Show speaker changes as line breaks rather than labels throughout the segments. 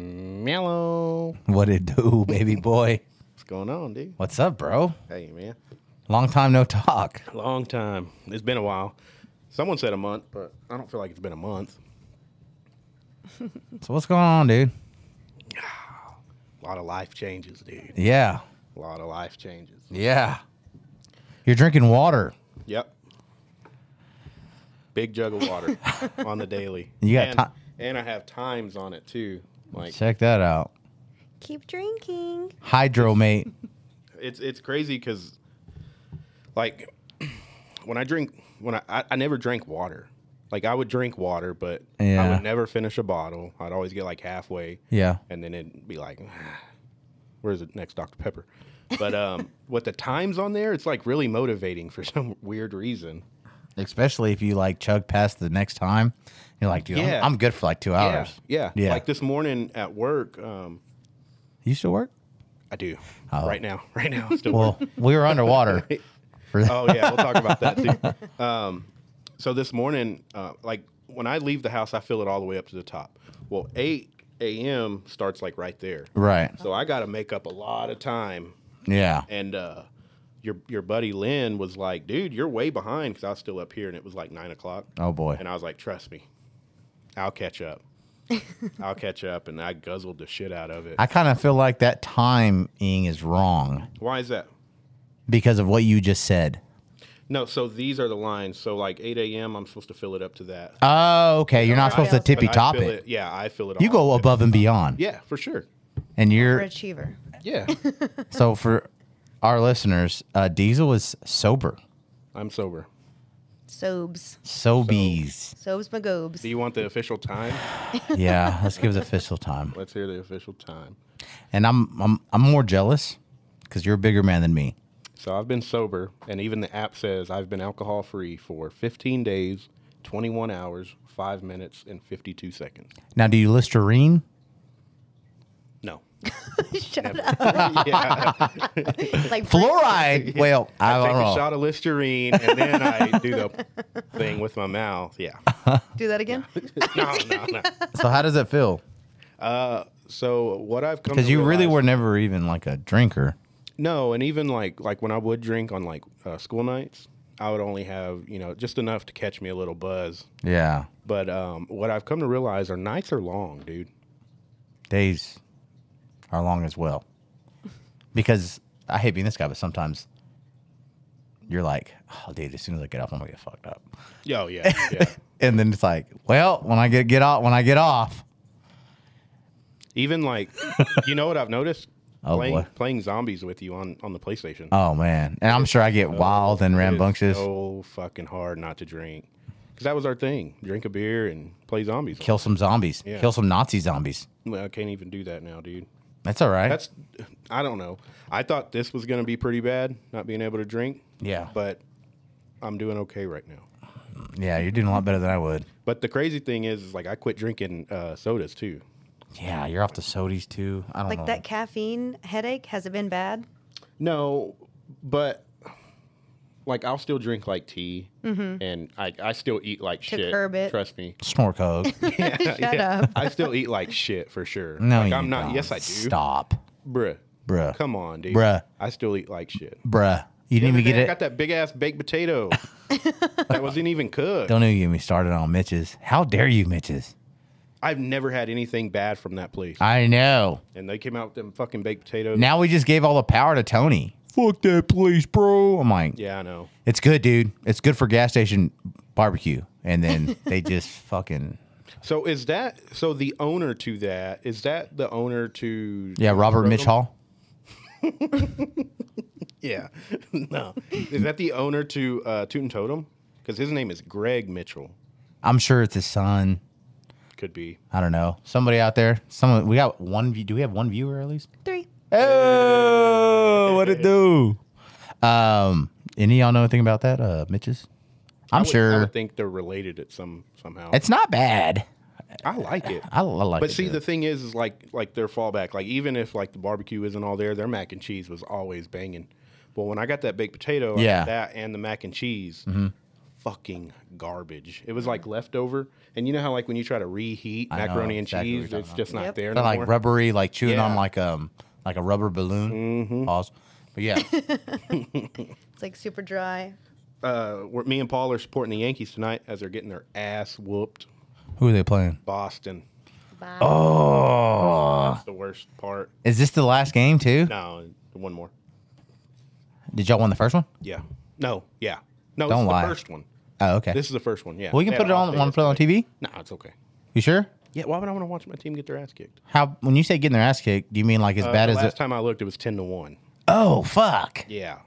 Mellow.
What it do, baby boy?
What's going on, dude?
What's up, bro?
Hey, man.
Long time no talk.
Long time. It's been a while. Someone said a month, but I don't feel like it's been a month.
So what's going on, dude?
A lot of life changes, dude.
Yeah,
A lot of life changes.
yeah. You're drinking water.
Yep. Big jug of water on the daily.
You got
and,
ti-
and I have times on it too. Like
Check that out.
Keep drinking.
Hydro mate.
it's it's crazy because like when I drink when I, I I never drank water. Like I would drink water, but I
Yeah.
would never finish a bottle. I'd always get like halfway.
Yeah.
and then it'd be like, "Ah, "Where's the next Dr Pepper?" But um, with the times on there, it's like really motivating for some weird reason.
Especially if you like chug past the next time. You're like, dude, I'm-
Yeah.
I'm, good for like two hours.
Yeah, yeah.
Yeah.
Like this morning at work, um,
You still work?
I do
Oh.
right now. Right now, I'm still
Well, we were underwater. For
Oh yeah, we'll talk about that too. Um, so this morning, uh, like when I leave the house, I fill it all the way up to the top. Well, eight a.m. starts like right there.
Right.
So I got to make up a lot of time
Yeah.
and uh, your your buddy Lynn was like, "Dude, you're way behind," because I was still up here, and it was like nine o'clock.
Oh boy.
And I was like, "Trust me, I'll catch up. I'll catch up." And I guzzled the shit out of it.
I kind of feel like that timing is wrong
Why is that?
because of what you just said.
No, so these are the lines. So like eight a.m., I'm supposed to fill it up to that.
Oh, okay. You're not supposed to
else. But
tippy
I
top
fill
it.
Yeah, I fill it.
You
all
go
up.
above and beyond.
Oh, Yeah, for sure.
And you're
Achiever.
Yeah,
So for our listeners, uh, Diesel is sober.
I'm sober.
Sobes.
Sobies.
Sobes
Do
magobes.
you want the official time?
yeah, let's give it official time.
Let's hear the official time.
And I'm I'm I'm more jealous because you're a bigger man than me.
So I've been sober, and even the app says I've been alcohol free for 15 days, 21 hours, 5 minutes, and 52 seconds.
Now, do you Listerine?
No.
Shut
Never.
up.
yeah. I
Like
Fluoride. Well, I,
take
don't know.
a shot of Listerine, and then I do the thing with my mouth. Yeah.
do that again.
No, no, no.
So how does it feel?
So what I've come
Because
to
you really
realize-
were never even like a drinker.
No, and even like like when I would drink on like uh, school nights, I would only have you know just enough to catch me a little buzz.
Yeah.
But um, what I've come to realize are nights are long, dude.
Days are long as well. Because I hate being this guy, but sometimes you're like, oh, dude, as soon as I get off, I'm going to get fucked up.
Oh yeah, yeah.
and then it's like, well, when I get get off, when I get off,
Even like, you know what I've noticed?
Oh,
playing,
boy.
playing zombies with you on, on the PlayStation.
oh man, and I'm sure I get wild and
It is
rambunctious,
Oh, So fucking hard not to drink. Because that was our thing drink a beer and play zombies.
kill some zombies,
Yeah.
kill some Nazi zombies.
Well, I can't even do that now, dude.
That's all right.
That's, I don't know. I thought this was going to be pretty bad, not being able to drink,
yeah,
but I'm doing okay right now.
yeah, you're doing a lot better than I would.
But the crazy thing is, is like, I quit drinking uh, sodas too.
Yeah, you're off the sodies too. I don't know.
Like that caffeine headache. Has it been bad?
No, but like I'll still drink like tea, and I, I still eat like shit.
Mm-hmm. curb it.
Trust me.
Snort coke.
Shut up.
I still eat like shit for sure.
No,
like,
you
I'm not.
don't.
Yes, I do.
Stop,
bruh.
Bruh.
Come on, dude.
Bruh.
I still eat like shit.
bruh. You didn't
The
even
other
get
day I
it.
Got that big ass baked potato that wasn't even cooked.
don't even get me started on Mitch's. How dare you, Mitch's?
I've never had anything bad from that place,
I know.
and they came out with them fucking baked potatoes.
Now we just gave all the power to Tony. Fuck that place, bro. I'm like,
yeah, I know.
It's good, dude. It's good for gas station barbecue. And then they just fucking
So is that so? The owner to that is that the owner to
yeah, Robert Mitch Hall.
Yeah. no. Is that the owner to uh, Toot and Totem? Because his name is Greg Mitchell.
I'm sure it's his son.
Could be.
I don't know. Somebody out there. Someone. We got one view. Do we have one viewer at least?
Three.
Oh, what it do? Um, any of y'all know anything about that? Uh, Mitch's.
I
I'm
would- I
sure
would think they're related at some somehow.
it's not bad.
I like it.
I, I like.
but
it,
see,
dude.
the thing is, is like like their fallback. Like even if like the barbecue isn't all there, their mac and cheese was always banging. But when I got that baked potato, I got
Yeah. Mm-hmm.
that and the mac and cheese, fucking garbage. It was like leftover, and you know how like when you try to reheat
I know
macaroni and
exactly what you're
cheese,
talking
it's just
about.
not
Yep.
there
They're
anymore.
like rubbery, like chewing on
Yeah. Mm-hmm.
like um like a rubber balloon. Pause. But yeah,
It's like super dry.
uh, we're- me and Paul are supporting the Yankees tonight as they're getting their ass whooped.
who are they playing?
Boston,
Bye.
Oh,
that's the worst part.
is this the last game too?
No, one more.
Did y'all win the first one?
Yeah. No. Yeah. No.
Don't
it's
lie.
The first one.
Oh, okay.
This is the first one. Yeah.
well, you
They
can
had
put it
an off
on
day
one put it on
yesterday.
TV.
No, it's okay.
You sure?
Yeah. Why would I want to watch my team get their ass kicked?
How when you say getting their ass kicked, do you mean like as
Uh,
bad
the
as
last
it?
time I looked, it was ten to one.
Oh fuck!
Yeah.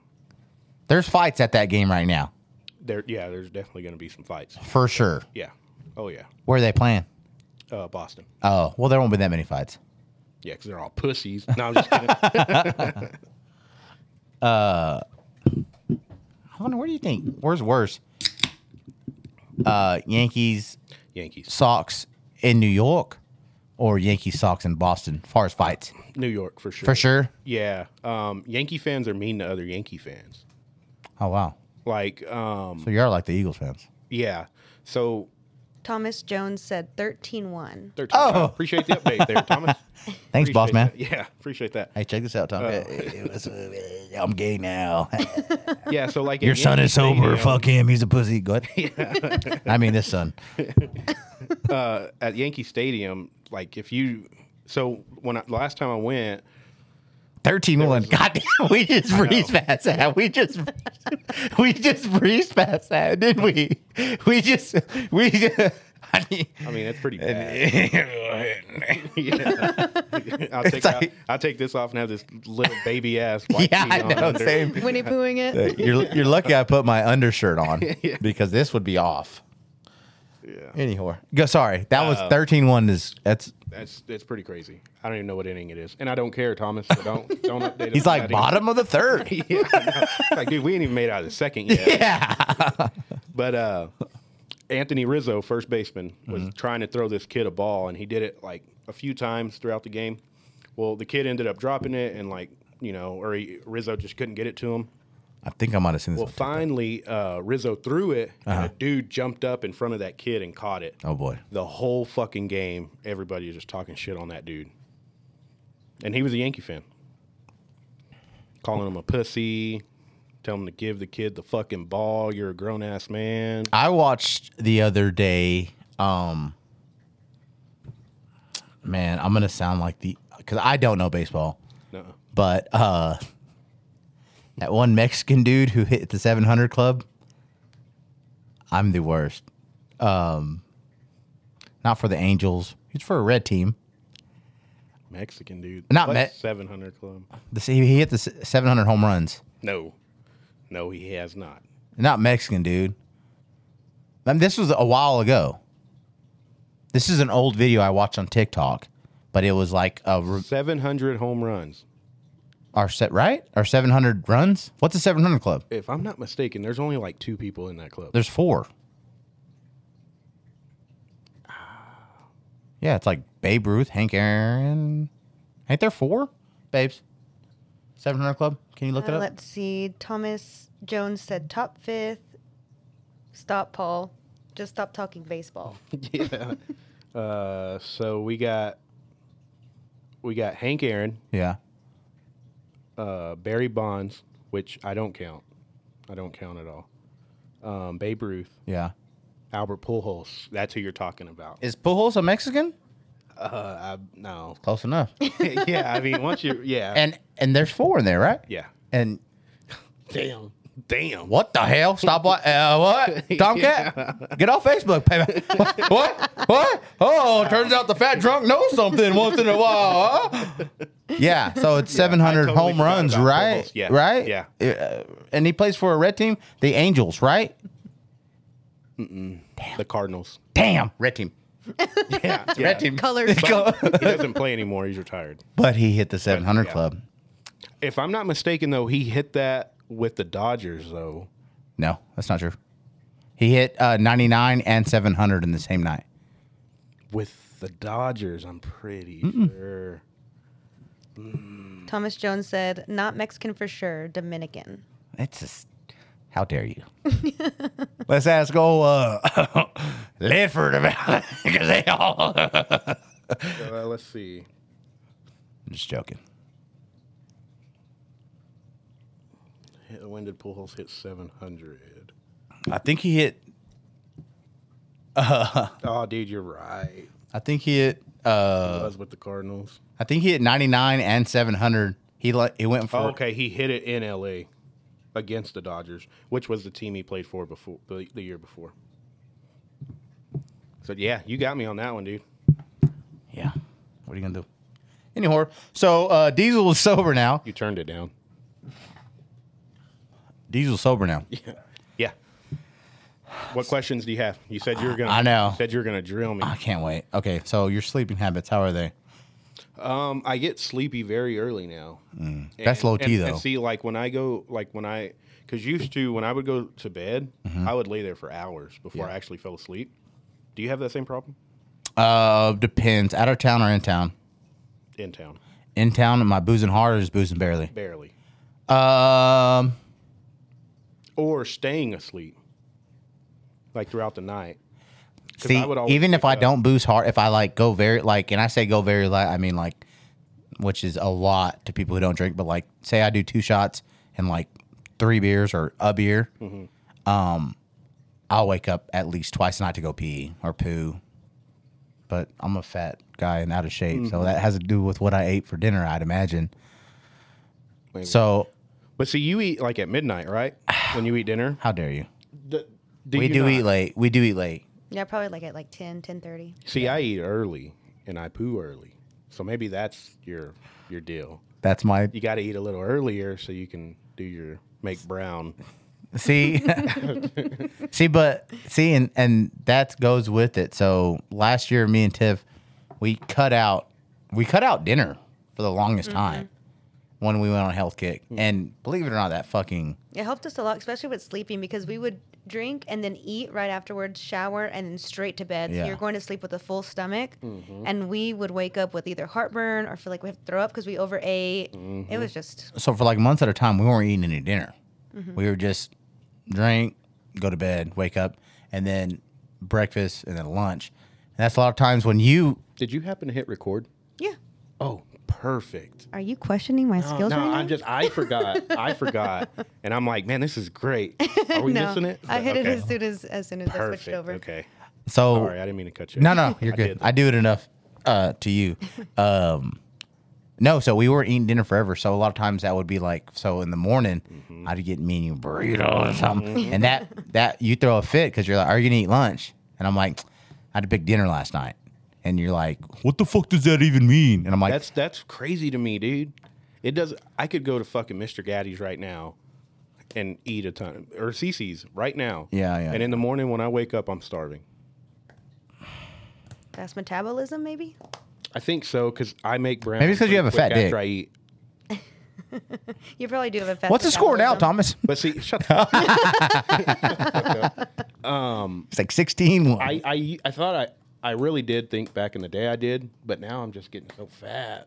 There's fights at that game right now
There. Yeah. There's definitely going to be some fights.
for sure.
Yeah. Oh yeah.
Where are they playing?
Uh, Boston.
Oh well, there won't be that many fights.
Yeah, because they're all pussies. No, I'm just kidding.
I wonder. What do you think? Where's worse? Uh, Yankees
Yankees.
socks in New York, or Yankee socks in Boston? Far as fights,
New York for sure.
for sure.
Yeah. Um, Yankee fans are mean to other Yankee fans.
Oh wow!
Like, um,
So you are like the Eagles fans.
yeah. So
Thomas Jones said 13 1.
13.
Oh.
appreciate the update there, Thomas.
Thanks,
Appreciate
boss man.
that. Uh, Yeah, appreciate that.
Hey, check this out, Tom. It was- uh, I'm gay now.
Yeah, so like at
Your son
Yankee
is sober.
Stadium-
Fuck him. He's a pussy. Go ahead. I mean, this son.
uh, at Yankee Stadium. Like if you, so when I, last time I went,
13 1. God damn, we just breezed
know.
past that. We just we just breezed past that, didn't we? We just we just, I mean,
I mean that's pretty bad.
yeah,
yeah. I'll take
It's like-
out- I'll take this off and have this little baby ass. White
I
tee on
know.
under.
Same.
Winnie pooing it.
You're you're lucky I put my undershirt on because this would be off.
Yeah,
Anyhow, go. Sorry, that was 13 1. Is that's
that's that's pretty crazy. I don't even know what inning it is, and I don't care, Thomas. So don't don't update. us
he's
on
like
that
bottom of the third.
either. yeah, I know. It's like dude, we ain't even made it out of the second yet.
Yeah,
But uh, Anthony Rizzo, first baseman, was
Mm-hmm.
trying to throw this kid a ball, and he did it like a few times throughout the game. Well, the kid ended up dropping it, and like you know, or he, Rizzo just couldn't get it to him.
I think I might have seen this.
Well,
one.
finally, uh, Rizzo threw it, and a dude jumped up in front of that kid and caught it.
Uh-huh. Oh boy,
The whole fucking game, everybody was just talking shit on that dude, and he was a Yankee fan, calling him a pussy, telling him to give the kid the fucking ball. You're a grown ass man.
I watched the other day. Um, man, I'm gonna sound like the because I don't know baseball,
No.
but uh, that one Mexican dude who hit the 700 club. I'm the worst. Um, not for the Angels. He's for a red team.
Mexican dude.
Not
Plus
Me-
700 club.
The, he hit the s- 700 home runs.
No. No, he has not.
Not Mexican, dude. I mean, this was a while ago. This is an old video I watched on TikTok, but it was like a re-
700 home runs.
our set right our 700 runs. What's a 700 club?
If I'm not mistaken, there's only like two people in that club.
There's four. Yeah, it's like Babe Ruth, Hank Aaron. Ain't there four babes? 700 club. Can you look it
Uh,
up?
let's see. Thomas Jones said top fifth. Stop, Paul. Just stop talking baseball.
yeah. Uh, so we got we got Hank Aaron,
yeah.
uh, Barry Bonds, which I don't count. I don't count at all. Um, Babe Ruth,
Yeah.
Albert Pujols. That's who you're talking about.
Is Pujols a Mexican?
Uh, I, no.
Close enough.
yeah, I mean, once you, yeah,
and and there's four in there, right?
yeah.
And
Damn, damn.
What the hell? Stop what? Uh, what? Tomcat? Get off Facebook, baby. What? What? What? Oh, turns out the fat drunk knows something once in a while. huh? Yeah, so it's 700
totally
home
forgot
runs,
about
right?
Pujols. Yeah,
Right?
yeah.
Uh, and he plays for a red team, the Angels, right?
The Cardinals.
Damn, red team.
Yeah,
Red team.
Colors.
he doesn't play anymore. He's retired.
But he hit the 700
yeah.
club.
If I'm not mistaken, though, he hit that with the Dodgers, though.
No, that's not true. He hit uh, 99 and 700 in the same night.
With the Dodgers, I'm pretty sure.
Thomas Jones said not Mexican for sure, Dominican.
It's just How dare you? Let's ask old uh, Ledford about because they all.
Uh, let's see.
I'm just joking.
Hit- When did Pujols hit 700?
I think he hit.
Oh, dude, you're right.
I think he hit. Uh,
was with the Cardinals.
I think he hit 99 and 700. He like he went for.
Oh, okay, he hit it in L.A. against the Dodgers, which was the team he played for before the, the year before. So yeah, you got me on that one, dude.
Yeah. What are you gonna do? Anyhow, so uh, Diesel is sober now.
You turned it down.
Diesel's sober now.
Yeah. What questions do you have? You said you were gonna.
I know.
Said you were gonna drill me.
I can't wait. Okay, so your sleeping habits, how are they?
Um, I get sleepy very early now.
Mm. That's low
and-
key,
and
though.
see, like when I go, like when I, because used to when I would go to bed,
Mm-hmm.
I would lay there for hours before I actually fell asleep. Do you have that same problem
Uh, depends. Out of town or in town?
in town?
In town, my boozing hard or just boozing barely?
Barely.
Um,
or staying asleep like throughout the night. 'Cause
see,
I would always
even if
wake
I
up.
don't booze hard, if I like go very like, and I say go very light, I mean like, which is a lot to people who don't drink. But like, say I do two shots and like three beers or a beer, um,
Mm-hmm.
I'll wake up at least twice a night to go pee or poo. But I'm a fat guy and out of shape,
Mm-hmm.
so that has to do with what I ate for dinner, I'd imagine.
Maybe.
So
But see, you eat like at midnight, right? when you eat dinner,
how dare you?
D-
we
you
do
not-
eat late. We do eat late.
Yeah, probably like at like 10, 10.30.
See, I eat early and I poo early, so maybe that's your your deal.
That's my
You got to eat a little earlier so you can do your make brown.
See, see, but see, and and that goes with it. So last year, me and Tiff, we cut out, we cut out dinner for the longest time when we went on health kick. And believe it or not, that fucking
It helped us a lot, especially with sleeping, because we would drink and then eat right afterwards, shower, and then straight to bed.
Yeah. Mm-hmm.
So you're going to sleep with a full stomach, and we would wake up with either heartburn or feel like we have to throw up because we overate.
Mm-hmm.
It was just
so for like months at a time, we weren't eating any dinner. We were just drink, go to bed, wake up, and then breakfast, and then lunch. And that's a lot of times when you
Did you happen to hit record?
yeah.
Oh, perfect.
Are you questioning my
Oh,
skills
no,
right now?
I'm just I forgot. I forgot, and I'm like, man, this is great. Are we
no,
missing it?
I hit it
Okay.
as soon as as soon as I switched
perfect.
over.
Okay,
so
sorry, I didn't mean to cut you.
No,
off.
no, you're
I
good.
did.
I do it enough uh, to you. Um, no, so we were eating dinner forever. So a lot of times that would be like, so in the morning,
Mm-hmm.
I'd get me and you burrito or something, and that that you throw a fit because you're like, are you gonna eat lunch? And I'm like, I had a big dinner last night, and you're like, what the fuck does that even mean? And I'm like,
That's that's crazy to me, dude. It does. I could go to fucking Mr. Gaddy's right now and eat a ton, or CC's right now.
Yeah, yeah,
And in the morning when I wake up, I'm starving.
That's metabolism, maybe.
I think so because I make brown.
Maybe it's 'cause you
pretty
have a fat
quick after
dick.
I eat.
You probably do have a fast.
what's the score now,
metabolism.
Thomas?
But see, shut the fuck up.
It's like 16
I, I I thought I I really did think back in the day I did, but now I'm just getting so fat.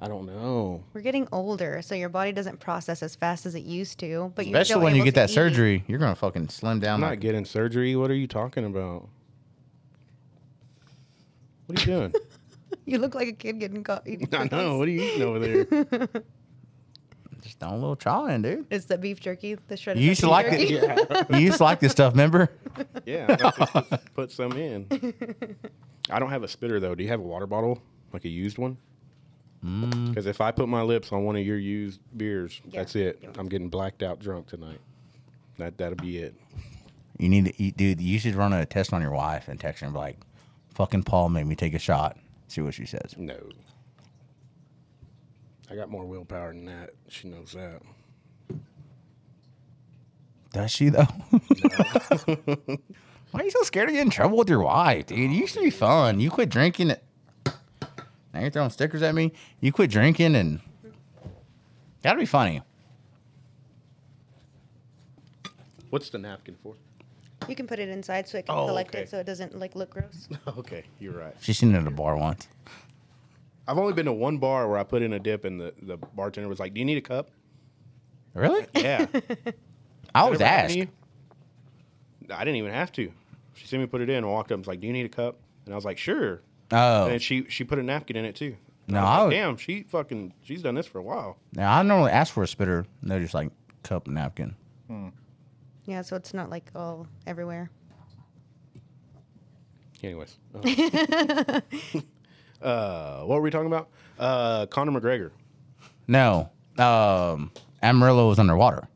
I don't know.
We're getting older, so your body doesn't process as fast as it used to. But you're
Especially
still
when you
able
get
to
that
eat.
surgery, you're gonna fucking slim down.
I'm
Like,
not getting surgery. What are you talking about? What are you doing?
You look like a kid getting caught eating.
I
cookies.
know. What are you eating over there?
just don't little trying, dude.
It's the beef jerky, the shredded.
You used to
beef
like
jerky.
it.
Yeah.
You used to like this stuff, remember?
Yeah, I'd like to just put some in. I don't have a spitter though. Do you have a water bottle, like a used one? Because if I put my lips on one of your used beers,
Yeah.
that's it. I'm getting blacked out drunk tonight. That that'll be it.
You need to, you, dude. You should run a test on your wife and text her and be like, "Fucking Paul made me take a shot." See what she says.
No, I got more willpower than that. She knows that.
Does she though? Why are you so scared of getting in trouble with your wife, dude? You used to be fun. You quit drinking. It. Now you're throwing stickers at me. You quit drinking, and that'd be funny.
What's the napkin for?
You can put it inside so it can
Oh,
collect
okay.
it, so it doesn't like look gross.
okay, you're right.
She's seen it at a bar once.
I've only been to one bar where I put in a dip, and the the bartender was like, "Do you need a cup?"
Really?
Yeah.
I
That
always
ever happened
ask.
to you? I didn't even have to. She sent me put it in and walked up and was like, Do you need a cup? And I was like, Sure.
Oh.
And she she put a napkin in it too. And I
No,
was like,
I would-
damn, she fucking she's done this for a while.
Now I normally ask for a spitter. and They're just like cup napkin.
Yeah, so it's not like all everywhere.
Anyways. uh, what were we talking about? Uh, Conor McGregor.
No, um, Amarillo was underwater.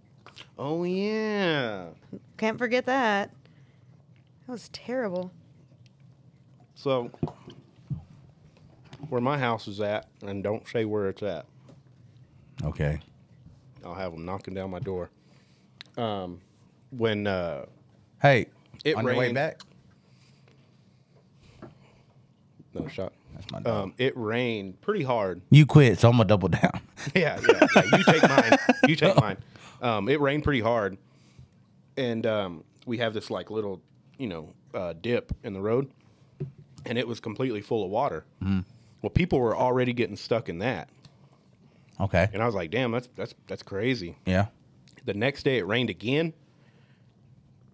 Oh yeah.
Can't forget that. That was terrible.
So where my house is at, and don't say where it's at.
Okay.
I'll have them knocking down my door. Um, when uh,
Hey,
It
on your way
rained.
back.
no shot.
That's my dog.
Um, it rained pretty hard.
you quit, so I'm gonna double down.
Yeah, yeah, yeah. You take mine. You take mine. Um, it rained pretty hard, and um, we have this like little, you know, uh, dip in the road, and it was completely full of water.
Mm.
Well, people were already getting stuck in that,
Okay.
and I was like, "Damn, that's that's that's crazy."
Yeah.
The next day, it rained again.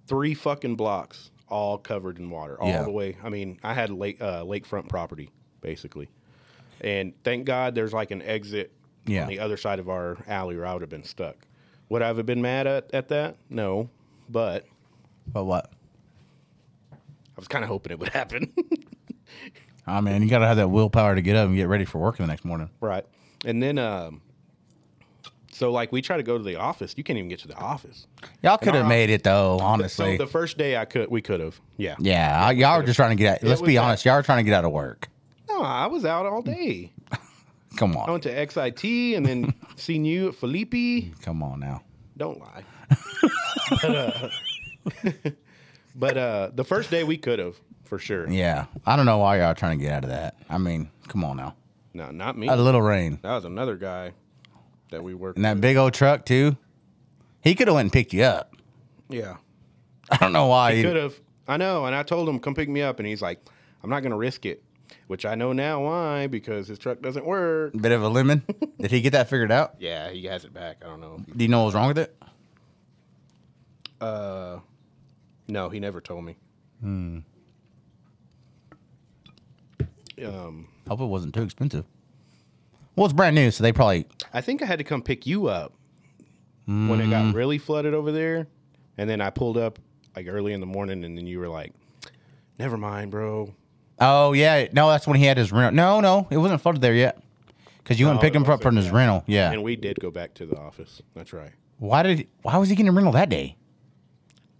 Three fucking blocks, all covered in water, all
Yeah.
the way. I mean, I had lake uh, lakefront property basically, and thank God there's like an exit
Yeah.
on the other side of our alley, or I would have been stuck. Would I have been mad at, at that? No, but
But what?
I was kind of hoping it would happen.
I mean, you gotta have that willpower to get up and get ready for work the next morning.
right, and then um, so like we try to go to the office, you can't even get to the office.
Y'all could have
our-
made it though, honestly.
So the first day I could, we could have, yeah,
yeah, I- y'all were just trying to get out. Let's
was
be
that.
honest, y'all were trying to get out of work.
No, I was out all day.
Come
I
on,
went to XIT and then seen you at Felipe.
come on now.
Don't lie. but uh, but uh, the first day we could have for sure.
Yeah, I don't know why y'all are trying to get out of that. I mean, come on now.
No, not me.
A
That
little rain
was another guy that we worked.
and that
with.
big old truck too. He could have went and picked you up.
yeah,
I don't know why.
could
He,
have. I know, and I told him come pick me up, and he's like, "I'm not gonna risk it," which I know now why because his truck doesn't work.
bit of a lemon. Did he get that figured out?
Yeah, he has it back. I don't know.
Do you know what was wrong with it?
No, he never told me. Um.
Hope it wasn't too expensive. Well, it's brand new, so they probably
I think I had to come pick you up when it got really flooded over there. And then I pulled up like early in the morning, and then you were like, never mind, bro.
Oh yeah, no, that's when he had his rental. No, no, it wasn't flooded there yet, because you went and
No,
picked
it
him up
wasn't,
from his
yeah.
rental. Yeah.
And we did go back to the office. That's right.
Why did? Why was he getting a rental that day?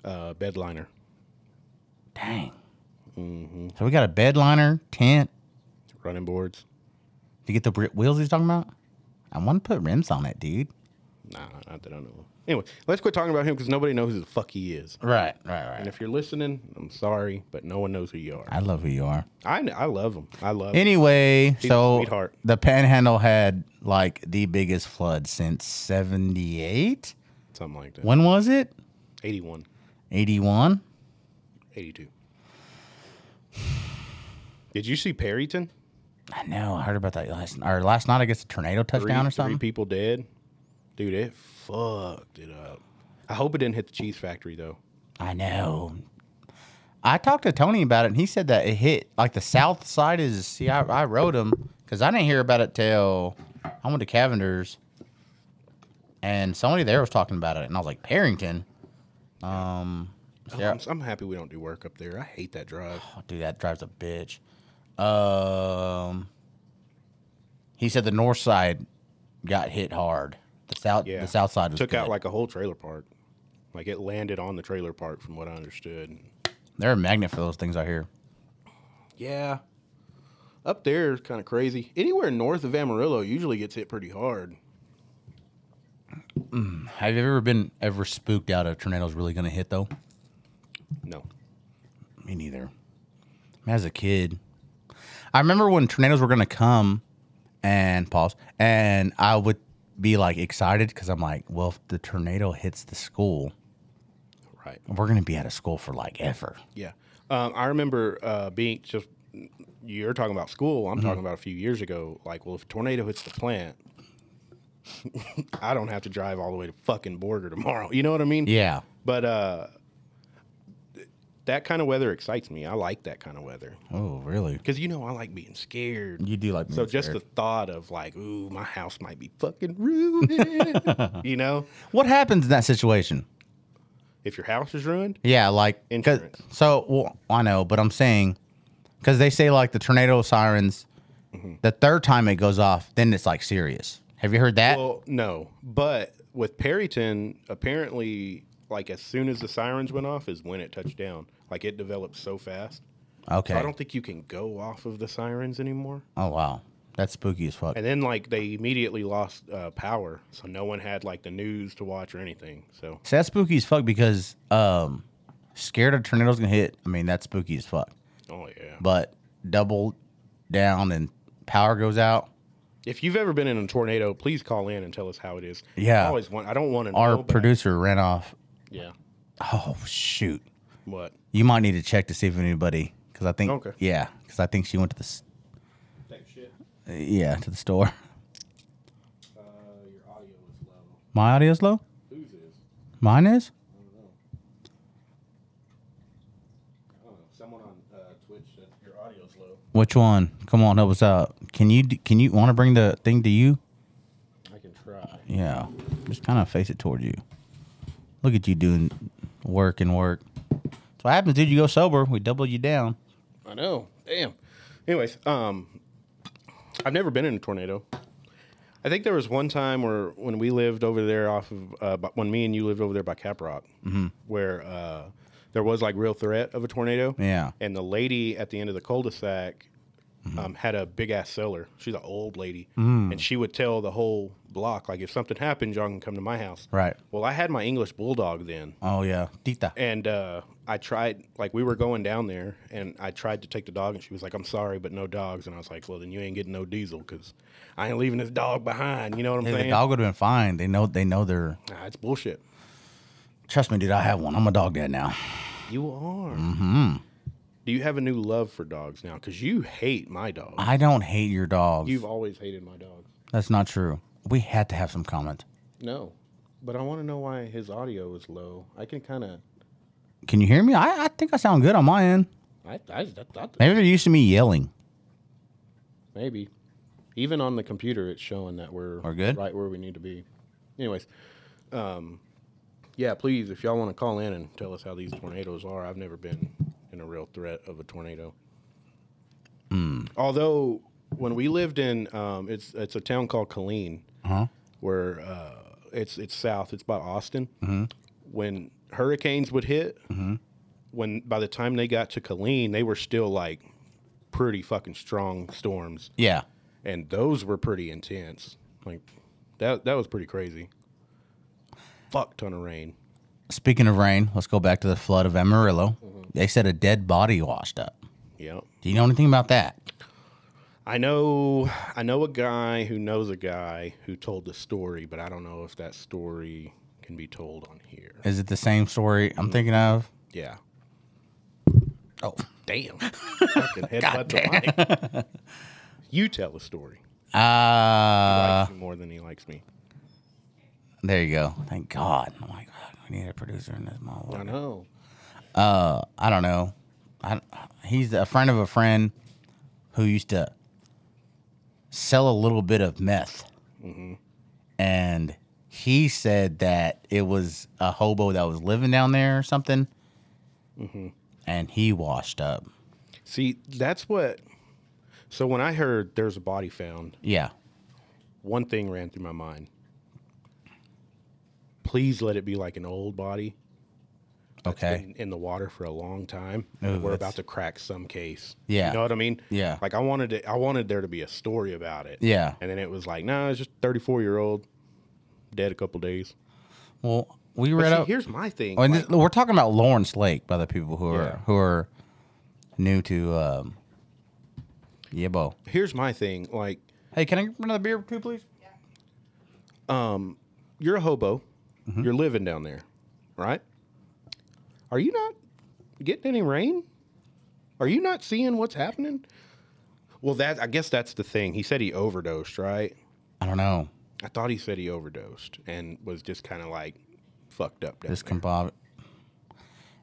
Uh, bedliner.
Dang.
Mm-hmm.
So we got a bed liner tent
Running boards.
to get the bri- wheels he's talking about. I want to put rims on it, dude.
Nah, not that I know. of. Anyway, let's quit talking about him because nobody knows who the fuck he is.
Right, right,
And if you're listening, I'm sorry, but no one knows who you are.
I love who you are.
I, kn- I love him. I love him.
Anyway,
He's a
so
sweetheart.
the Panhandle had like the biggest flood since '78.
Something like that.
When was it?
81,
'81.
82. Did you see Perryton?
I know. I heard about that last or last night. I guess a tornado
three,
touchdown or something.
Three people dead. Dude, it fucked it up. I hope it didn't hit the cheese factory though.
I know. I talked to Tony about it, and he said that it hit like the south side is. See, I, I rode him because I didn't hear about it till I went to Cavender's, and somebody there was talking about it, and I was like, Parrington. Um,
Oh,
yeah,
I'm, I'm happy we don't do work up there. I hate that drive.
oh, dude, that drives a bitch. Um, he said the north side got hit hard. The south,
Yeah.
the south side was
Took out
good.
like a whole trailer park. Like it landed on the trailer park from what I understood.
they're a magnet for those things out here.
Yeah. Up there is kind of crazy. Anywhere north of Amarillo usually gets hit pretty hard.
Have you ever been ever spooked out a tornado's really going to hit though?
No.
Me neither. As a kid, I remember when tornadoes were gonna come, and pause, and I would be like excited because I'm like, well, if the tornado hits the school,
Right.
we're gonna be out of school for like ever.
Yeah. Um, I remember uh, being just,
Mm-hmm.
you're talking about school. I'm talking about a few years ago. Like, well, if a tornado hits the plant, I don't have to drive all the way to fucking Borger tomorrow. You know what I mean?
Yeah.
But uh, that kind of weather excites me. I like that kind of weather
Oh, really?
because you know I like being scared.
You do like
so just the thought of like, ooh, my house might be fucking ruined. you know,
what happens in that situation?
if your house is ruined,
Yeah, like 'cause-
Insurance.
So well, I know, but I'm saying because they say like the tornado sirens,
Mm-hmm.
the third time it goes off, then it's like serious. Have you heard that?
Well, no, but with Perryton, apparently, like as soon as the sirens went off, is when it touched down. Like it developed so fast.
okay.
I don't think you can go off of the sirens anymore.
oh wow, that's spooky as fuck.
And then like they immediately lost uh, power, so no one had like the news to watch or anything. So
So that's spooky as fuck because um, scared a tornado's gonna hit. I mean, that's spooky as fuck.
oh yeah.
But double down and power goes out.
If you've ever been in a tornado, please call in and tell us how it is.
Yeah.
I always want. I don't want to.
Our
know, but I-
producer ran off.
Yeah.
Oh shoot.
What?
You might need to check to see if anybody, because I think,
Okay.
yeah, because I think she went to the, s-
That shit.
uh, yeah, to the store.
Uh, your audio is low.
My audio's low.
Whose is?
Mine is.
I don't know. Someone on uh, Twitch said your audio's low.
Which one? Come on, help us out. Can you d- can you want to bring the thing to you?
I can try.
Yeah, just kind of face it toward you. Look at you doing work and work. So what happens, dude? You go sober, we double you down.
I know. Damn. Anyways, um, I've never been in a tornado. I think there was one time where when we lived over there off of uh, bu- when me and you lived over there by Caprock,
Mm-hmm.
where uh, there was like real threat of a tornado.
Yeah. Mm-hmm.
And the lady at the end of the cul-de-sac um, had a big ass cellar. She's an old lady,
Mm.
and she would tell the whole block like, if something happens, y'all can come to my house.
Right.
Well, I had my English bulldog then,
Oh yeah, Tita.
and uh, I tried, like, we were going down there, and I tried to take the dog, and she was like, I'm sorry, but no dogs. And I was like, Well, then you ain't getting no diesel because I ain't leaving this dog behind. You know what I'm
Hey,
saying?
the dog would have been fine. They know. They know they're.
Nah, it's bullshit.
Trust me, dude. I have one. I'm a dog dad now.
You are.
Mm-hmm.
Do you have a new love for dogs now? Because you hate my dog.
I don't hate your dogs.
You've always hated my dog.
That's not true. We had to have some comment.
No. But I want to know why his audio is low. I can kind of.
Can you hear me? I, I think I sound good on my end.
I, I, I, I,
Maybe they're used to me yelling.
Maybe. Even on the computer, it's showing that we're,
We're good?
right where we need to be. Anyways, um, yeah, please, if y'all want to call in and tell us how these tornadoes are, I've never been in a real threat of a tornado. Although, when we lived in, um, it's it's a town called Colleen, where uh, it's it's south, it's by Austin. When hurricanes would hit, when by the time they got to Colleen, they were still like pretty fucking strong storms
Yeah.
and those were pretty intense. Like that that was pretty crazy. Fuck ton of rain.
Speaking of rain, let's go back to the flood of Amarillo. They said a dead body washed up.
Yeah.
Do you know anything about that?
I know I know a guy who knows a guy who told the story, but I don't know if that story can be told on here.
Is it the same story I'm thinking of?
Yeah.
Oh,
Damn. Fucking headbutt the mic. You tell a story. He
uh,
likes you more than he likes me.
there you go. Thank God. I'm like, "God, we need a producer in this motherfucker.
I know.
uh, I don't know. I, he's a friend of a friend who used to sell a little bit of meth,
Mm-hmm.
and he said that it was a hobo that was living down there or something,
Mm-hmm.
and he washed up.
See, that's what so when I heard there's a body found,
Yeah,
one thing ran through my mind. Please let it be like an old body
okay,
in, in the water for a long time.
Ooh,
We're
that's-
about to crack some case.
Yeah.
you know what I mean.
Yeah.
like I wanted to, I wanted there to be a story about it.
yeah.
and then it was like, no, it's just thirty four year old dead a couple days.
Well, we
But
read
see,
up.
here's my thing.
Oh, and
like,
this, we're talking about Lawrence Lake by the people who are
Yeah.
who are new to um, Yebo.
here's my thing. Like,
Hey, can I get another beer too, please?
you're a hobo.
Mm-hmm.
You're living down there, right? Are you not getting any rain? Are you not seeing what's happening? Well, that I guess that's the thing. He said he overdosed, right?
I don't know.
I thought he said he overdosed and was just kind of like fucked up. Down
This
there.
compartment.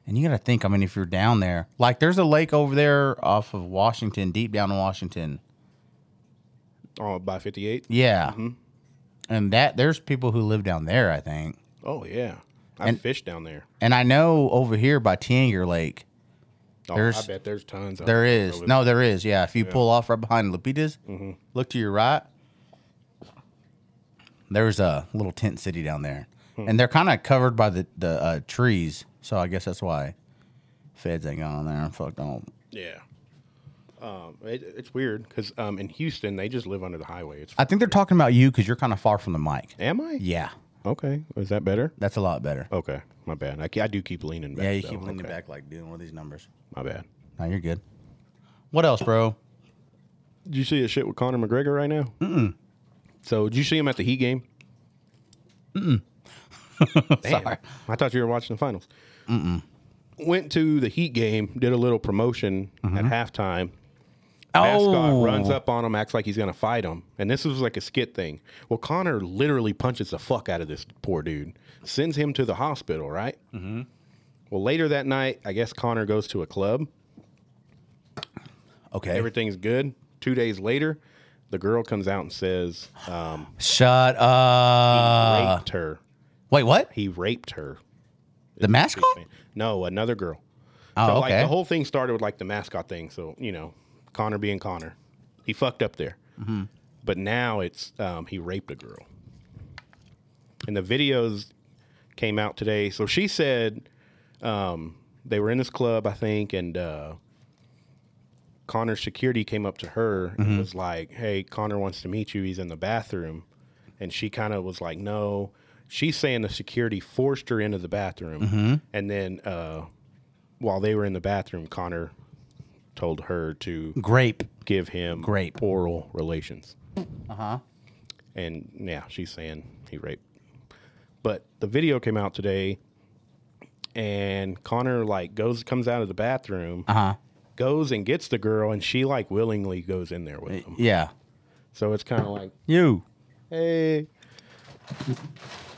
And you got to think, I mean, if you're down there, like there's a lake over there off of Washington, deep down in Washington.
oh, by 58?
Yeah. And that there's people who live down there, I think.
Oh, yeah. I
And-
fished down there.
And I know over here by Tianger Lake,
Oh, I
There's-
bet there's tons. of
there
them
is.
over
No, there is. Yeah. If you pull off right behind Lupita's, look to your right, there's a little tent city down there. And they're kind of covered by the, the uh, trees. So I guess that's why feds ain't gone on there and fucked on.
Yeah. Um, it, it's weird because um, in Houston they just live under the highway. It's
I think they're talking about you because you're kind of far from the mic.
am I?
Yeah.
Okay. Is that better?
That's a lot better.
Okay. My bad. I, ke- I do keep leaning back.
yeah, you
though.
keep leaning
Okay.
back like doing one of these numbers.
My bad.
No, you're good. What else, bro?
Did you see a shit with Conor McGregor right now? Mm. So did you see him at the Heat game? Damn.
Sorry.
I thought you were watching the finals. Mm-mm. Went to the Heat game, did a little promotion at halftime. Mascot
Mm-hmm. Oh.
runs up on him, acts like he's going to fight him. And this was like a skit thing. Well, Connor literally punches the fuck out of this poor dude, sends him to the hospital, right? Mm-hmm. Well, later that night, I guess Connor goes to a club.
Okay.
Everything's good. Two days later, the girl comes out and says, um,
Shut up.
raped her.
Wait, what?
He raped her.
The mascot?
No, another girl.
Oh,
so,
okay.
Like, the whole thing started with like the mascot thing. So you know, Connor being Connor, he fucked up there.
Mm-hmm.
But now it's um, he raped a girl, and the videos came out today. So she said um, they were in this club, I think, and uh, Connor's security came up to her and was like, "Hey, Connor wants to meet you. He's in the bathroom." And she kind of was like, "No." She's saying the security forced her into the bathroom, and then uh, while they were in the bathroom, Connor told her to
Grape.
give him
Grape.
oral relations. Uh huh. And yeah, she's saying he raped. But the video came out today, and Connor like goes comes out of the bathroom,
Uh huh.
goes and gets the girl, and she like willingly goes in there with him.
Yeah.
So it's kind of like
You.
hey.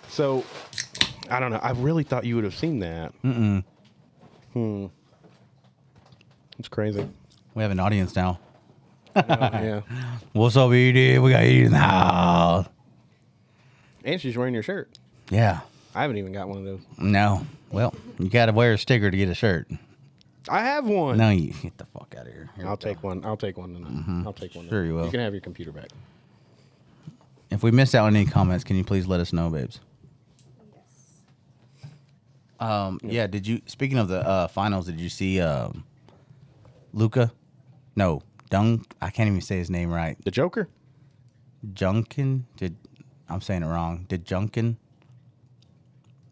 So I don't know. I really thought you would have seen that. Mm-mm. Hmm. It's crazy. Oh,
We have an audience now.
yeah.
What's up, Edie? We got Edie in the house.
And she's wearing your shirt.
Yeah.
I haven't even got one of those.
No. Well, you got to wear a sticker to get a shirt.
I have one.
No, you get the fuck out of here. Here we
I'll
go.
take one. I'll take one. Tonight. I'll take one.
Sure you will.
You can have your computer back.
If we missed out on any comments, can you please let us know, babes? Um, yeah, did you speaking of the uh, finals, did you see um, Luca? No, Dunk I can't even say his name right.
The Joker.
Junkin? Did I'm saying it wrong. Did Junkin?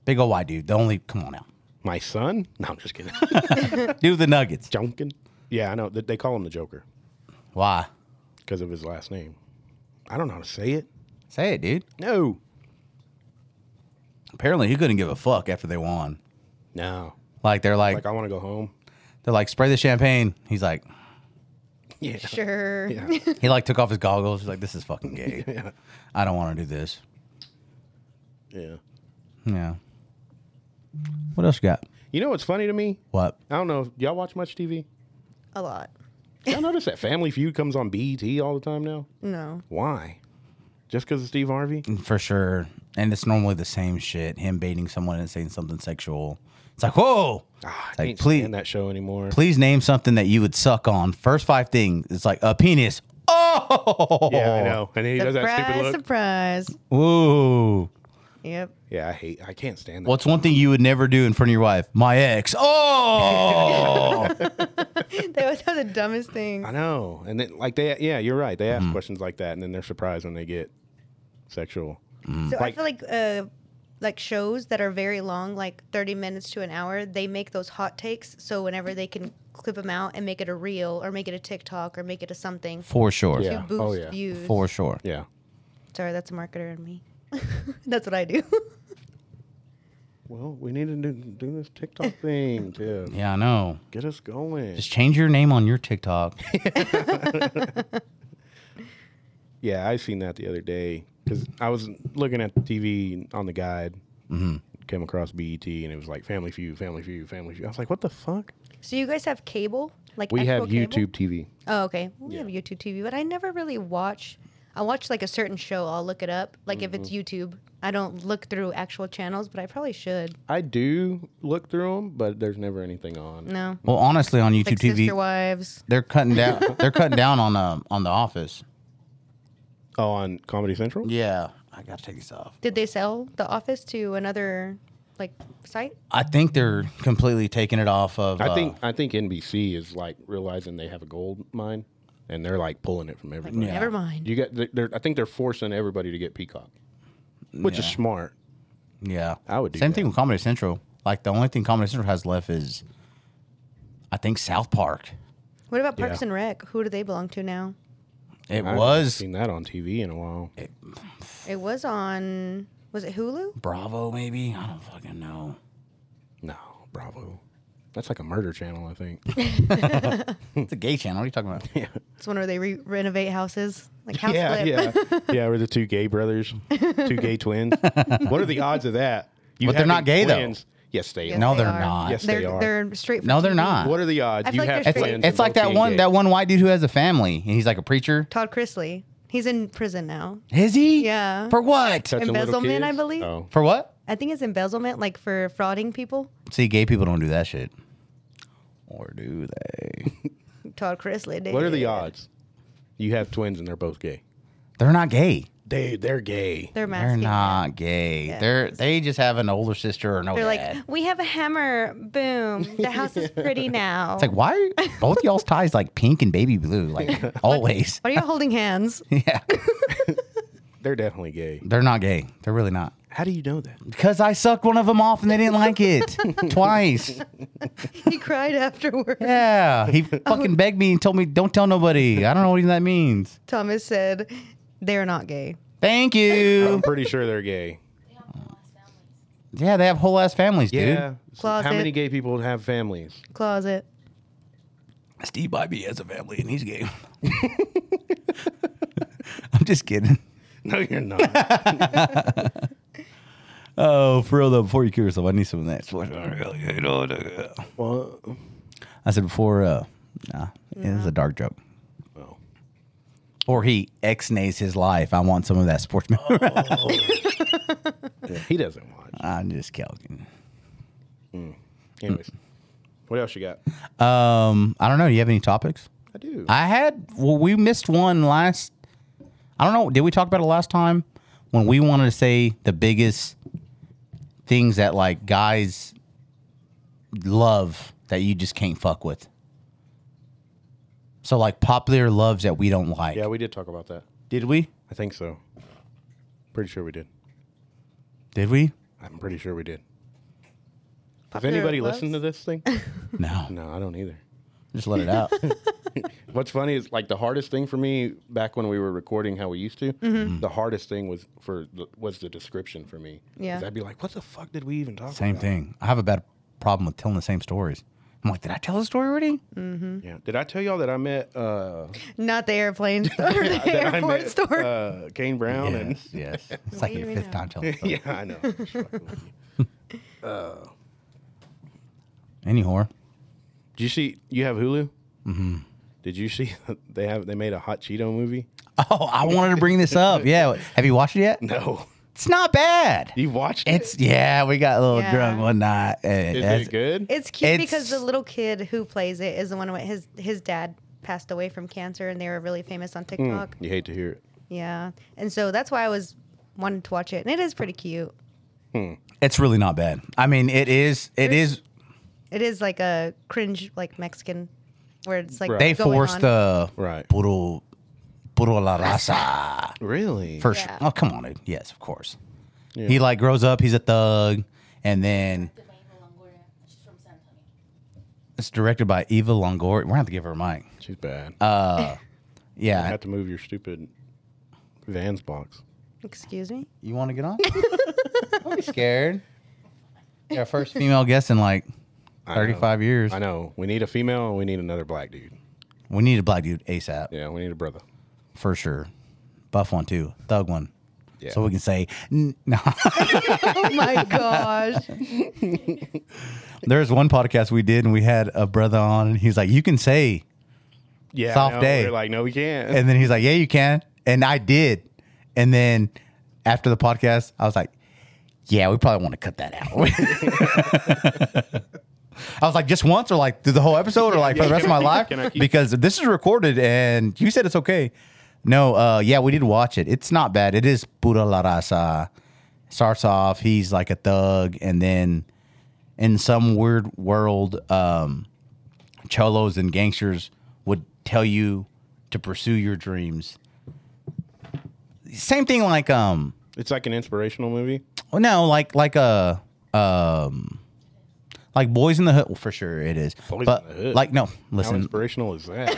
Big old white dude. The only come on now.
My son. No, I'm just kidding.
Dude with the nuggets.
Junkin. Yeah, I know. They- They call him the Joker
Why?
because of his last name. I don't know how to say it.
Say it, dude.
No.
Apparently he couldn't give a fuck after they won.
No.
Like they're like,
Like uh, I want to go home.
they're like spray the champagne. He's like
Yeah.
Sure.
Yeah.
he like took off his goggles. He's like, This is fucking gay.
yeah.
I don't want to do this.
Yeah.
Yeah. What else you got?
You know what's funny to me?
What?
I don't know. Y'all watch much TV?
A lot.
Y'all notice that Family Feud comes on BET all the time now?
No.
Why? Just because of Steve Harvey?
For sure. And it's normally the same shit. Him baiting someone and saying something sexual. It's like, whoa.
Ah,
It's
I
like,
can't
please-
stand that show anymore.
Please name something that you would suck on. First five things. It's like a penis. Oh
Yeah, I know. And then he does that stupid look.
surprise, surprise.
Ooh.
Yep.
Yeah, I hate. I can't stand that.
What's one thing you would never do in front of your wife? My ex. Oh
They always have the dumbest things.
I know. And then, like, they, yeah, you're right. They ask questions like that, and then they're surprised when they get sexual.
So
Like-
I feel like uh, like shows that are very long, like thirty minutes to an hour, they make those hot takes. So whenever they can clip them out and make it a reel or make it a TikTok or make it a something
For sure.
to
Yeah.
boost
Oh, yeah.
views.
For sure.
Yeah.
Sorry, that's a marketer in me. that's what I do.
Well, we need to do, do this TikTok thing too.
Yeah, I know.
Get us going.
Just change your name on your TikTok.
Yeah, I seen that the other day. because I was looking at the TV on the guide, Mm-hmm. came across BET, and it was like Family Feud, Family Feud, Family Feud. I was like, what the fuck?
So you guys have cable? Like
We have
actual cable?
YouTube TV.
Oh, okay. We have YouTube TV, but I never really watch. I watch like a certain show. I'll look it up. Like if
Mm-hmm.
it's YouTube, I don't look through actual channels, but I probably should.
I do look through them, but there's never anything on.
No,
Well, honestly, on YouTube
like
TV,
Sister Wives.
they're cutting down. they're cutting down on um on The Office.
Oh, on Comedy Central?
Yeah, I gotta take this off.
Did they sell The Office to another like site?
I think they're completely taking it off of.
I
uh,
think I think NBC is like realizing they have a gold mine, and they're like pulling it from everybody.
Yeah.
Never mind.
You got, they're, I think they're forcing everybody to get Peacock, which is smart.
Yeah,
I would do
Same
that.
thing with Comedy Central. Like the only thing Comedy Central has left is, I think South Park.
What about Parks
Yeah.
and Rec? Who do they belong to now?
It
I haven't
was
seen that on TV in a while.
It was on. Was it Hulu?
Bravo, maybe. I don't fucking know.
No, Bravo. That's like a murder channel, I think. Hmm.
It's a gay channel. What are you talking about?
It's one where they re- renovate houses, like house flip.
yeah, yeah. We're the two gay brothers, two gay twins. what are the odds of that? You
But they're not
having
gay, though.
Yes, they
Yes,
are.
No, they're not.
Yes,
they're,
they are.
They're straight. From
No, they're
TV.
not.
What are the odds?
I feel
you have
like they're
It's
straight.
twins.
like,
and
it's like
both
that
being
one
gay.
that one white dude who has a family and he's like a preacher.
Todd Chrisley. He's in prison now.
Is he?
Yeah.
For what?
Touching little
embezzlement, I
kids?
believe.
Oh,
For what?
I think it's embezzlement, like for frauding people.
See, gay people don't do that shit. Or do they?
Todd Chrisley did.
what are the odds? You have twins and they're both gay.
They're not gay.
They they're gay.
They're
They're
masking.
not gay. They're they just have an older sister or no
They're
dad.
like, "Oh." we have a hammer. Boom. The house is pretty now.
it's like why are both y'all's ties like pink and baby blue like always?
Why are you holding hands?
yeah,
They're definitely gay.
they're not gay. They're really not.
How do you know that?
Because I sucked one of them off and they didn't like it twice.
he cried afterward.
Yeah, he fucking begged me and told me don't tell nobody. I don't know what that means.
Thomas said, they're not gay.
Thank you.
I'm pretty sure they're gay.
Yeah, they have whole ass families, dude.
Yeah.
Closet.
How many gay people have families?
Closet.
Steve Bybee has a family and he's gay. I'm just kidding.
No, you're not.
Oh, for real though, before you kill yourself, I need some of that.
well,
I said before, uh, nah, it's a dark joke.
well,
Or he ex-nays his life. I want some of that sports.
yeah, he doesn't watch.
I'm just joking.
Anyways, what else you got?
Um, I don't know. Do you have any topics?
I do.
I had well, we missed one last. I don't know. Did we talk about it last time when we wanted to say the biggest things that like guys love that you just can't fuck with? So like popular loves that we don't like.
yeah, we did talk about that.
Did we?
I think so. Pretty sure we did.
Did we?
I'm pretty sure we did. Does
Popular
anybody
loves?
listen to this thing?
No.
no, I don't either.
just let it out.
What's funny is like the hardest thing for me back when we were recording how we used to.
Mm-hmm.
The hardest thing was for the, was the description for me. 'Cause
Yeah.
I'd be like, "What the fuck did we even talk
same
about?"
thing. I have a bad problem with telling the same stories. I'm like, did I tell the story already?
Mm-hmm.
Same thing. Yeah. Did I tell y'all that I met uh,
Not the airplane or the
that I
airport
met,
store.
uh, Kane Brown and
Yes. Yes. It's like
do
your
we
fifth
know?
time telling. the story.
yeah, I know. I'm just fucking with you.
Any whore.
Did you see? You have Hulu. Mm-hmm. Did you see? They have. They made a hot Cheeto movie.
Oh, I wanted to bring this up. Yeah. Have you watched it yet?
No,
It's not bad.
you watched it.
It's yeah, we got a little
Yeah.
drunk one night. and
Is
that's-
it good?
It's cute because the
It's-
little kid who plays it is the one with his his dad passed away from cancer and they were really famous
Hmm.
on TikTok.
you hate to hear it.
Yeah. And so that's why I was wanted to watch it. And it is pretty cute.
It's really not bad. I mean, it is. It is.
It is like a cringe like Mexican where it's like
They
going
forced
on.
the
Right.
puro puro la raza
Really?
for
Yeah.
sure. Oh come on, dude. Yes, of course. He like grows up. He's a thug, and then
Devane Longoria. She's from San Antonio.
it's directed by Eva Longoria. We're gonna have to give her a mic.
She's bad.
uh,
I
Yeah.
have to move your stupid Vans box.
Excuse me?
You want to get on? Don't be scared. Our first female guest in like
know.
35 years.
I know. We need a female and we need another black dude.
We need a black dude ASAP
Yeah, we need a brother.
for sure. Buff one too. Thug one. Yeah. So we can say, "N- no.
oh my gosh.
There's one podcast we did, and we had a brother on, and he's like, "You can say,"
Yeah,
Soft
no,
day.
We're like, no, we can't.
and then he's like, "Yeah, you can," and I did, and then after the podcast, I was like, "Yeah, we probably want to cut that out." I was like, "Just once, or like through the whole episode, or like for the
yeah,
rest
can
of my
I keep-
life,"
can I keep-
because this is recorded, and you said it's okay. No, uh, yeah, we did watch it. It's not bad. It is pura la raza. Starts off, he's like a thug, and then in some weird world, um, cholos and gangsters would tell you to pursue your dreams. Same thing like um
it's like an inspirational movie.
well, Oh, no, like like a um, like Boys in the Hood well, for sure it is.
Boys
but
in the Hood?
like no,
How
listen,
inspirational is that?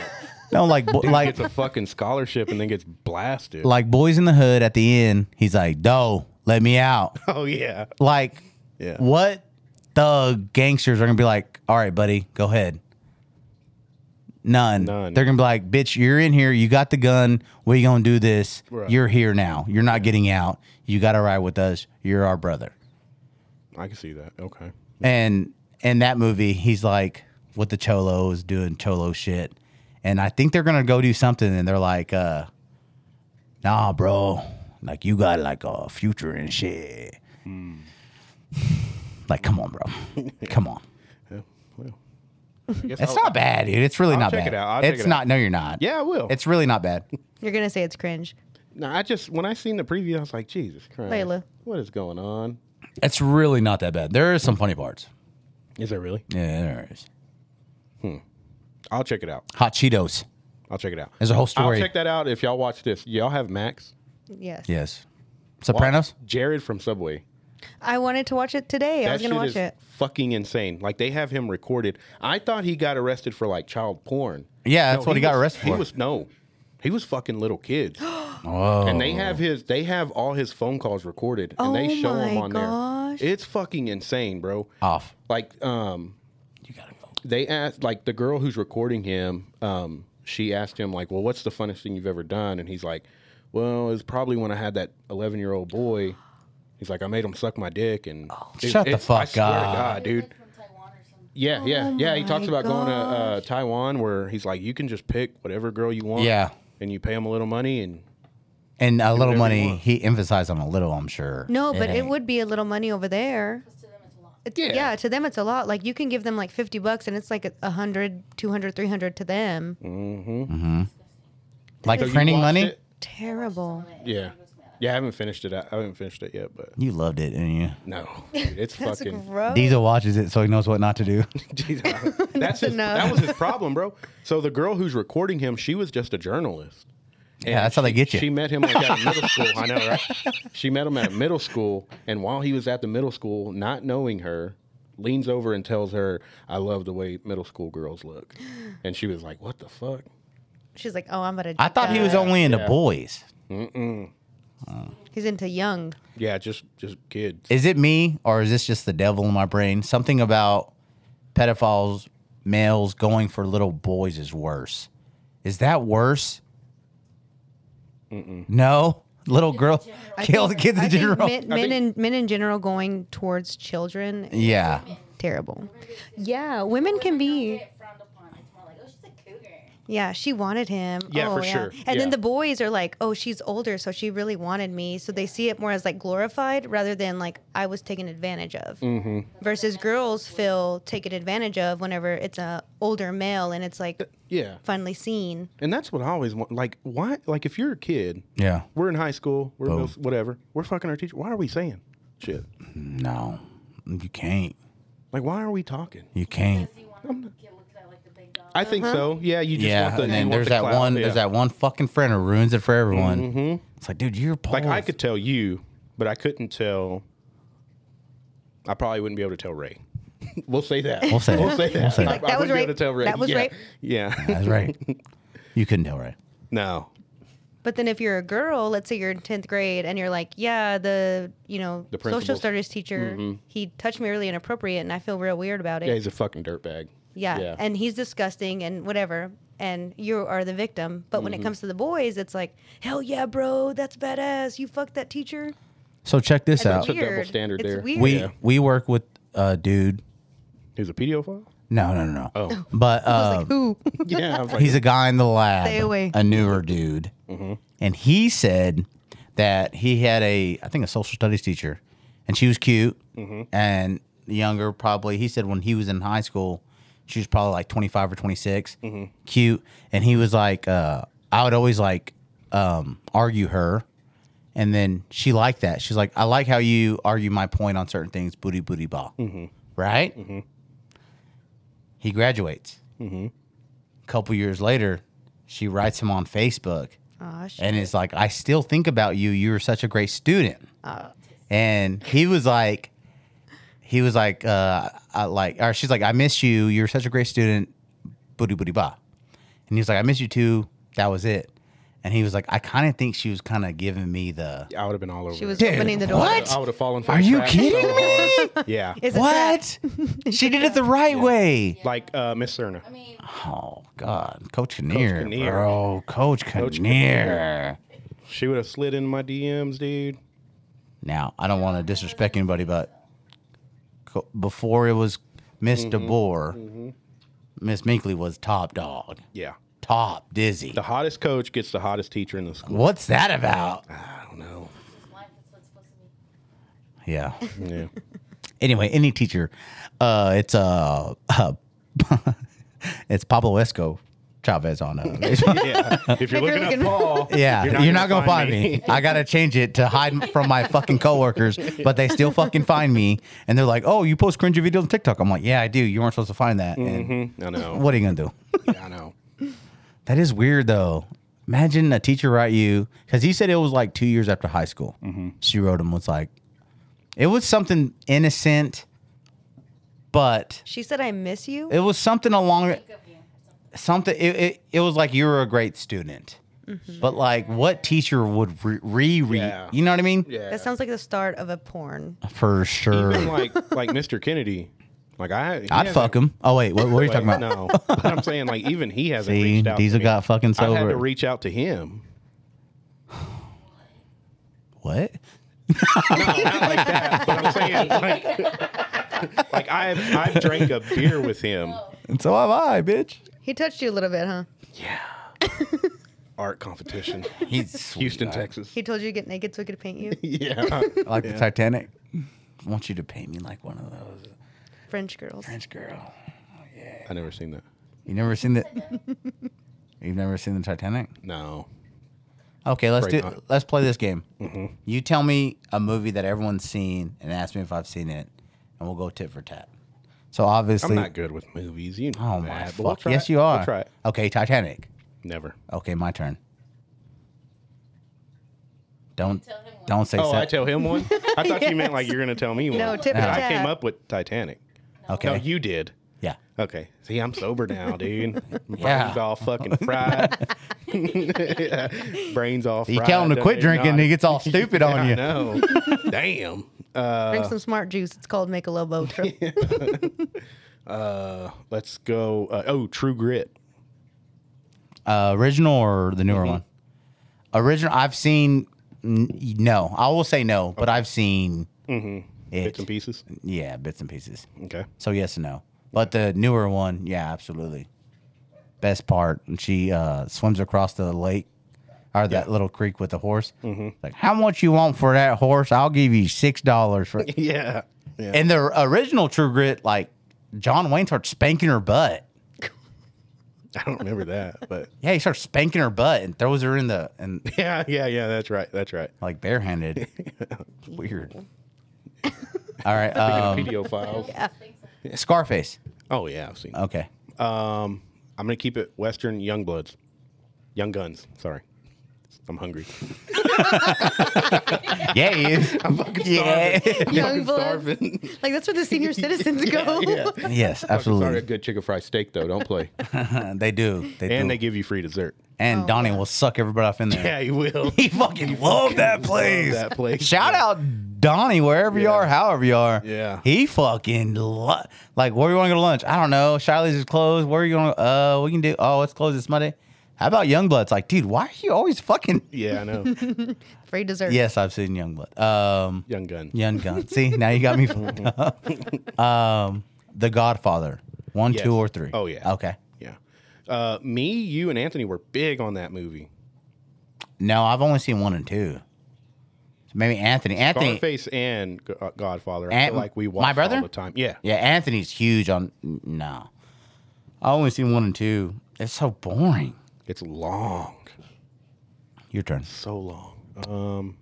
no, like bo- like
Gets a fucking scholarship and then gets blasted.
like Boys in the Hood at the end, he's like, "No, let me out."
oh yeah,
like,
yeah.
what thug gangsters are gonna be like? All right, buddy, go ahead. None.
None.
They're gonna be like, "Bitch, you're in here. You got the gun. We gonna do this.
Right.
You're here now. You're not getting out. You got to ride with us. You're our brother."
I can see that. Okay.
And in that movie, he's like with the cholos doing cholo shit. And I think they're gonna go do something and they're like, uh, nah, bro. Like you got like a future and shit.
Hmm.
Like, come on, bro. come on.
Yeah. Well, I guess
It's
I'll-
not bad, dude. It's really
Oh, I'll
not
check
bad.
it out. I'll check
it's
it out.
not no, you're not.
Yeah, I will.
It's really not bad.
You're going to say it's cringe.
No, I just when I seen the preview, I was like, Jesus Christ,
Layla.
what is going on?
It's really not that bad. There is some funny parts.
Is it really?
Yeah, there is.
I'll check it out.
Hot Cheetos.
I'll check it out.
There's a whole story.
I'll check that out if y'all watch this. Y'all have Max
Yes.
Yes. Sopranos?
Jared from Subway.
I wanted to watch it today. I was going to watch it.
fucking insane. Like they have him recorded. I thought he got arrested for like child porn.
Yeah, that's what he got
was-
arrested
he
for.
was no, he was fucking little kids,
Oh.
and they have his. They have all his phone calls recorded, and
Oh
they show him
my
on
gosh.
there. It's fucking insane, bro.
off.
Like, um,
You gotta go.
they asked like the girl who's recording him um, she asked him like well what's the funnest thing you've ever done and he's like well it's probably when i had that 11 year old boy he's like i made him suck my dick and Dude,
Oh, shut the
it's- I
fuck
swear to
up.
god dude
From Taiwan or something.
yeah yeah yeah he talks
Oh my
about going to uh, taiwan where he's like you can just pick whatever girl you want
Yeah.
and you pay him a little money and
And a
whatever
little
you
money,
want.
he emphasized on a little, I'm sure.
No, but it
ain't.
would be a little money over there.
Because to them it's a lot.
It's,
Yeah.
yeah. to them it's a lot. Like you can give them like 50 bucks and it's like a 100, 200, 300 to them.
Mm.
Like
So you
printing
watched
money?
it?
Terrible.
yeah yeah i haven't finished it I, I haven't finished it yet but
You loved it, didn't you?
no dude, it's
That's
fucking
gross.
Diesel watches it so he knows what not to do.
Jeez, I- that's his,
enough.
that was his problem, bro. So the girl who's recording him, she was just a journalist.
Yeah, that's how they
she-
get you.
She met him like at a middle school. I know, right? She met him at a middle school, and while he was at the middle school, not knowing her, leans over and tells her, "I love the way middle school girls look," and she was like, "What the fuck?"
She's like, oh, I'm about to.
I thought he was
die.
only into
Yeah.
boys.
He's into young.
Yeah, just just kids.
Is it me or is this just the devil in my brain? Something about pedophiles, males going for little boys is worse. Is that worse? No? Little girl kills kids
I
in
think
general.
men, men in men in general going towards children. is
yeah.
Terrible. Yeah, women can be.
It's frowned upon. It's more like, oh, she's a cougar.
Yeah, she wanted him.
Yeah,
oh,
for sure.
And
Yeah.
then the boys are like, oh, she's older, so she really wanted me. So they see it more as like glorified rather than like I was taken advantage of. Mm-hmm. Versus girls feel taken advantage of whenever it's a older male and it's like
Yeah,
finally seen.
and that's what I always want. Like, why? Like, if you're a kid,
Yeah.
we're in high school, we're middle, whatever, we're fucking our teacher. Why are we saying shit?
No. You can't.
Like, why are we talking?
You can't.
Because you want to get looked at like the big dog.
I think so. Yeah, you just
Yeah,
want the
and
you
then
want
there's
the
that
clout.
one.
Yeah. Mm-hmm.
There's that one fucking friend who ruins it for everyone. It's like, dude, you're
Like
Polish.
I could tell you, but I couldn't tell. I probably wouldn't be able to tell Ray. we'll say that. We'll
say that.
We'll say that. I,
Like,
I
that was
wouldn't be able
rape.
to tell Ray.
That was
yeah.
rape.
Yeah.
That's right. you couldn't tell, right?
no.
But then if you're a girl, let's say you're in 10th grade and you're like, yeah, the, you know,
The Mm-hmm.
social
principal's-
studies teacher, he touched me really inappropriate and I feel real weird about it.
Yeah, he's a fucking dirtbag.
Yeah.
Yeah.
And he's disgusting and whatever. and you are the victim. But
Mm-hmm.
when it comes to the boys, it's like, hell yeah, bro, that's badass. You fucked that teacher.
So check this
And
out.
it's
a double
weird.
standard
it's
there.
Weird.
We
Yeah.
we work with a dude.
He's a pedophile.
No, no, no, no.
Oh.
But uh,
Who?
Yeah, I was like,
he's a guy in the lab.
Stay away.
A newer dude, and he said that he had a I think a social studies teacher, and she was cute and younger probably. He said when he was in high school, she was probably like twenty five or twenty cute, and he was like, uh, I would always like um, argue her. And then she liked that. She's like, I like how you argue my point on certain things, booty, booty, blah. Right? He graduates. A couple years later, she writes him on Facebook
Aw, shit.
and is like, I still think about you. You were such a great student. And he was like, he was like, uh, I like, or she's like, I miss you. You're such a great student. Booty, booty, bah. And he was like, I miss you too. That was it. And he was like, I kind of think she was kind of giving me the.
I would have been all over.
She was
it.
Dude,
opening the door.
what?
I would have fallen. For
Are
the
you
trap
kidding
so
me?
hard. Yeah,
Is it that?
What? she did it the right way.
like uh, Miss Cerna.
I mean,
Oh God, Coach Kinnear,
Kinnear.
bro, Coach Kinnear.
She would have slid in my DMs, dude.
Now I don't want to disrespect anybody, but co- before it was Miss DeBoer, Miss Minkley was top dog,
Yeah,
top dizzy.
the hottest coach gets the hottest teacher in the school.
What's that about?
I don't know.
it's life. That's what it's supposed to be.
Yeah.
Yeah,
Anyway, any teacher, uh, it's uh, it's Pablo Esco Chavez on uh, Facebook.
yeah. If you're
If you're
looking at
looking-
Paul,
Yeah, you're not, gonna, find, me. I gotta change it to hide from my fucking coworkers, but they still fucking find me, and they're like, "Oh, you post cringy videos on TikTok." I'm like, "Yeah, I do. You weren't supposed to find that." And
Mm-hmm. I know.
what are you gonna do?
Yeah, I know.
That is weird, though. Imagine a teacher write you because he said it was like two years after high school.
Mm-hmm.
She wrote him was like, it was something innocent, but
She said, I miss you.
it was something along
Think of you. or something.
something it, it, it was like you were a great student but like what teacher would re reread
Yeah.
you know what i mean
Yeah.
That sounds like the start of a porn.
for sure
Even like like Mr. Kennedy. Like I, he
i'd
hasn't-
fuck him oh wait what, what are you
Wait,
talking about
No, but I'm saying like even he hasn't
See,
reached out. to
Diesel
me.
got fucking
I've had
sober.
to reach out to him.
what
But I'm saying like, like I've I've drank a beer with him.
and so am i bitch
He touched you a little bit, huh?
Art competition,
he's
Houston,
sweet.
Texas.
He told you to get naked so he could paint you.
Yeah,
I like the titanic i want you to paint me like one of those
French girls.
french girl
I never seen that.
you never seen the you've never seen the titanic
No,
okay let's
Afraid
do
not.
let's play this game
Mm-hmm.
you tell me a movie that everyone's seen and ask me if i've seen it and we'll go tit for tat so obviously
I'm not good with movies. You know
Oh
that,
my
but we'll
fuck!
try
Yes,
it.
you are.
We'll try it.
Okay, Titanic.
Never.
Okay, my turn. Don't
Tell him what-
don't say.
Oh, I
sex.
tell him one. I thought you meant like you're gonna tell me one.
No, tip
But
for
I
tat.
came up with Titanic.
okay.
No, you did.
yeah.
Okay. See, I'm sober now, dude. Brain's
Yeah.
all fucking fried. Brain's all fried.
You tell him to quit drinking, and he gets all stupid on you.
No. Damn. Uh,
Drink some smart juice. It's called Make a Lobo Trip.
uh, let's go. Uh, oh, True Grit.
Uh, original or the newer
Mm-hmm.
one? Original. I've seen. n- No, I will say no, but I've seen
Mm-hmm. Bits
it.
and pieces.
yeah, bits and pieces.
Okay.
So yes and no. But the newer one, yeah, absolutely. Best part, and she uh, swims across the lake or that little creek with the horse.
Mm-hmm.
Like, how much you want for that horse? I'll give you six dollars for.
Yeah. Yeah.
In the original True Grit, like John Wayne starts spanking her butt.
I don't remember that, but
Yeah, he starts spanking her butt and throws her in the and
yeah, yeah, yeah. That's right. That's right.
like barehanded. It's Weird. All right, um,
Video files.
I don't think so.
Scarface.
Oh yeah, I've seen.
Okay,
Um, I'm gonna keep it Western Young Bloods, Young Guns. Sorry, I'm hungry.
yeah, he is. yeah,
Young blood.
Starving.
Like that's where the senior citizens go.
yeah.
yes,
Sorry, a
absolutely.
good chicken fried steak though. Don't play.
they do. They do.
and they give you free dessert.
And Donnie will suck everybody off in there.
you will.
He fucking loved that place.
that place.
Shout out Donnie, wherever you
Yeah.
are, however you are,
Yeah.
he fucking lo- like where you want to go to lunch? I don't know. Shiley's is closed. Where are you going? to Uh, we can do. Oh, it's closed. It's Monday. How about Youngblood's? Like, dude, why are you always fucking?
Yeah, I know.
Free dessert.
Yes, I've seen Youngblood. Um,
Young Gun.
Young Gun. See, now you got me fucked up. Um, The Godfather, one,
Yes.
two, or three.
Oh, yeah.
Okay.
Yeah. Uh, me, you, and Anthony were big on that movie.
No, I've only seen one and two. Maybe Anthony. Anthony.
Scarface and G- uh, Godfather. I
And
feel like we
my
watched
brother?
all the time. Yeah.
Yeah, Anthony's huge on. No, I only seen one and two. It's so boring.
It's long.
Your turn.
So long. Um,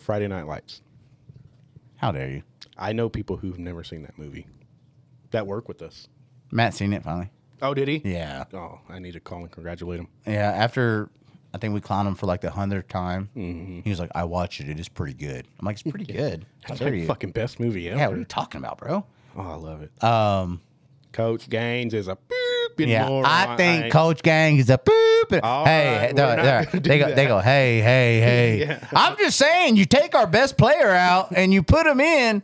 Friday Night Lights.
How dare you?
I know people who've never seen that movie that work with us.
Matt seen it finally.
Oh, did he?
Yeah,
Oh, I need to call and congratulate him.
yeah. After I think we clowned him for like the hundredth time, he was like, "I watched it. It is pretty good." I'm like, "It's pretty good." How
It's
dare
like
you?
fucking best movie ever.
Yeah, what are you talking about, bro?
Oh, I love it.
Um,
Coach Gaines is a boop.
yeah, I think Coach Gang is a poop. and-
All
hey,
right,
they-
we're not
they-
gonna do
they go, they
that.
go, hey, hey, hey.
Yeah.
I'm just saying, you take our best player out and you put him in.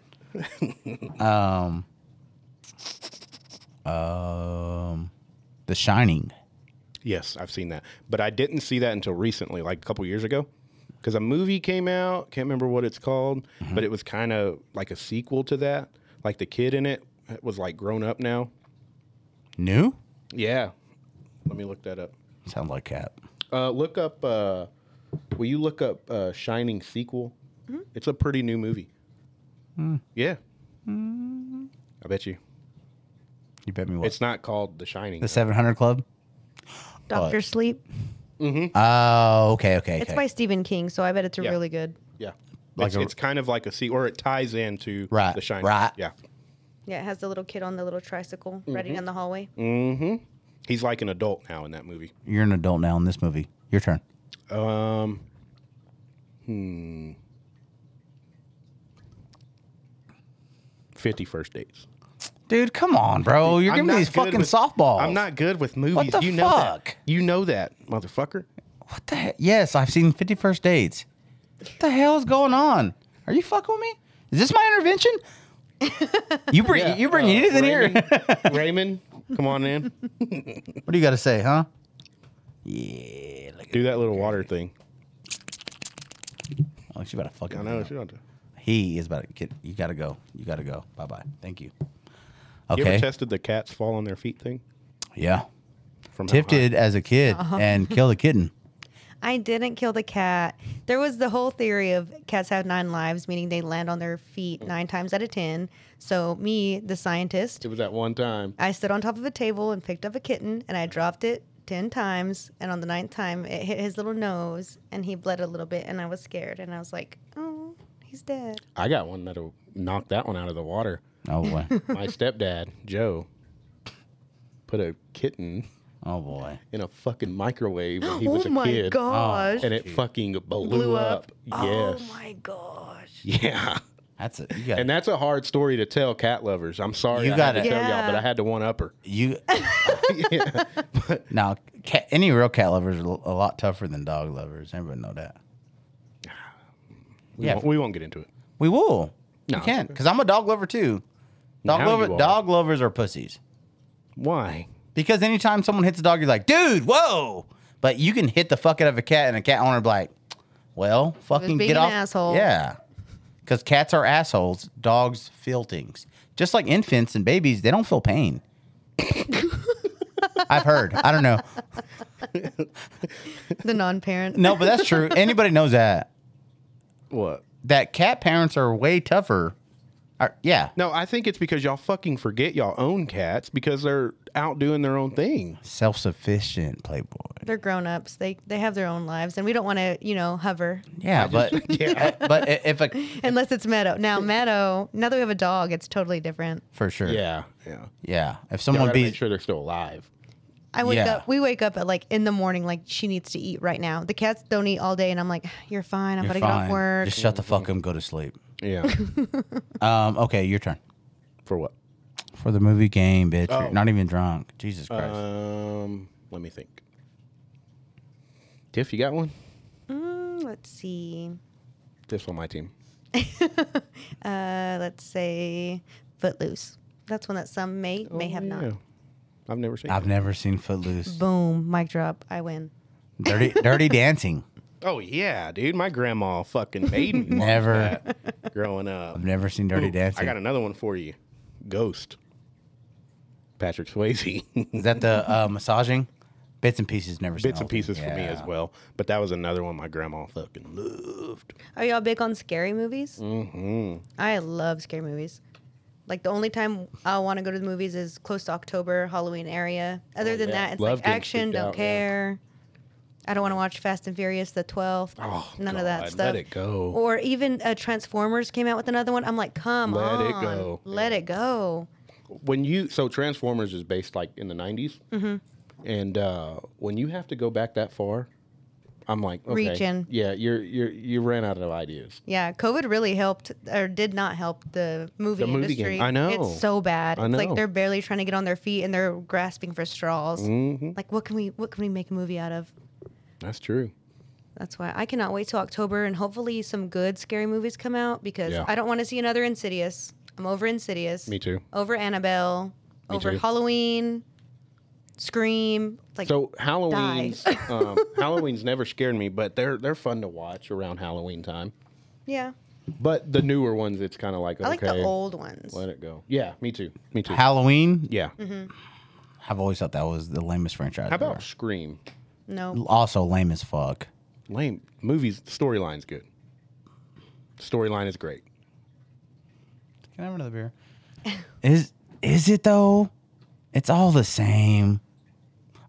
Um, um, The Shining.
Yes, I've seen that, but I didn't see that until recently, like a couple years ago, because a movie came out. Can't remember what it's called,
Mm-hmm.
but it was kind of like a sequel to that. Like the kid in it was like grown up now.
New?
Yeah, let me look that up.
Sounds like cap.
Uh, look up. Uh, will you look up uh, Shining sequel? It's a pretty new movie. Yeah. I bet you.
You bet me what?
It's not called The Shining.
the
though.
700 Club?
Doctor Sleep.
Oh, okay, okay, okay.
It's by Stephen King, so I bet it's
Yeah.
really good.
yeah.
Like
it's,
a-
it's kind of like a sequel, or it ties into
Right,
The Shining.
right.
Yeah.
Yeah, it has the little kid on the little tricycle
Mm-hmm.
riding down the hallway.
Mm. He's like an adult now in that movie.
You're an adult now in this movie. Your turn.
Um, hmm. Fifty first dates.
Dude, come on, bro. You're
I'm
giving me
not
these
good
fucking
with-
softballs.
I'm not good with movies.
the
you know
fuck?
that. You know that, motherfucker.
What the heck? Yes, I've seen 51st Dates. What the hell is going on? Are you fucking with me? Is this my intervention? You bring you bring
uh,
anything here?
Raymond, Raymond, come on in.
What do you got to say, huh? Yeah, look at
Do that little water thing.
oh, she's about to fucking.
I know. it's not-
He is about to get. You gotta go. You gotta go. Bye bye. Thank you.
You ever
Okay.
tested the cats fall on their feet thing?
yeah.
From how
Tiff
high?
did as a kid and killed a kitten.
I didn't kill the cat. There was the whole theory of cats have nine lives, meaning they land on their
Mm.
feet nine times out of ten. So me, the scientist,
It was that one time.
I stood on top of a table and picked up a kitten and I dropped it 10 times. And on the ninth time, it hit his little nose and he bled a little bit. And I was scared. And I was like, oh, he's dead.
I got one that'll knock that one out of the water.
Oh boy.
My stepdad, Joe, put a kitten
oh boy.
in a fucking microwave when he was
oh
a
my
kid. Ah,
gosh.
And it fucking blew,
Blew
up.
up.
Yes.
Oh my gosh.
Yeah.
That's it. You got.
And that's a hard story to tell cat lovers. I'm sorry
You
I
got
had to
it.
tell y'all,
Yeah.
but I had to one up her.
You. Now, cat, any real cat lovers are a lot tougher than dog lovers. Everybody know that.
We,
Yeah.
won't, we won't get into it.
We will.
No,
you can't because I'm a dog lover too. Dog
Now
lover,
you are.
dog lovers are pussies
Why?
because anytime someone hits a dog, you're like, dude, whoa! But you can hit the fuck out of a cat, and a cat owner be like, well, fucking
being
get
an
off,
asshole.
Yeah, because cats are assholes. Dogs feel things just like infants and babies. They don't feel pain. I've heard. I don't know.
The non parent.
No, but that's true. Anybody knows that.
What?
that cat parents are way tougher. Are- yeah,
No, I think it's because y'all fucking forget y'all own cats because they're out doing their own thing.
self sufficient playboy.
They're grown ups. They they have their own lives, and we don't want to, you know, hover
Yeah, but yeah. but i- if a
unless it's Meadow. Now Meadow. Now that we have a dog, it's totally different.
for sure.
Yeah. Yeah.
yeah. If
Y'all
someone
gotta make
beats
sure they're still alive.
I wake
Yeah.
up. We wake up at like in the morning. Like she needs to eat right now. The cats don't eat all day, and I'm like, "You're fine. I'm
you're
about to get
fine.
off work."
Just shut the fuck up and go to sleep.
Yeah.
Um. Okay, your turn
For what?
for the movie game, bitch.
Oh.
You're not even drunk. Jesus Christ.
Um, let me think. Tiff, you got one?
Mm, let's see.
Tiff's on my team.
uh, let's say Footloose. That's one that some may may have
Oh, Yeah.
not.
I've never seen.
I've
it.
never seen Footloose.
Boom, mic drop. I win.
Dirty, Dirty Dancing.
Oh yeah, dude, my grandma fucking made me watch
Never.
that growing up.
I've never seen Dirty
Ooh,
Dancing.
I got another one for you. Ghost. Patrick Swayze.
Is that the uh, massaging? Bits and pieces. Never seen.
Bits and pieces for me as well. But that was another one my grandma fucking loved.
Are y'all big on scary movies? Mm-hmm. I love scary movies. Like the only time I want to go to the movies is close to October, Halloween area. Other than that, it's
Oh, Love
like
getting
action.
freaked
Don't
out, yeah.
care. I don't want to watch Fast and Furious, the 12th.
Oh,
none of that
God,
stuff.
let it go.
Or even uh, Transformers came out with another one. I'm like, come
Let
on.
it go.
Let it go.
When you so Transformers is based like in the 90s
Mm-hmm.
and uh, when you have to go back that far, I'm like okay,
Reaching.
Yeah, you're you're you ran out of ideas.
Yeah, COVID really helped or did not help the movie
The movie
industry.
game. I know.
It's so bad.
I
It's
know.
like they're barely trying to get on their feet and they're grasping for straws.
Mhm.
Like what can we what can we make a movie out of?
That's true.
That's why I cannot wait till October and hopefully some good scary movies come out because
Yeah.
I don't want to see another Insidious. I'm over Insidious.
Me too.
Over Annabelle.
Me
over
too.
Halloween. Scream. It's like
So Halloween's um, Halloween's never scared me, but they're they're fun to watch around Halloween time.
yeah.
But the newer ones, it's kind of like okay,
I like the old ones.
let it go. Yeah, me too. Me too.
Halloween.
yeah.
Mm-hmm.
I've always thought that was the lamest franchise.
How about
ever.
Scream?
No.
also lame as fuck?
Lame movies. Storyline's good. Storyline is great.
Can I have another beer? is is it though? It's all the same.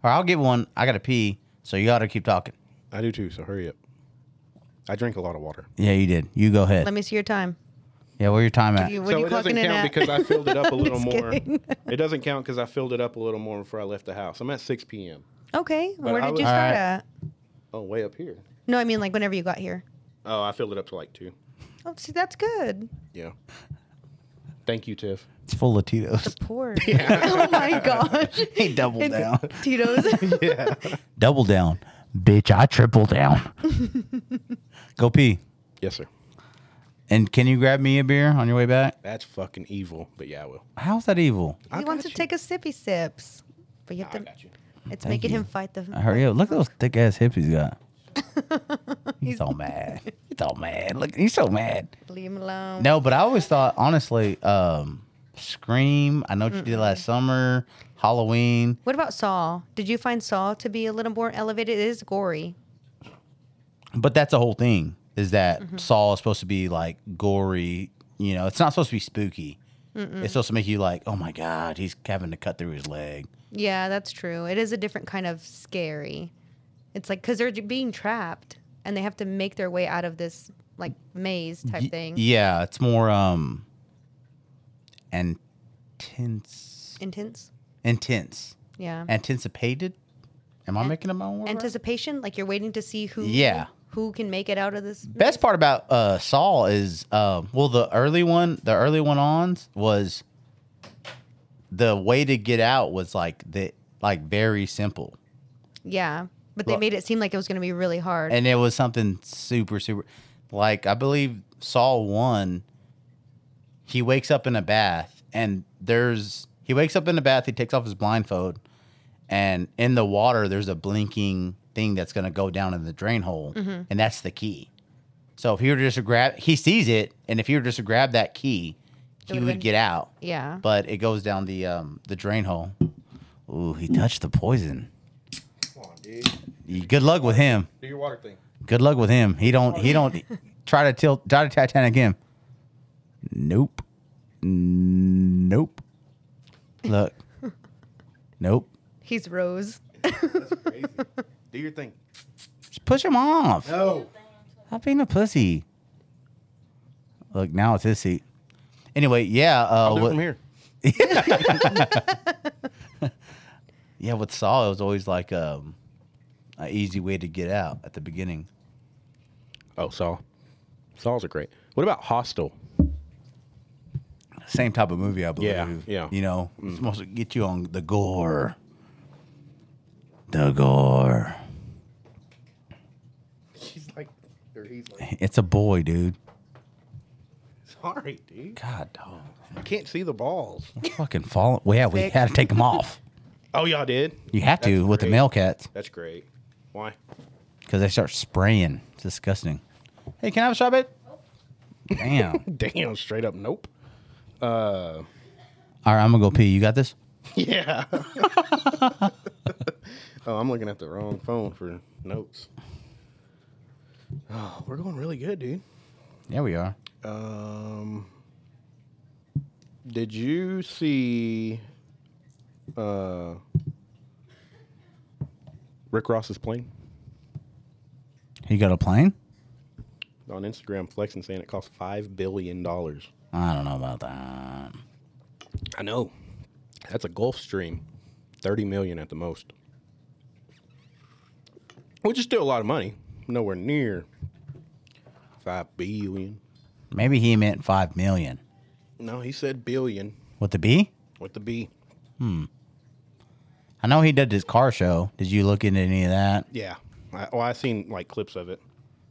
Or I'll get one. I gotta pee, so you gotta keep talking.
I do too. So hurry up. I drink a lot of water.
Yeah, you did. You go ahead.
Let me see your time.
yeah, where your time at?
You, what
so
are you
it doesn't
clocking in
count
at?
because I filled it up a little
Just
more.
kidding.
It doesn't count because I filled it up a little more before I left the house. I'm at 6 p.m.
Okay.
But
Where
I
did
was-
you start
Alright.
at?
Oh, way up here.
No, I mean like whenever you got here.
Oh, I filled it up to like two.
Oh, see, that's good.
Yeah. Thank you, Tiff.
It's full of Tito's.
Poor. oh my gosh.
Hey, double down.
Tito's.
Double down, bitch. I triple down. go pee.
Yes, sir.
And can you grab me a beer on your way back?
That's fucking evil, but yeah, I will.
How's that evil?
he wants to take a sippy sips, but you have
I
to.
got you.
It's making
you.
him fight the.
I heard you. Look at those thick ass hips he's got. He's all mad. He's all mad. Look, he's so mad.
Leave him alone.
No, but I always thought, honestly, um, Scream. I know what you did last summer. Halloween.
What about Saw? Did you find Saw to be a little more elevated? It is gory.
But that's the whole thing. Is that
Mm-hmm.
Saul is supposed to be like gory? You know, it's not supposed to be spooky. It's supposed to make you like, oh my god, he's having to cut through his leg.
Yeah, that's true. It is a different kind of scary. It's like because they're j- being trapped and they have to make their way out of this like maze type
Y-
thing.
Yeah, it's more um, intense,
Intense.
intense,
Yeah.
anticipated. Am I making up my own word? right?
Anticipation, like you're waiting to see who.
Yeah.
Who can make it out of this?
Best part about uh, Saul is uh, well, the early one, the early one on was the way to get out was like the like very simple,
Yeah, but they
Well-
made it seem like it was going to be really hard.
and it was something super super. Like I believe Saul one, he wakes up in a bath, and there's he wakes up in a bath. He takes off his blindfold, and in the water there's a blinking thing that's gonna go down in the drain hole,
Mm-hmm.
and that's the key. So if he were to just to grab, he sees it, and if he were just to grab that key, he
would've
would
been-
get out.
yeah,
But it goes down the um, the drain hole. Ooh, he touched the poison.
Come on, dude.
Good luck with him.
Do your water thing.
Good luck with him. He don't. He don't try to tilt. Try to Titanic him. Nope. Nope. Look. Nope.
he's Rose.
That's crazy. Do your thing.
Just push him off.
No.
Stop being a pussy. Look, now it's his seat. Anyway, yeah. Uh,
I'll do it
what-
from here.
Yeah, with Saul, it was always like um, an easy way to get out at the beginning.
Oh, Saw. Saws are great. What about Hostel?
Same type of movie, I believe.
Yeah, yeah. Mm.
You know, it's supposed to get you on the gore. The gore.
She's like, or he's like,
It's a boy, dude.
sorry, dude.
God, dog.
I can't see the balls.
Fucking falling. Well, yeah, we
Thick.
had to take them off.
Oh, y'all did?
You have to
That's
with the
great.
male cats
That's great. Why?
because they start spraying. It's disgusting. Hey, can I have a shot, babe? Damn.
Damn, straight up, nope.
All right, I'm gonna go pee. You got this?
Yeah. oh, I'm looking at the wrong phone for notes. Oh, we're going really good, dude.
Yeah, we are.
Um, did you see uh, Rick Ross's plane
He got a plane?
on Instagram flexing saying it cost $5 billion?
I don't know about that.
I know. That's a Gulf Stream. 30 million at the most. Which is still a lot of money. Nowhere near 5 billion.
Maybe he meant five million
No, he said billion
with the B.
with the B.
I know he did his car show. Did you look into any of that?
Yeah. I, well, I seen like clips of it.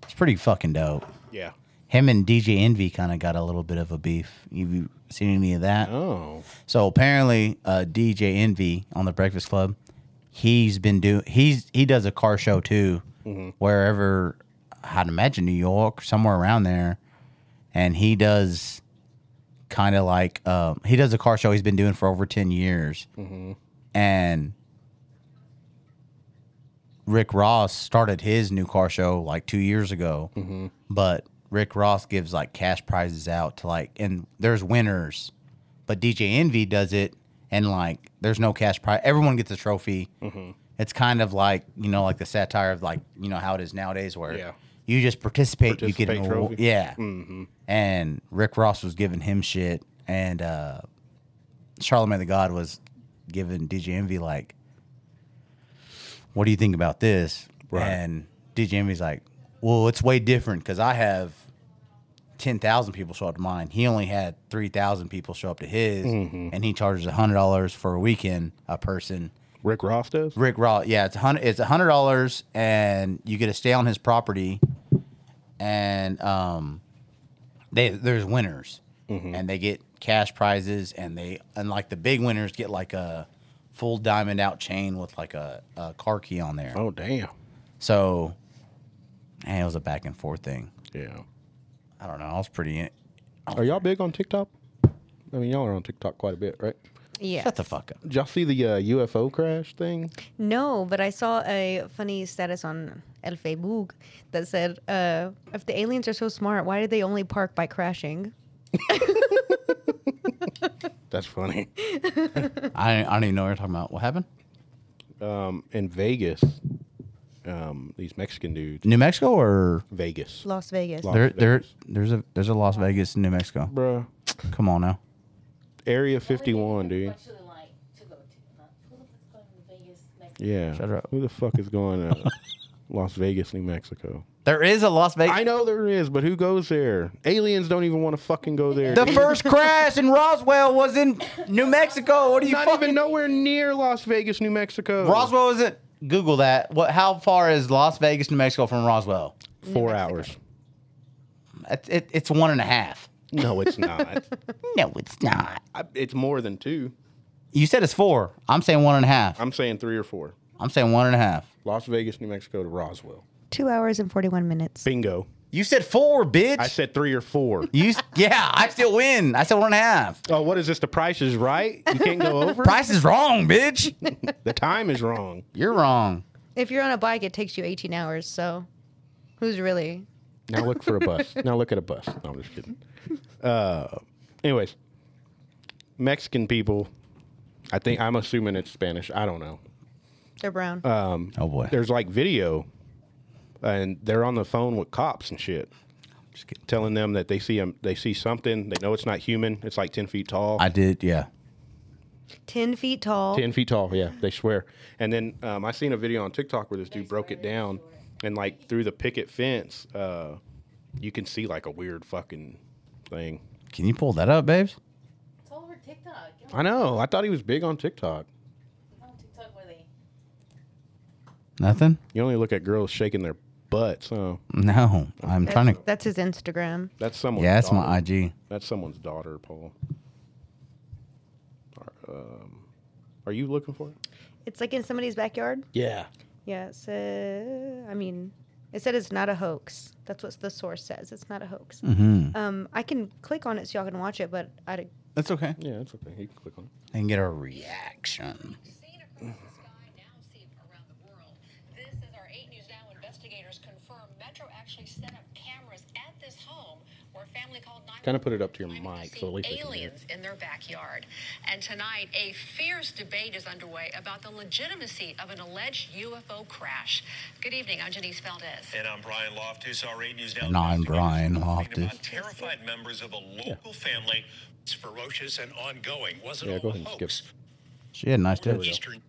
It's pretty fucking dope.
Yeah.
Him and DJ Envy kind of got a little bit of a beef. Have you seen any of that?
Oh.
So apparently, uh, DJ Envy on the Breakfast Club, he's been do he's he does a car show too, wherever I'd imagine New York, somewhere around there, and he does kind of like um, he does a car show he's been doing for over ten years, and Rick Ross started his new car show like two years ago, but Rick Ross gives like cash prizes out to like, and there's winners, but DJ Envy does it, and like there's no cash prize. Everyone gets a trophy. It's kind of like you know, like the satire of like you know how it is nowadays, where
Yeah.
you just participate, you get
Participate
an award.
trophy. Mm-hmm.
yeah. And Rick Ross was giving him shit, and uh, Charlemagne the God was giving DJ Envy like what do you think about this?
Right.
And DJ Jimmy's like, well, it's way different because I have 10,000 people show up to mine. He only had 3,000 people show up to his,
Mm-hmm.
and he charges $100 for a weekend a person.
Rick Ross does?
Rick Raw, yeah, it's a hundred. It's a hundred dollars, and you get to stay on his property, and um, they there's winners, and they get cash prizes, and they and like the big winners get like a full diamond out chain with like a, a car key on there.
Oh, damn.
So, and it was a back and forth thing.
Yeah.
I don't know. I was pretty. In-
Are y'all big on TikTok? I mean, y'all are on TikTok quite a bit, right?
Yeah.
Shut the fuck up.
Did y'all see the uh, UFO crash thing?
No, but I saw a funny status on El Facebook that said, uh, "If the aliens are so smart, why did they only park by crashing?"
That's funny.
I don't, I don't even know what you're talking about. What happened?
Um, in Vegas, um, these Mexican dudes.
New Mexico or
Vegas.
Las Vegas.
Las-
there there
Vegas.
there's a there's a Las Vegas, New Mexico.
Bruh.
Come on now.
Area
What
51,
do you
dude.
actually like to go to? Not who the fuck's going to Vegas next?
Yeah.
Shut her up.
Who the fuck is going to Las Vegas, New Mexico?
There is a Las Vegas.
I know there is, but who goes there? Aliens don't even want to fucking go there.
The
dude.
first crash in Roswell was in New Mexico. What do you
Not
fucking
even nowhere near Las Vegas, New Mexico.
Roswell isn't. Google that. What? How far is Las Vegas, New Mexico from Roswell?
Four
New Mexico.
hours.
It, it, it's one and a half.
No, it's not.
No, it's not.
I, it's more than two.
You said it's four. I'm saying one and a half. I'm,
I'm saying three or four.
saying one and a half.
Las Vegas, New Mexico to Roswell.
Two hours and forty-one minutes.
Bingo.
You said four, bitch.
I said three or four.
you. s- Yeah, I still win. I said one and a half.
oh, what is this? The price is right? You can't go over?
Price is wrong, bitch.
the time is wrong.
You're wrong.
If you're on a bike, it takes you eighteen hours. So, who's really?
Now look for a bus. Now look at a bus. No, I'm just kidding. Uh, anyways, Mexican people. I think I'm assuming it's Spanish. I don't know.
They're brown.
Oh boy.
There's like video, and they're on the phone with cops and shit,
Just kidding.
telling them that they see 'em- They see something. They know it's not human. It's like ten feet tall.
I did. Yeah.
Ten feet tall.
10 feet tall. Yeah, they swear. And then um, I seen a video on TikTok where this dude broke it down, and like through the picket fence, uh, you can see like a weird fucking thing.
Can you pull that up, babes?
It's all over TikTok. Get
I know. I thought he was big on TikTok.
on TikTok where they
Nothing.
You only look at girls shaking their butts. Huh?
No, I'm
That's,
trying to.
that's his Instagram.
That's someone's.
Yeah, that's
daughter.
my IG.
That's someone's daughter, Paul. Are, um, are you looking for it?
It's like in somebody's backyard.
Yeah.
Yeah, it said, I mean, it said it's not a hoax. That's what the source says. It's not a hoax.
Mm-hmm.
Um, I can click on it so y'all can watch it, but I
That's okay.
Yeah, that's okay. You can click on it.
And get a reaction.
Seen across the sky, now seen around the world. This is our 8 News Now investigators confirm Metro actually set up cameras at this home where a family called 911.
Kinda put it up to your
claiming
mic,
see
so at least they can hear it.
Aliens in their backyard. And tonight, a fierce debate is underway about the legitimacy of an alleged UFO crash. Good evening. I'm Denise Valdez.
And I'm Brian Loftus, our 8 News Now.
And I'm Brian
investigators reporting
Loftus.
about Terrified members of a local family. It's ferocious and ongoing. Wasn't
Yeah,
all
go
a
ahead and skip.
hoax.
She had nice tits.
Eastern-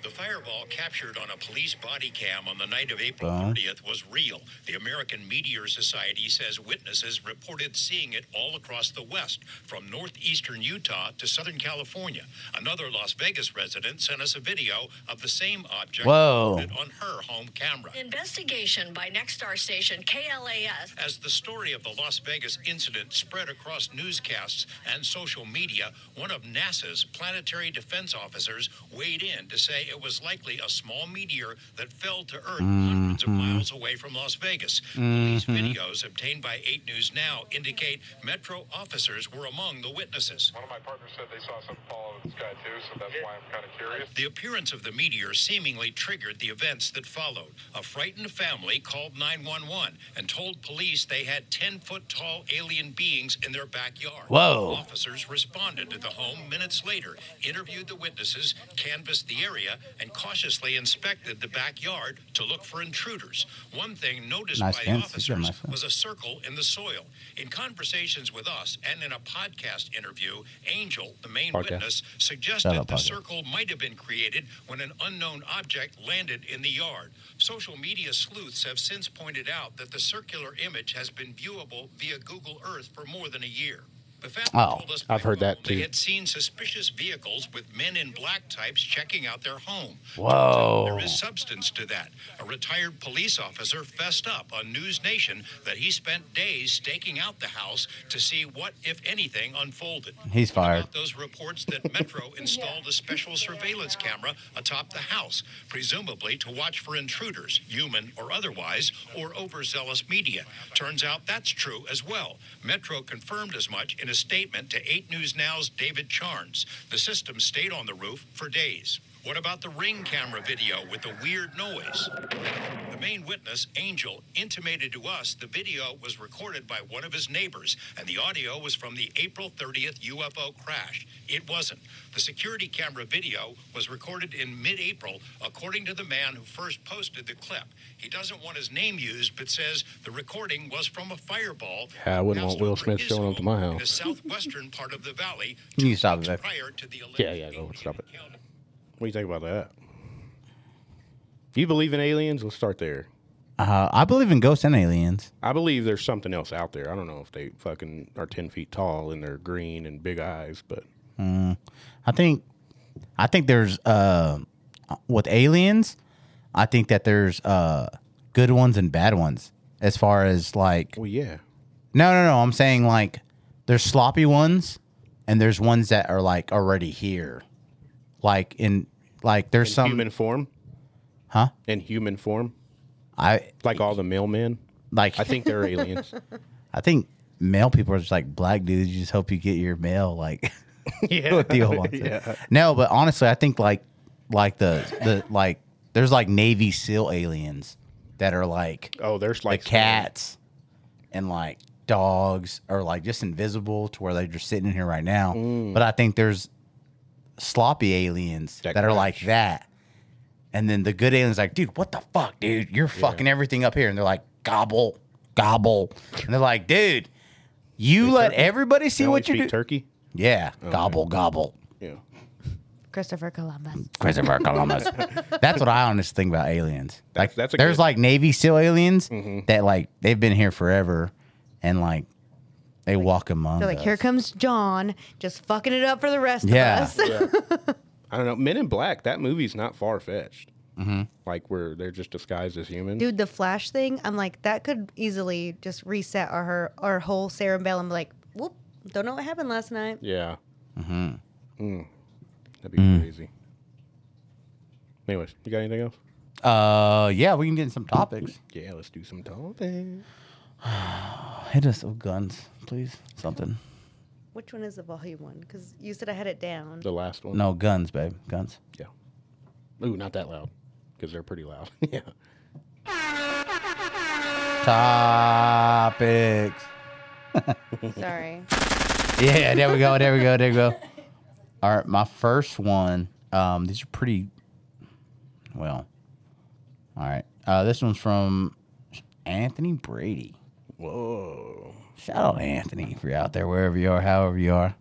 The fireball captured on a police body cam on the night of April
Uh-huh.
30th was real. The American Meteor Society says witnesses reported seeing it all across the West, from northeastern Utah to Southern California. Another Las Vegas resident sent us a video of the same object
Whoa.
recorded on her home camera.
An investigation by Next Star station KLAS
As the story of the Las Vegas incident spread across newscasts and social media, one of NASA's planetary defense officers weighed in to say it was likely a small meteor that fell to Earth hundreds of miles away from Las Vegas. Police videos obtained by 8 News Now indicate Metro officers were among the witnesses.
One of my partners said they saw something fall out of the sky too, so that's why I'm kind of curious.
The appearance of the meteor seemingly triggered the events that followed. A frightened family called 911 and told police they had 10 foot tall alien beings in their backyard.
Whoa.
Officers responded to the home minutes later, interviewed the witnesses, canvassed the area, and cautiously inspected the backyard to look for intruders. One thing noticed
Nice
by the
fence. These are
officers
nice fence.
was a circle in the soil. In conversations with us and in a podcast interview, Angel, the main
Podcast.
witness, suggested
Shut up,
the
podcast.
circle circle might have been created when an unknown object landed in the yard. Social media sleuths have since pointed out that the circular image has been viewable via Google Earth for more than a year. The family
Oh,
told us
I've heard that
they
too.
had seen suspicious vehicles with men in black types checking out their home.
Whoa.
There is substance to that. A retired police officer fessed up on News Nation that he spent days staking out the house to see what, if anything, unfolded.
He's
What
fired.
about those reports that Metro installed a special surveillance camera atop the house, presumably to watch for intruders, human or otherwise, or overzealous media. Turns out that's true as well. Metro confirmed as much in a statement to 8 News Now's David Charnes. The system stayed on the roof for days. What about the ring camera video with the weird noise? The main witness, Angel, intimated to us the video was recorded by one of his neighbors, and the audio was from the April 30th UFO crash. It wasn't. The security camera video was recorded in mid April, according to the man who first posted the clip. He doesn't want his name used, but says the recording was from a fireball.
Yeah, I wouldn't want
housed
Will
over
Smith
his
showing up to my
home In the
house.
southwestern part of the valley.
You
two
can stop it
weeks
there.
Prior to the
Yeah,
alleged
yeah, go
alien
stop it.
encounter.
What do you think about that? Do you believe in aliens? Let's start there.
Uh, I believe in ghosts and aliens.
I believe there's something else out there. I don't know if they fucking are ten feet tall and they're green and big eyes, but
I think, I think there's uh, with aliens, I think that there's uh, good ones and bad ones. As far as like,
well, yeah,
no, no, no. I'm saying like, there's sloppy ones, and there's ones that are like already here, like in like there's
in
some
human form,
Huh?
In human form,
I
like all the mailmen.
like
I think they're aliens.
I think male people are just like black dudes. You just hope you get your mail like
yeah,
what the old one said. No, but honestly, I think like like the the like there's like Navy SEAL aliens that are like
Oh, there's like
cats and like dogs or like just invisible to where they're just sitting in here right now.
Mm.
But I think there's sloppy aliens that,
That
are
crash.
like that. And then the good aliens like, dude, what the fuck, dude? You're fucking everything up here. And they're like, gobble, gobble. And they're like, dude, you let everybody see
They only
what you
speak
do.
Turkey. Oh,
yeah, gobble, gobble.
Yeah,
Christopher Columbus.
Christopher Columbus. That's what I honestly think about aliens. Like
That's- that's a
there's
good-
like Navy SEAL aliens that like they've been here forever, and like they walk among.
They're like,
us.
here comes John, just fucking it up for the rest
Yeah.
of us.
I don't know. Men in Black. That movie's not far fetched. like where they're just disguised as humans.
Dude, the flash thing, I'm like, that could easily just reset our her our whole cerebellum. Like, whoop, don't know what happened last night.
Yeah. Mm-hmm. That'd be crazy. Anyways, you got anything else?
Uh, yeah, we can get in some topics.
Yeah, let's do some talking.
Hit us with guns, please. Something.
Which one is the volume one? Because you said I had it down.
The last one.
No guns, babe. Guns.
Yeah. Ooh, not that loud, because they're pretty loud. yeah.
Topics.
Sorry.
Yeah, there we go. There we go. There we go. All right, my first one. Um, these are pretty. Well, all right. Uh, this one's from Anthony Brady.
Whoa.
Shout out Anthony if you're out there, wherever you are, however you are.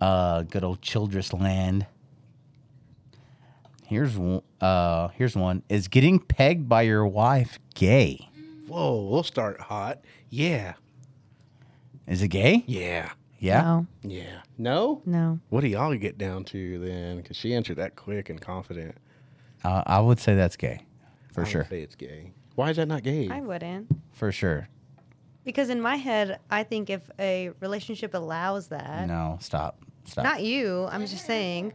Uh, good old Childress land. Here's one. Uh, here's one. Is getting pegged by your wife gay?
Whoa, we'll start hot. Yeah.
Is it gay?
Yeah.
Yeah.
No,
Yeah. No?
no.
What do y'all get down to then? Because she answered that quick and confident.
Uh, I would say that's gay, for
I would
sure.
Say it's gay. Why is that not gay?
I wouldn't.
For sure.
Because in my head, I think if a relationship allows that,
No, stop. Stop.
not you, I'm just saying,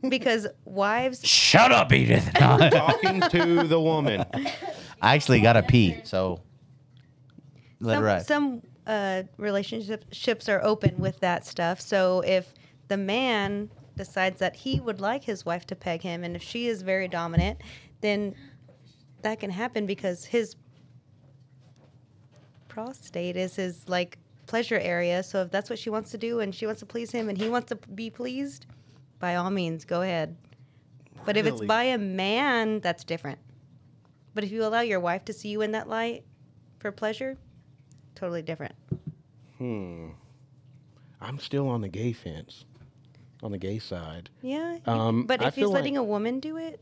because wives,
Shut up, Edith. No,
Talking to the woman.
I actually got to pee, so let it
some,
ride.
some uh, relationships are open with that stuff. So if the man decides that he would like his wife to peg him, and if she is very dominant, then that can happen because his prostate is his like pleasure area. So if that's what she wants to do, and she wants to please him, and he wants to be pleased, by all means, go ahead. But if it's
Really?
by a man, that's different. But if you allow your wife to see you in that light for pleasure, totally different.
I'm still on the gay fence, on the gay side.
Yeah. you-
Um,
but
I
if he's
feel like-
letting a woman do it,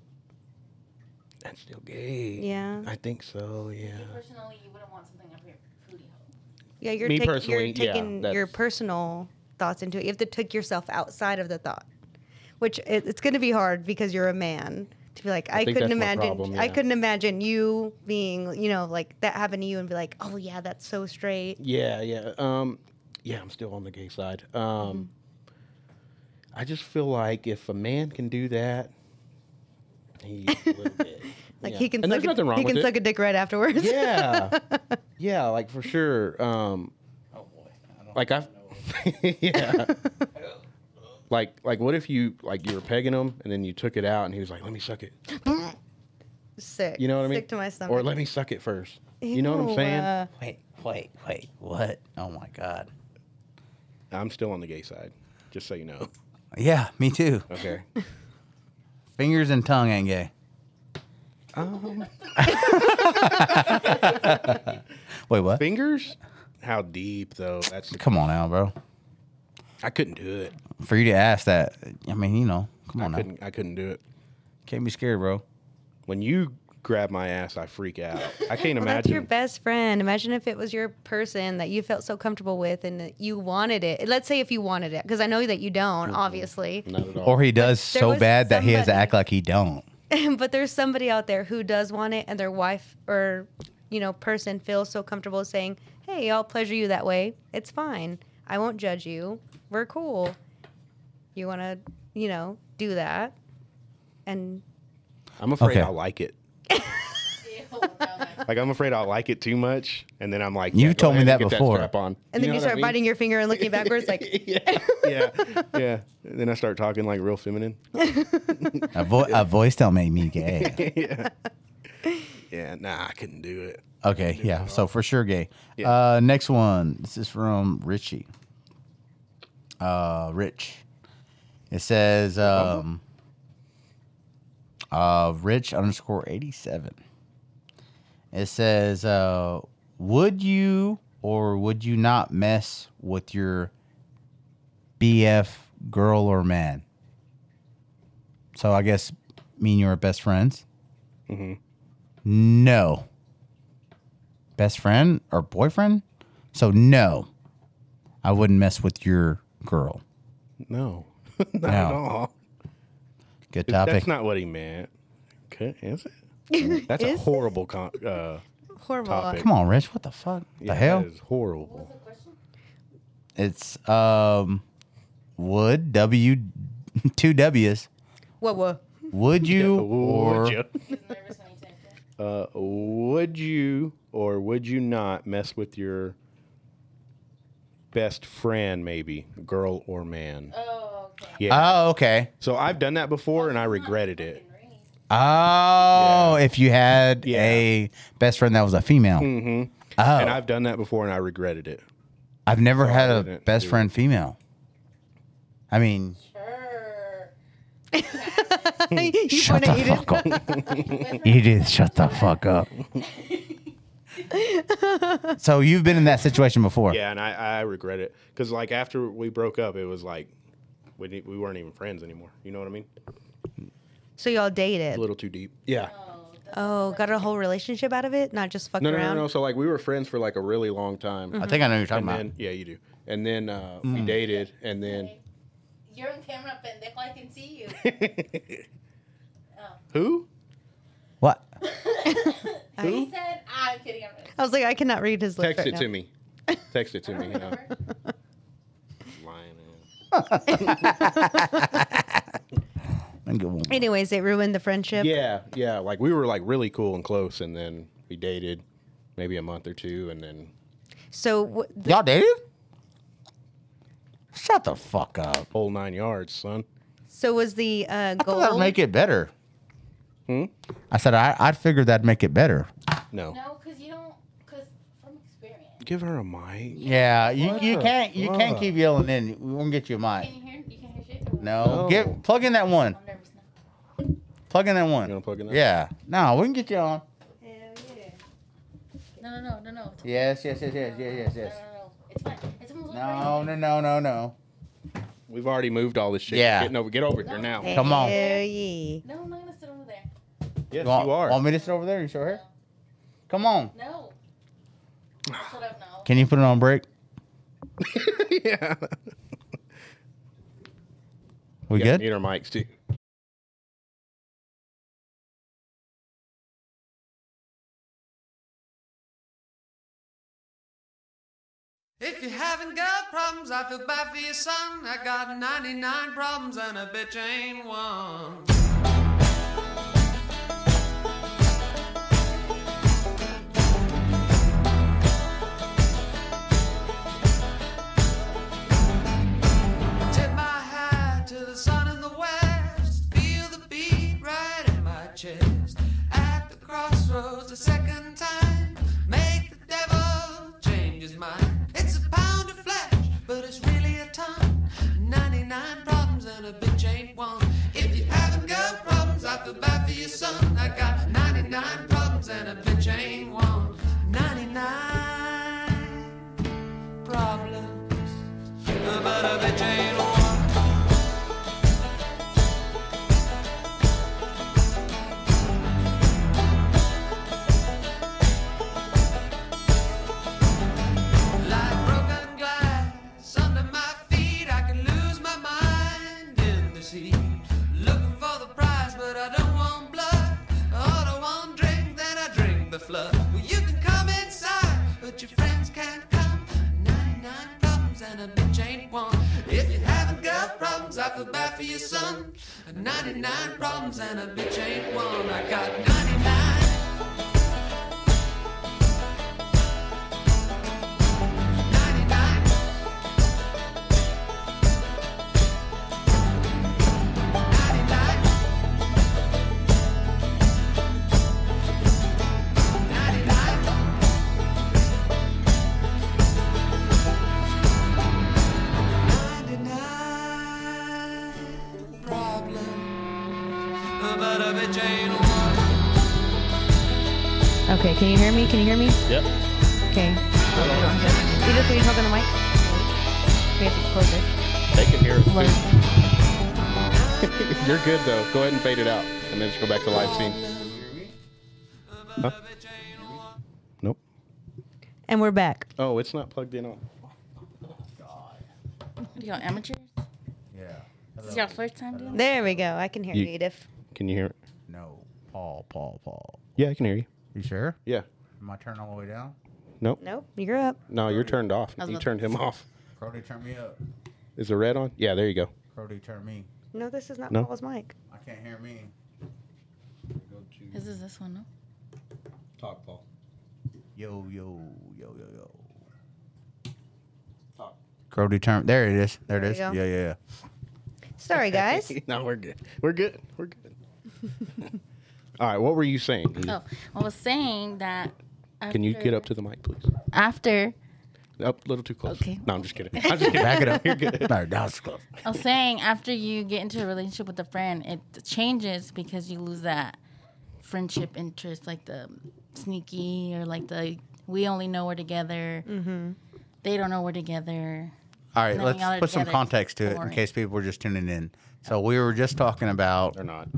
That's still gay.
Yeah.
I think so, yeah.
Personally, you wouldn't want something up your booty hole.
yeah, you're,
Me
tak-
personally,
you're
yeah,
taking your
that's-
personal thoughts into it. You have to take yourself outside of the thought, which it, it's going to be hard because you're a man to be like, I,
think
couldn't
that's my
imagine,
problem,
I
yeah.
couldn't imagine you being, you know, like that happened to you and be like, oh yeah, that's so straight.
Yeah, yeah. Um, yeah, I'm still on the gay side. Um,
Mm-hmm.
I just feel like if a man can do that, he's a little bit.
Like
yeah.
he can,
and
suck
there's nothing
a,
wrong
he
with
can
it.
suck a dick right afterwards.
yeah, yeah, like for sure. Um, oh boy, like I've, yeah, like like what if you like you were pegging him and then you took it out and he was like, let me suck it.
Sick.
You know what I mean?
Sick to my stomach.
Or let me suck it first. You know what I'm
Ew,
saying?
uh,
Wait, wait, wait. What? Oh my god.
I'm still on the gay side. Just so you know.
Yeah, me too.
Okay.
Fingers and tongue ain't gay. Um. Wait, what?
Fingers? How deep though? That's
Come on now, bro.
I couldn't do it.
For you to ask that, I mean, you know, come on
I
now.
couldn't. I couldn't do it.
Can't be scared, bro.
When you grab my ass, I freak out. I can't
Well, that's your
imagine.
best friend. Imagine if it was your person that you felt so comfortable with and that you wanted it. Let's say if you wanted it, because I know that you don't,
Mm-hmm.
obviously.
Not at all.
Or he does
there
so
was
bad that he has to
somebody-
act like he don't.
but there's somebody out there who does want it, and their wife or you know person feels so comfortable saying, "Hey, I'll pleasure you that way. It's fine. I won't judge you. We're cool. You want to, you know, do that." And
I'm afraid
Okay.
I'll like it.
Ew, no, that's
Like I'm afraid I'll like it too much, and then I'm like,
You
yeah, go
told me
ahead
that
and get
before.
strap on.
and then
know
you
what
start
I mean?
biting your finger and looking backwards, like,
yeah, yeah, yeah. And then I start talking like real feminine.
A, vo- a voice don't make me gay.
Yeah, nah, I couldn't do it.
Okay, yeah. So for sure, gay.
Yeah.
Uh, next one. This is from Richie. Uh, Rich. It says, um, uh, Rich underscore eighty seven. It says, uh, would you or would you not mess with your BF girl or man? So I guess me and you are best friends. Mm-hmm. No best friend or boyfriend. So no, I wouldn't mess with your girl.
No, not at
No.
all.
Good
That's
topic.
not what he meant. Okay, is it? That's a
Is it?
horrible con- uh,
Horrible.
Topic.
Come on, Rich. What the fuck?
yeah,
the hell?
That is horrible.
it's um, would W two W's.
Whoa, whoa.
Would you or
Would you? Uh, would you or would you not mess with your best friend, maybe girl or man?
Oh, okay.
Yeah.
Oh, okay.
so I've done that before and I regretted it.
Oh, if you had
Yeah. Mm-hmm.
a best friend that was a female. Oh,
And I've done that before and I regretted it.
I've never had
I
a
didn't
best
do-
friend female. I mean,
Sure.
you
shut the
pointed- you did-
fuck up. Edith, shut the fuck up. so you've been in that situation before.
Yeah, and I, I regret it because like after we broke up, it was like we didn't- we weren't even friends anymore. You know what I mean?
So y'all
A
dated.
little too deep. Yeah.
Oh, got a whole relationship out of it, not just fuck
No, no, no,
around.
no. So like we were friends for like a really long time.
I think I know what you're
And
talking about.
then yeah, you do. And then uh, we
Mm.
dated, and then
You're on camera, pendejo. I can see you.
who?
what?
he said, ah, I'm kidding. I'm
I was like, I cannot read his lips
Text
right
it
now.
to me. Text it to me.
not
yeah.
sure.
Lying ass.
I'm good one.
Anyways, it ruined the friendship.
Yeah, yeah. Like we were like really cool and close, and then we dated, maybe a month or two, and then
So w- th-
Y'all dated? Shut the fuck up.
whole nine yards, son.
so was the uh,
I thought that'd
goal.
make it better.
Hmm?
I said I, I figured that'd make it better.
No.
No, because you don't, because from experience.
Give her a mic.
Yeah, you, you
the
can't you can't
fuck?
keep yelling in. We won't get you a mic.
Can you hear? You can hear shit? or-
No,
No.
Get, plug in that one.
I'm nervous now.
Plug in that one.
You gonna plug in that?
Yeah. No, we can get you on.
No, no, no, no, no.
Yes, yes, yes, yes, yes, yes, yes.
No, no, no. It's fine. It's almost
No, no, no, no, no.
We've already moved all this shit.
Yeah.
Getting over, get over here now.
Hell
Come on.
yeah.
No, I'm not going to sit over there.
Yes,
want,
you are.
Want me to sit over there and show her? Come on.
No. That's what I've known.
Can you put it on break?
yeah.
We
Yeah,
good?
Need our mics too.
If you haven't got problems, I feel bad for your son. I got 99 problems and a bitch ain't one. Tip my hat to the sun in the west. Feel the beat right in my chest. At the crossroads a second time. Make the devil change his mind. It's a pound of flesh, but it's really a ton. 99 problems and a bitch ain't one. If you haven't got problems, I feel bad for your son. I got 99 problems and a bitch ain't one. 99 problems. But a bitch ain't one. Like broken glass under my feet, I can lose my mind in the sea. Looking for the prize, but I don't want blood. Order one drink, then I drink the flood. Well, you can come inside, but your friends can't come. 99 problems and a bitch ain't one. If you haven't got problems, I feel bad for your son. 99 problems and a bitch ain't one. I got 99. But a bitch ain't one.
Okay, can you hear me? Can you hear me?
Yep.
Okay. Edith, are you talking to Mike? We have to close it.
They can hear us.
Learn.
too. You're good though. Go ahead and fade it out, and then just go back to live scene. Nope.
And we're back.
Oh, it's not plugged in on.
What are y'all amateurs?
Yeah.
This is y'all first time doing
There we go. I can hear you,
You-
Edith.
Can you hear it?
No. Paul, Paul, Paul.
Yeah, I can hear you.
You sure?
Yeah.
My turn all the way down.
Nope.
Nope, you're up.
No, you're turned off.
was
You
about-
turned him off.
Cody, turn me up.
Is the red on? Yeah, there you go.
Cody, turn me.
No, this is not
No.
Paul's mic.
I can't hear me. Go to
This is this one, no?
Talk, Paul.
yo, yo, yo, yo, yo. Cody, turn. There it is. There it
There
is.
you
Yeah,
go.
yeah, yeah.
Sorry, guys.
no, we're good. We're good. We're good. All right, what were you saying? Can you,
Oh, I was saying that. After,
can you get up to the mic, please?
After
Up a little too close.
Okay.
No, I'm just kidding. I'm just kidding.
Back it up. You're good. No, that's close.
I was saying, after you get into a relationship with a friend, it changes because you lose that friendship interest, like the sneaky or like the we only know we're together. Mm-hmm. They don't know we're together.
All right,
And then
let's
y'all are
put some
together.
context to it in
Boring.
case people were just tuning in. So we were just talking about
Or not.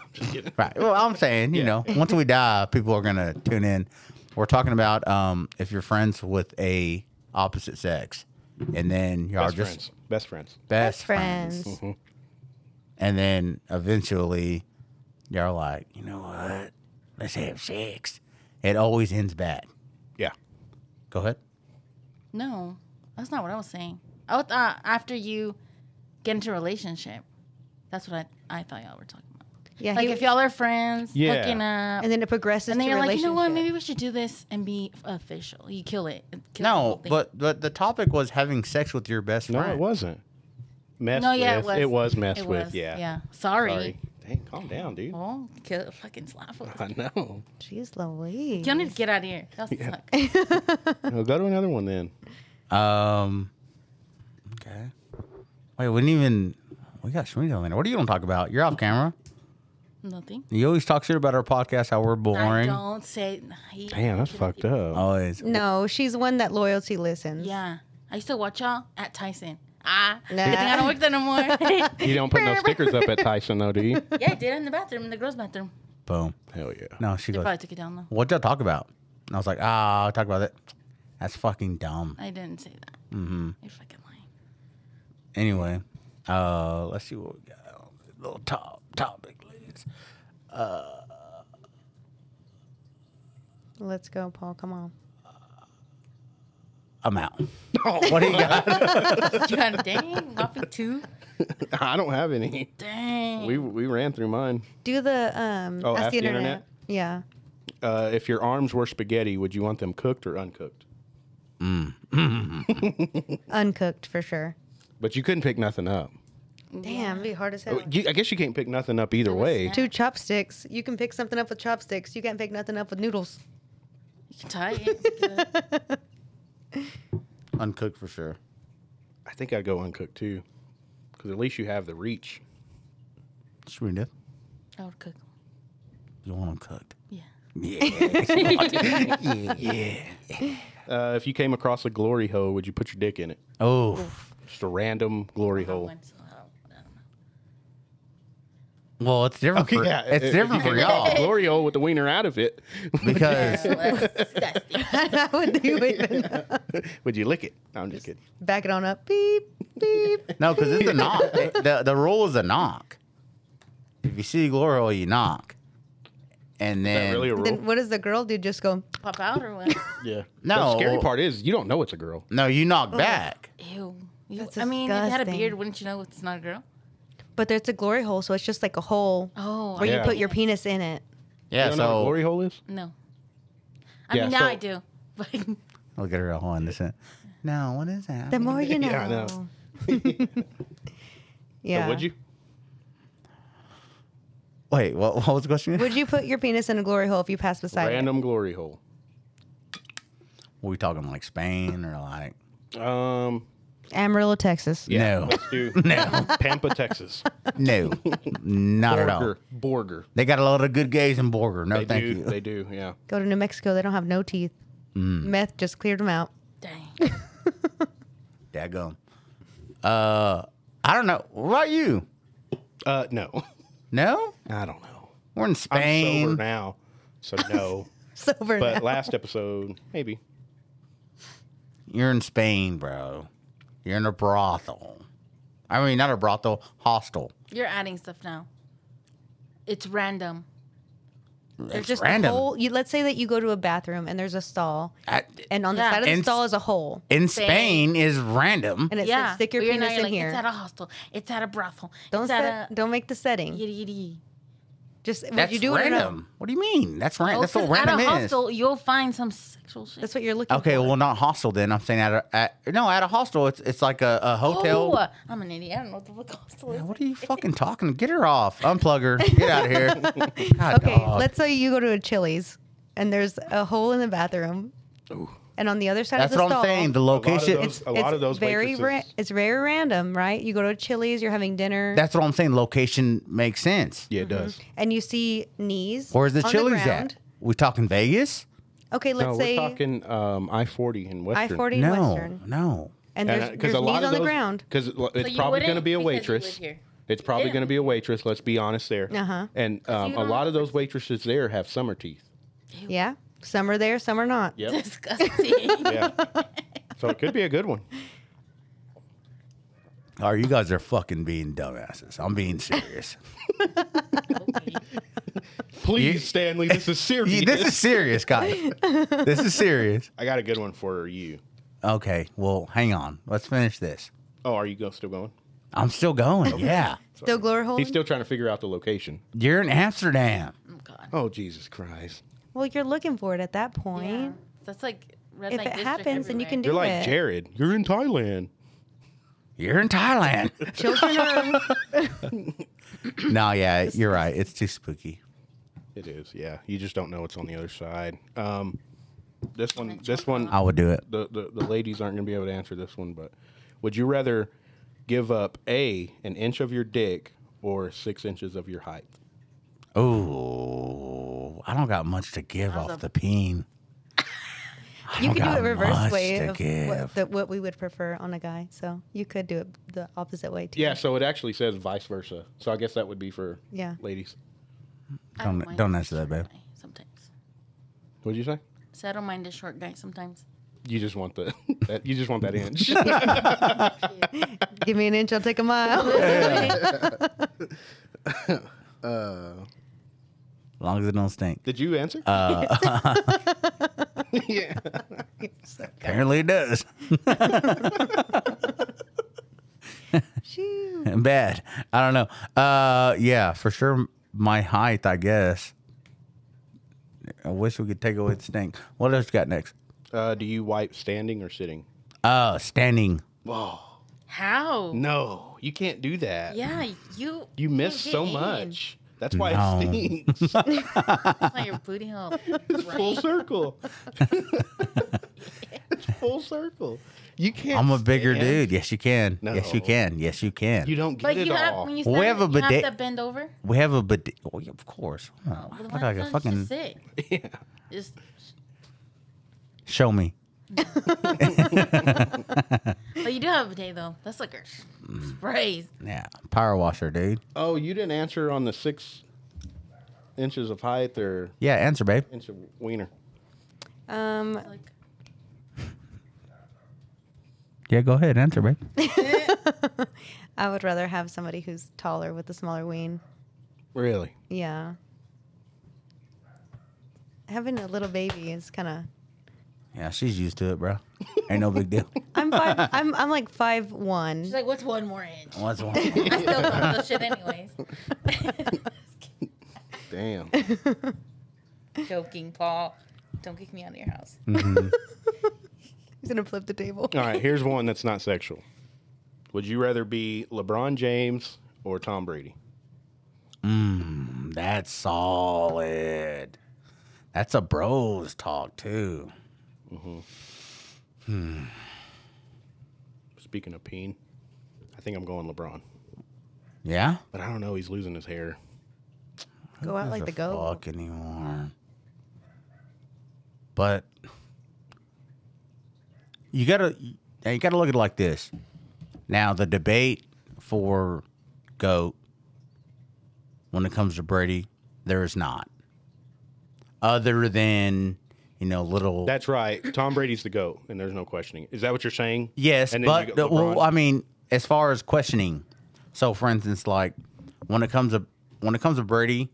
I'm just kidding.
right. Well, I'm saying you know once we die, people are gonna tune in. We're talking about um, if you're friends with a opposite sex, and then y'all are
Best
just
friends. Best friends.
best
friends.
friends,
Mm-hmm.
and then eventually y'all are like, you know what? Let's have sex. It always ends bad.
Yeah.
Go ahead.
No, that's not what I was saying. I thought after you get into a relationship, that's what I, I thought y'all were talking about.
Yeah,
Like
he-
if y'all are friends,
Yeah.
hooking up,
and then it progresses.
and then
to
you're like, you know what? Maybe
relationship.
we should do this and be official. You kill it. It kills the whole
No,
thing.
but but the topic was having sex with your best
No,
friend.
it wasn't. Mess
no,
with.
yeah, it was.
messed
It
with.
was.
Yeah.
Yeah. Sorry.
Sorry. Dang, calm down, dude.
Oh, kill, fucking slap him.
I know.
Jeez Louise.
You need to get out of here. That
Yeah.
suck.
No, go to another one then.
Um. Okay. Wait, we didn't even. We got Sweet on there. What are you gonna talk about? You're off camera.
Nothing.
You always talk shit about our podcast, how we're
I
boring.
don't say. He,
Damn, that's fucked up.
Always.
No, she's one that loyalty listens.
Yeah. I used to watch y'all at Tyson. Ah, good
Nah.
thing I don't work there no more.
You don't put no stickers up at Tyson though, do you?
yeah, I did in the bathroom, in the girls' bathroom.
Boom.
Hell yeah.
No, she
They
goes.
probably took it down though.
What y'all talk about? And I was like, ah, I'll talk about it. That's fucking dumb.
I didn't say that. Mm-hmm. You're fucking lying.
Anyway, uh, let's see what we got. on the Little top topic list.
Let's go, Paul. Come on.
I'm out.
Oh.
what do you got?
You got a dang, whopping two.
I don't have any.
Dang.
We we ran through mine.
Do the um.
Oh, ask the internet?
Yeah.
Uh, if your arms were spaghetti, would you want them cooked or uncooked?
Uncooked for sure.
But you couldn't pick nothing up.
Damn, it'd be hard as hell.
You- I guess you can't pick nothing up either
was
way.
snap.
Two chopsticks. You can pick something up with chopsticks. You can't pick nothing up with noodles.
You can tie it.
Uncooked for sure.
I think I'd go uncooked too, because at least you have the reach.
Sweet dip.
I would cook.
You want them cooked?
Yeah.
Yeah. yeah.
Uh, if you came across a glory hole, would you put your dick in it?
Oh.
Just a random glory hole.
Once, I don't- I don't know.
Well, it's different. for,
yeah,
it's
if
different for y'all
Glory hole with the wiener out of it.
because
Well, that's disgusting.
I would do it.
would you lick it? No, I'm just kidding.
Back it on up. Beep beep.
no, because it's a knock. the The rule is a knock. If you see glory hole, you knock, and
Is
then
that really a rule?
Then what does the girl do? Just go.
Pop out or what?
yeah. The
No.
scary part is you don't know it's a girl.
no, you knock back.
Ew. You-
That's
I mean, if you had a
disgusting.
beard, wouldn't you know it's not a girl?
But there's a glory hole, so it's just like a hole
Oh,
where
Yeah.
you put your penis in it.
Yeah.
you don't know what a glory
So
hole is?
No. I
Yeah,
mean, now
so-
I do. But
look at her all innocent. No, what is that?
The more you know.
Yeah, I know.
yeah.
So would you?
Wait, what, what was the question? What
Would you put your penis in a glory hole if you passed beside it?
Random glory hole.
Were we talking like Spain or like?
Um,
Amarillo, Texas.
No,
let's do
no,
Pampa, Texas.
no, not at all.
Borger. Borger.
They got a lot of good gays in Borger. No,
They
Oh,
thank
do.
you.
They do. Yeah.
Go to New Mexico. They don't have no teeth.
Mm.
Meth just cleared them out.
dang.
Daggum. Uh, I don't know. What about you?
Uh, no.
No,
I don't know.
we're in
I'm
Spain.
sober now, so no.
Sober
but
now.
last episode, maybe.
You're in Spain, bro. You're in a brothel. I mean, not a brothel, hostel.
You're adding stuff now. It's random.
They're
It's
just
random.
random. Whole, you, let's say that you go to a bathroom and there's a stall,
At-
and on the
Yeah.
side of the
In-
stall is a hole,
in Spain is random.
and it
yeah.
says stick your
But you're
penis
not-
in
you're like,
here.
It's at a hostel. It's at a brothel.
don't
it's at
set, don't make the setting.
a yiddy yiddy.
Just would
That's
you do it or no?
random. What do you mean? That's random.
Oh,
That's what
'cause at
random
a
is.
hostel, you'll find some sexual shit.
That's what you're looking
Okay,
for.
well, not hostel then. I'm saying at a at, no at a hostel. It's it's like a, a hotel.
Oh, I'm an idiot. I don't know what the fuck hostel is.
Man, What are you fucking talking? Get her off. Unplug her. Get out of here. God,
okay,
dog.
let's say you go to a Chili's and there's a hole in the bathroom, and on the other side
That's
of the
what
stall,
I'm saying.
A
The
lot of
location.
those, a lot of those
very
waitresses-
ra- it's very random, right? You go to a Chili's, you're having dinner,
That's what I'm saying. Location makes sense.
yeah, it does.
and you see knees.
Where's the
on
Chili's
ground.
at? We talking Vegas?
Okay, let's
no, we're
say
talking um, I forty in
I
Western.
forty
No,
Western,
no.
and there's,
because
there's
a lot
knees
of
on
those,
the ground.
Because it's
you
probably
wouldn't
going to be a
because you live
waitress.
here.
It's probably
Yeah.
going to be a waitress. Let's be honest there.
Uh-huh.
And um,
you
a
don't
lot
know
of those waitresses there have summer teeth.
Yeah, some are there, some are not.
Yep.
Disgusting.
yeah. So it could be a good one.
Oh, you guys are fucking being dumbasses. I'm being serious.
Please, Stanley, this is serious.
Yeah, this is serious, guys. this is serious.
I got a good one for you.
Okay, well, hang on. Let's finish this.
Oh, are you go, still going?
I'm still going. Oh, Yeah.
Still glory hole.
He's still trying to figure out the location.
You're in Amsterdam.
Oh, God.
Oh, Jesus Christ.
well, you're looking for it at that point.
Yeah. That's like red
If
light
it
district
happens, then you can
everywhere.
do
You're like
it.
Jared. You're in Thailand.
You're in Thailand.
Children are
no, yeah, you're right. It's too spooky.
It is, yeah. You just don't know what's on the other side. Um, this one, this one,
I would do it.
the, the, the ladies aren't going to be able to answer this one, but would you rather give up A, an inch of your dick, or six inches of your height?
Oh, I don't got much to give off the peen. I
You
don't
could do
got
it reverse
much
way
to
of
give.
what, the, what we would prefer on a guy. So you could do it the opposite way too.
Yeah, so it actually says vice versa. So I guess that would be for
Yeah.
ladies.
I
Don't-
mind
don't
a
answer that,
short
babe.
guy Sometimes.
What did you say?
So I don't mind a short guy sometimes.
You just want the that, you just want that inch.
Give me an inch, I'll take a mile.
As long as it don't stink.
Did you answer? yeah.
Apparently it does.
Shoo.
Bad. I don't know. Uh, yeah, for sure. My height, I guess. I wish we could take away the stink. What else you got next?
Uh, do you wipe standing or sitting?
Uh, standing.
Whoa.
How?
No, you can't do that.
Yeah, you.
You miss
get
so
in.
much. That's why
No.
it stinks.
That's why your booty hole.
Full circle. it's full circle. You can't.
I'm a bigger
stand.
dude. Yes, you can.
No.
Yes, you can. Yes, you can.
You don't get
But
it
you
all.
have when you
Well,
stand,
we
we
have
have
a bidet-
you have to bend over.
we have a bidet. Oh, yeah, of course. Oh, I
Well,
look
why
like a
don't you
fucking.
Just sit?
yeah.
Just
Show me.
But you do have a bidet though. That's like a sprays.
Yeah, power washer, dude.
Oh, you didn't answer on the six inches of height or
Yeah, answer, babe.
inch of wiener.
Um,
Like
Yeah, go ahead, answer, babe.
I would rather have somebody who's taller with a smaller ween.
Really?
Yeah. Having a little baby is kind of.
Yeah, she's used to it, bro. Ain't no big deal.
I'm five. I'm I'm like five one.
she's like, what's one more inch?
What's wrong?
I still don't know shit anyways.
Damn.
Joking, Paul. Don't kick me out of your house.
Mm.
He's gonna flip the table.
All right, here's one that's not sexual. Would you rather be LeBron James or Tom Brady?
That's solid. That's a bros talk too.
Speaking of peen, I think I'm going LeBron.
Yeah.
But I don't know, he's losing his hair.
Go out like the
Doesn't
goat.
Fuck anymore. But you gotta now you gotta look at it like this. Now the debate for goat when it comes to Brady, there is not. Other than you know little
That's right. Tom Brady's the GOAT, and there's no questioning. Is that what you're saying?
Yes,
And then you
but
got LeBron.
well, I mean, as far as questioning, so for instance, like when it comes to when it comes to Brady,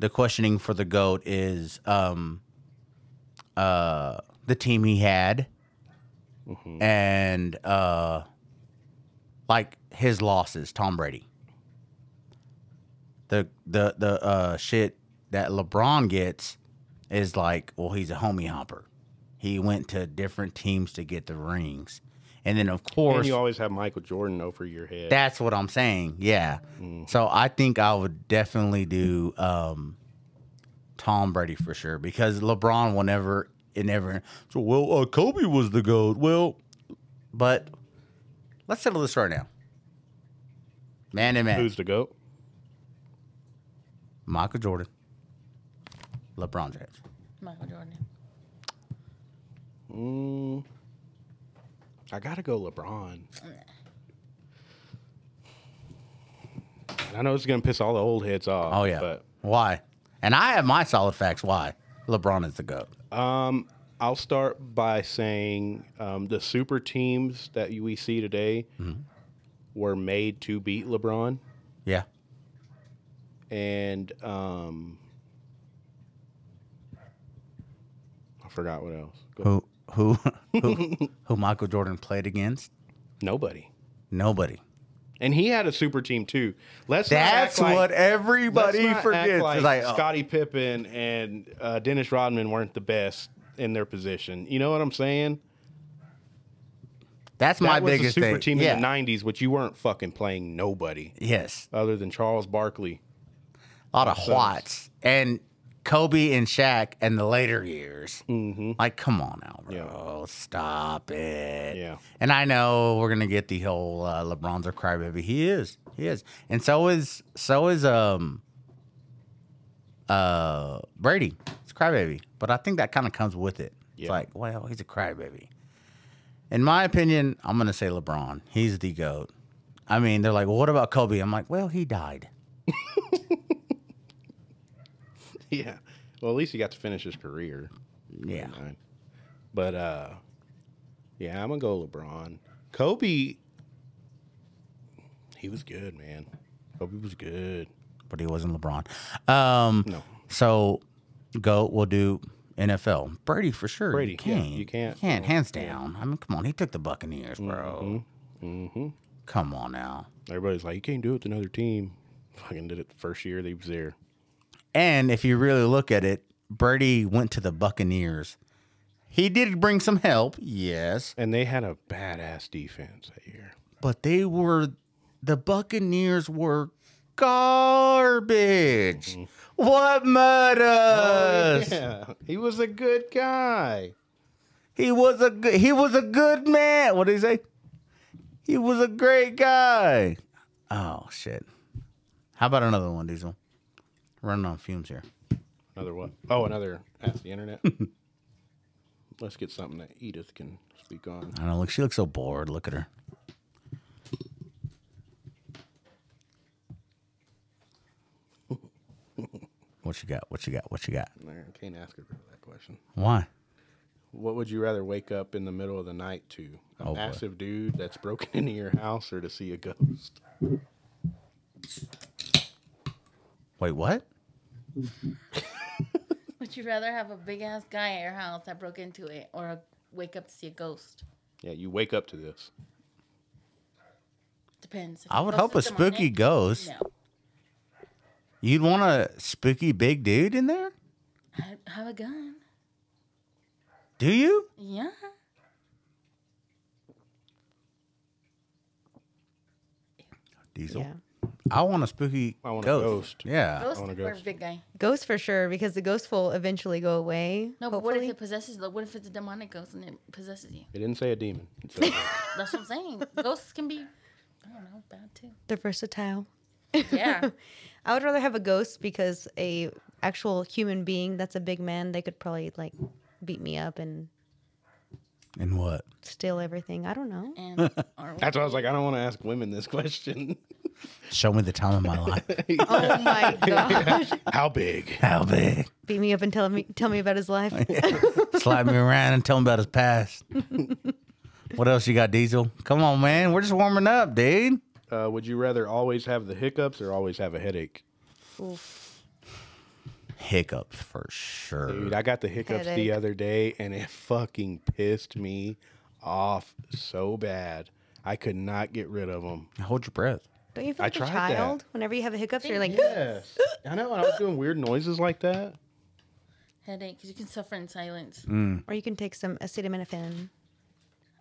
the questioning for the goat is um uh the team he had and uh like his losses, Tom Brady. The the the uh shit that LeBron gets is like, well, he's a homie hopper. He went to different teams to get the rings. And then of course
And you always have Michael Jordan over your head.
that's what I'm saying. Yeah. So I think I would definitely do um, Tom Brady for sure because LeBron will never, it never. So well, uh, Kobe was the goat. Well, but let's settle this right now. Man to man,
Who's the goat?
Michael Jordan, LeBron James.
Michael Jordan.
Mm, I gotta go LeBron. And I know it's gonna piss all the old heads off.
Oh yeah.
but
Why? And I have my solid facts. Why LeBron is the goat?
I'll start by saying um, the super teams that you- we see today
Mm-hmm.
were made to beat LeBron,
Yeah.
and um, I forgot what else. Go
Who who who, who Michael Jordan played against?
Nobody,
Nobody.
and he had a super team too. Let's not act
That's
like-
what everybody
Let's not
forgets.
Act
It's
like
like, oh,
Scottie Pippen and uh, Dennis Rodman weren't the best in their position. You know what I'm saying?
that's
That
my
was
biggest
a super
thing.
team
yeah.
in the '90s, which you weren't fucking playing nobody
Yes,
other than Charles Barkley.
a lot of Watts and Kobe and Shaq and the later years. Mm-hmm. Like, come on now, bro, stop it.
Yeah.
And I know we're gonna get the whole uh, LeBron's a crybaby. He is. He is. And so is so is um uh Brady. It's crybaby. But I think that kind of comes with it. It's
Yeah.
like, well, he's a crybaby. In my opinion, I'm gonna say LeBron. He's the goat. I mean, they're like, well, what about Kobe? I'm like, well, he died.
Yeah. Well, at least he got to finish his career.
Yeah.
Fine. But uh, yeah, I'm gonna go LeBron. Kobe, he was good, man. Kobe was good.
but he wasn't LeBron. Um,
No.
So, go. We'll do NFL. Brady for sure. You
Brady, yeah,
can't.
you can't, Mm-hmm.
Can't. Hands down. I mean, come on. He took the Buccaneers, bro.
Mm-hmm.
Come on now.
Everybody's like, you can't do it with another team. Fucking did it the first year they was there.
And if you really look at it, Brady went to the Buccaneers. He did bring some help, yes,
And they had a badass defense that year.
but they were the Buccaneers were garbage. What matters?
Mm-hmm. Oh, Yeah, he was a good guy.
He was a good, he was a good man. What did he say? He was a great guy. Oh shit. How about another one, Diesel? Running on fumes here.
Another one. Oh, another ask the internet. Let's get something that Edith can speak on.
I don't know. Look, she looks so bored. Look at her. What you got? What you got? What you got?
I can't ask her that question.
Why?
What would you rather wake up in the middle of the night to? A
Oh, boy.
massive dude that's broken into your house or to see a ghost?
Wait, what?
Would you rather have a big ass guy at your house that broke into it or wake up to see a ghost?
Yeah, you wake up to this.
Depends. If
I
the
would
ghost
hope a
is demonic,
spooky ghost.
No.
You'd want a spooky big dude in there?
I'd have a gun.
Do you?
Yeah.
Diesel.
Yeah.
I want a spooky
I want a
ghost.
ghost.
Yeah.
Ghost
want a
or
ghost.
big guy?
Ghosts for sure, because the ghosts will eventually go away.
No, but what if
hopefully.
it possesses? Like, what if it's a demonic ghost and it possesses you?
It didn't say a demon. It said a ghost.
That's what I'm saying. Ghosts can be, I don't know, bad too.
They're versatile.
Yeah.
I would rather have a ghost because a actual human being that's a big man, they could probably like beat me up and
And what?
steal everything. I don't know.
And or
That's why I was like, I don't want to ask women this question.
Show me the time of my life.
Oh my gosh.
How big?
How big?
Beat me up and tell me tell me about his life.
Slap me around and tell him about his past. what else you got, Diesel? Come on, man. We're just warming up, dude.
Uh, would you rather always have the hiccups or always have a headache?
Oof.
Hiccups for sure.
Dude, I got the hiccups
Headache.
the other day and it fucking pissed me off so bad. I could not get rid of them.
Hold your breath.
Don't you feel
I
like a
tried that.
child whenever you have a hiccup? So you're like,
Yes. I know. And I was doing weird noises like that.
Headache because you can suffer in silence
or you can take some acetaminophen,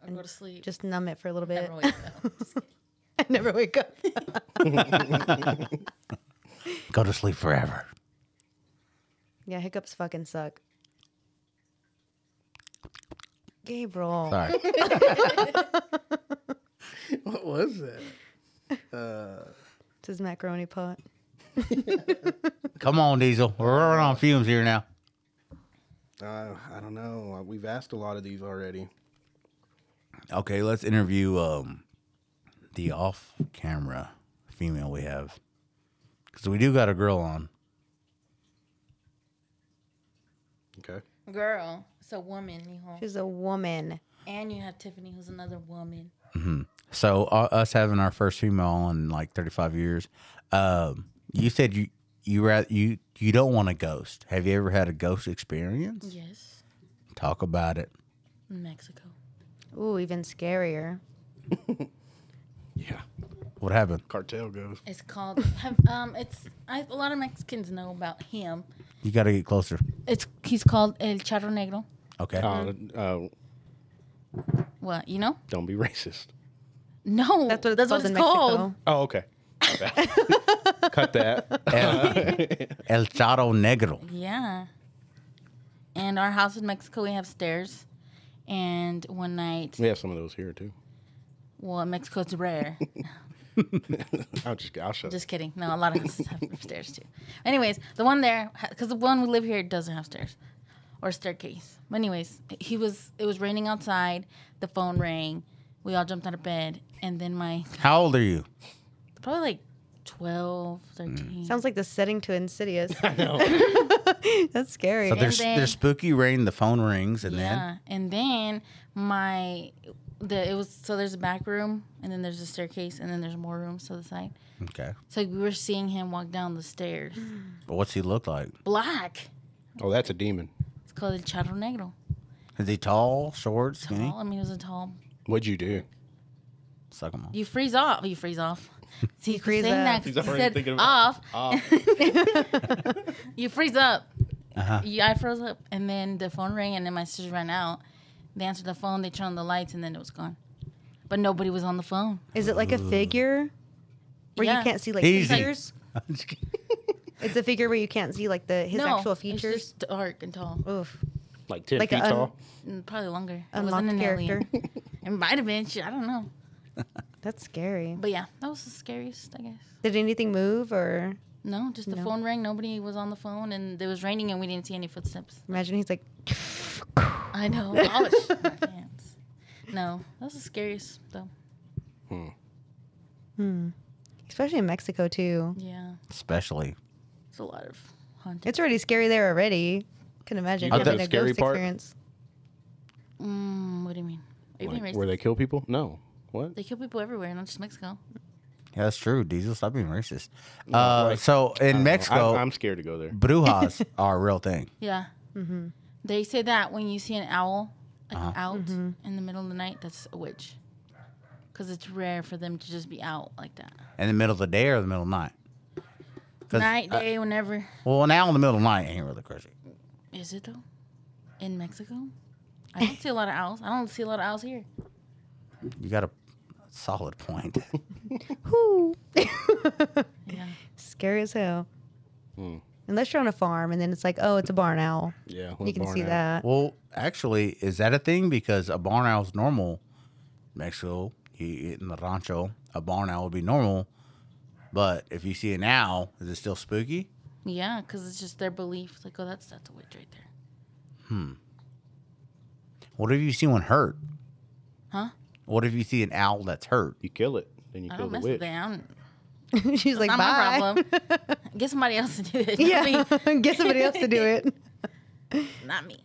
or go to sleep.
just numb it for a little bit.
Never wake up.
I never wake up.
Go to sleep forever.
Yeah, hiccups fucking suck. Gabriel,
Sorry.
What was that?
it's his macaroni pot.
Come on, Diesel. We're running on fumes here now.
Uh, I don't know. We've asked a lot of these already.
Okay, let's interview um the off camera female we have. Cause we do got a girl on.
Okay.
Girl, it's a woman, mijo.
She's a woman.
And you have Tiffany, who's another woman.
So uh, us having our first female in like 35 years. Um, you said you you ra- you you don't want a ghost. Have you ever had a ghost experience?
Yes,
Talk about it.
in Mexico.
Ooh, even scarier.
Yeah.
What happened?
Cartel goes.
It's called. Have, um, it's I, a lot of Mexicans know about him.
You got to get closer.
It's he's called El Charro Negro.
Okay.
Uh, uh,
What you know?
don't be racist.
No,
That's what it's called in Mexico.
Oh, okay. My bad. Cut that.
El Charo Negro.
Yeah. And our house in Mexico, we have stairs. And one night,
We have some of those here too.
well, in Mexico it's rare.
I'll just I'll shut.
Just kidding. No, a lot of houses have stairs too. Anyways, the one there, because the one we live here doesn't have stairs or staircase. But anyways, he was. It was raining outside. The phone rang. We all jumped out of bed, and then my
How old are you?
probably like 12, 13.
Sounds like the setting to Insidious. I know. That's scary.
So there's
then-
there's spooky rain. The phone rings, and then
Yeah, and then my the it was so there's a back room, and then there's a staircase, and then there's more rooms to the side.
okay.
So we were seeing him walk down the stairs,
But what's he look like?
black.
Oh, that's a demon.
It's called El Charro Negro.
Is he tall, short, skinny?
Mm-hmm.
Tall. I mean, it was a tall.
What'd you do?
Suck him off.
You freeze off. You freeze off. See, you
freeze
freeze saying
up.
that
He's
'cause he
already
said
thinking about-
off. you freeze up.
Uh-huh.
You, I froze up, and then the phone rang, and then my sister ran out. They answered the phone. They turned on the lights, and then it was gone. But nobody was on the phone.
Is it like a figure where
Yeah.
you can't see like
Easy.
features? It's a figure where you can't see like the his actual features.
It's just dark and tall.
Oof.
Like ten
Like
feet
a-
tall.
Mm, Probably longer. It
Unlocked
wasn't an
character.
alien. It might have been. Shit, I don't know.
That's scary.
But yeah, that was the scariest, I guess.
Did anything move or
No, just the phone rang. Nobody was on the phone, and it was raining, and we didn't see any footsteps.
imagine he's like
I know. Oh, sh- my pants. No, that was the scariest, though.
especially in Mexico too.
Yeah,
Especially.
it's a lot of haunted.
It's already scary there already. Can imagine
You
having
think
a
that's the scary
ghost
part?
experience.
Mm, what do you mean? Are you being
Like,
racist?
where they kill people? No. What?
They kill people everywhere, not just Mexico.
Yeah, that's true. Diesel, stop being racist. Uh, so in Mexico,
I, am scared to go there.
brujas are a real thing.
Yeah. Mm-hmm. They say that when you see an owl like,
Uh-huh.
out in the middle of the night, that's a witch. Because it's rare for them to just be out like that.
In the middle of the day or the middle of the night? 'Cause,
Night,
uh,
day, whenever.
well, now in the middle of the night ain't really crazy.
Is it though? In Mexico? I don't see a lot of owls. I don't see a lot of owls here.
You got a solid point.
Whoo.
Yeah.
scary as hell.
Hmm.
Unless you're on a farm and then it's like, oh, it's a barn owl.
Yeah.
You can
barn
see
out.
that.
well, actually, is that a thing? Because a barn owl is normal. Mexico, you, in the rancho, a barn owl would be normal. But if you see an owl, is it still spooky?
Yeah, because it's just their belief. Like, oh, that's that's a witch right there.
What if you see one hurt?
Huh?
What if you see an owl that's hurt?
You kill it, then you
I
kill
don't
the
mess with
witch.
them.
She's like,
Not
bye.
my problem. Get somebody else to do it.
Yeah,
Not me.
get somebody else to do it.
Not me.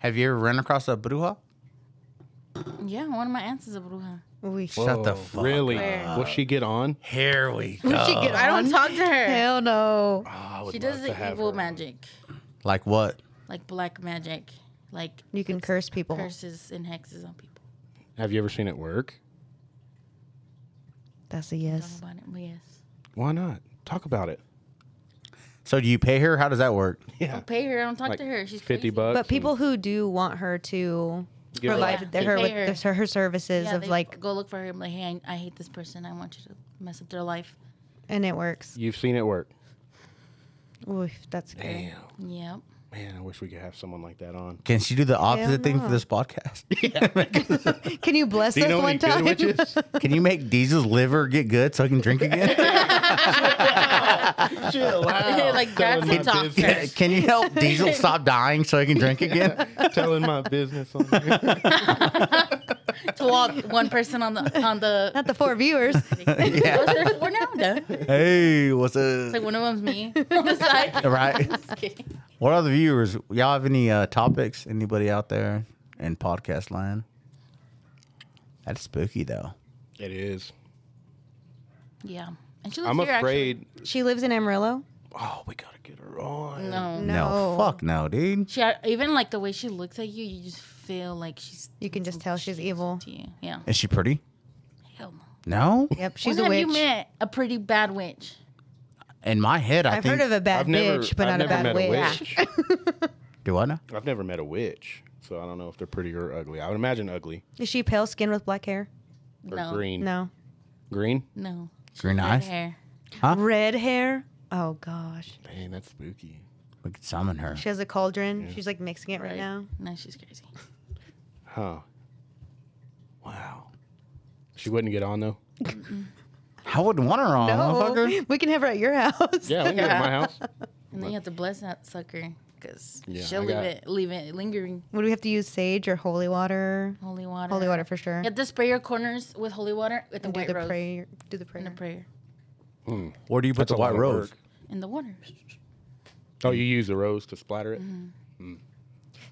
Have you ever run across a bruja?
Yeah, one of my aunts is a bruja.
We
Shut the
Oh,
fuck
Really? Oh,
up.
Will she get on?
Here we
We
go.
should get
I
on.
don't talk to her.
Hell no.
Oh, I would
She
love
does
to have
the evil
her.
magic.
Like what?
like black magic, like
You can curse people.
curses and hexes on people.
Have you ever seen it work?
That's a
Talk
yes.
about it. But yes.
Why not? Talk about it.
So do you pay her? How does that work?
Yeah.
Pay her. Don't talk
Like
to her. She's
Fifty
crazy.
bucks.
But people who do want her to
Give her-
provide
Yeah.
her
Pay
with
her.
this- her, her services
Yeah,
of
they
like,
go look for her. and be Like, hey, I, I hate this person. I want you to mess up their life.
and it works.
You've seen it work.
Oof, that's good.
Yep.
Man, I wish we could have someone like that on.
Can she do the opposite thing for
no.
this podcast?
Can you bless us one time?
Can you make Diesel's liver get good so he can drink again?
Chill out.
Like, that's a doctor.
business,
can you help Diesel stop dying so he can drink again?
telling my business on here.
to all one person on the on the.
Not the four viewers.
Yeah. We're now done. It's
Hey, what's up?
like one of them's me on the side.
right.
Just kidding.
What other viewers? Y'all have any uh, topics? Anybody out there in podcast land? That's spooky though.
It is.
Yeah. And she lives
I'm
here,
afraid.
she lives in Amarillo.
Oh, we gotta get her on.
Actually. No.
No,
No.
fuck no, dude.
She uh, even like the way she looks at you, you just feel like she's.
You can just tell she's evil.
To you. Yeah.
Is she pretty?
Hell no.
No.
Yep, she's
when
a
have
witch.
you met a pretty bad witch?
In my head, I
I've
think.
heard of a bad
I've
bitch,
never,
but
I've
not a
never
bad
met
witch.
a witch.
Do I know?
I've never met a witch, so I don't know if they're pretty or ugly. I would imagine ugly
Is she pale skin with black hair?
or
No.
green.
No.
Green.
No. She
Green
has red
eyes?
Hair.
Red hair? Oh gosh.
Man, that's spooky.
We could summon her.
She has a cauldron. She's like mixing it right,
Right.
now.
No, she's crazy.
Huh. Wow. She wouldn't get on though.
I wouldn't want her on.
No,
Uh-huh,
motherfucker.
we can have her at your house.
Yeah, we can get at my house.
And then you have to bless that sucker because
Yeah,
she'll
I
leave
got-
it, leave it lingering.
Would we have to use sage or holy water?
Holy water.
Holy water for sure.
You have to spray your corners with holy water with the
And do
white
the
rose
prayer. Do the
and a
prayer.
prayer
Where do you put
That's
the
a
white
lot of
rose?
work.
in the water.
Oh, you use the rose to splatter it.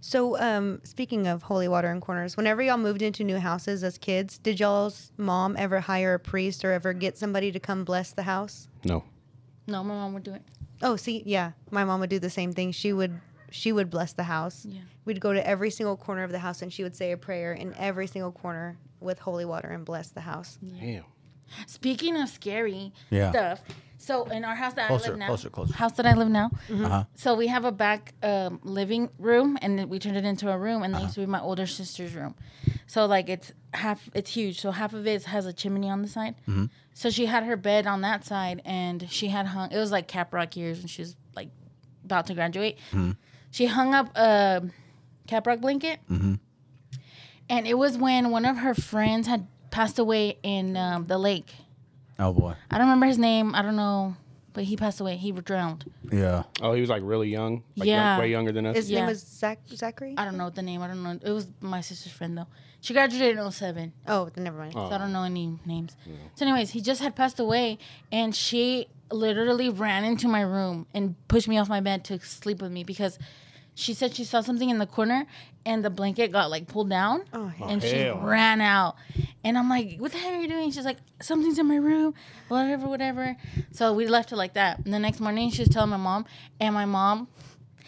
So, um, speaking of holy water and corners, whenever y'all moved into new houses as kids, did y'all's mom ever hire a priest or ever get somebody to come bless the house?
No.
No, my mom would do it.
Oh, see, yeah, my mom would do the same thing. She would she would bless the house.
Yeah.
We'd go to every single corner of the house and she would say a prayer in every single corner with holy water and bless the house.
Damn.
Speaking of scary
Yeah.
stuff, so in our house that I
Closer,
live now,
closer, closer.
house that I live now, so we have a back um, living room, and then we turned it into a room, and that used to be my older sister's room. So like it's half, it's huge. So half of it has a chimney on the side. So she had her bed on that side, and she had hung. It was like Caprock years, and she was like about to graduate. She hung up a Caprock blanket. And it was when one of her friends had passed away in um, the lake.
Oh boy.
I don't remember his name. I don't know, but he passed away. He drowned.
Yeah.
Oh, he was like really young. Like
Yeah.
young, way younger than us.
His name
Yeah.
was Zach Zachary.
I don't know the name. I don't know. It was my sister's friend though. She graduated in 07.
oh, then never mind.
So I don't know any names. So anyways, he just had passed away and she literally ran into my room and pushed me off my bed to sleep with me because she said she saw something in the corner and the blanket got like pulled down
Oh, hell.
and she
Hell.
ran out. And I'm like, what the heck are you doing? She's like, something's in my room, whatever, whatever. So we left it like that. And the next morning, she was telling my mom, and my mom,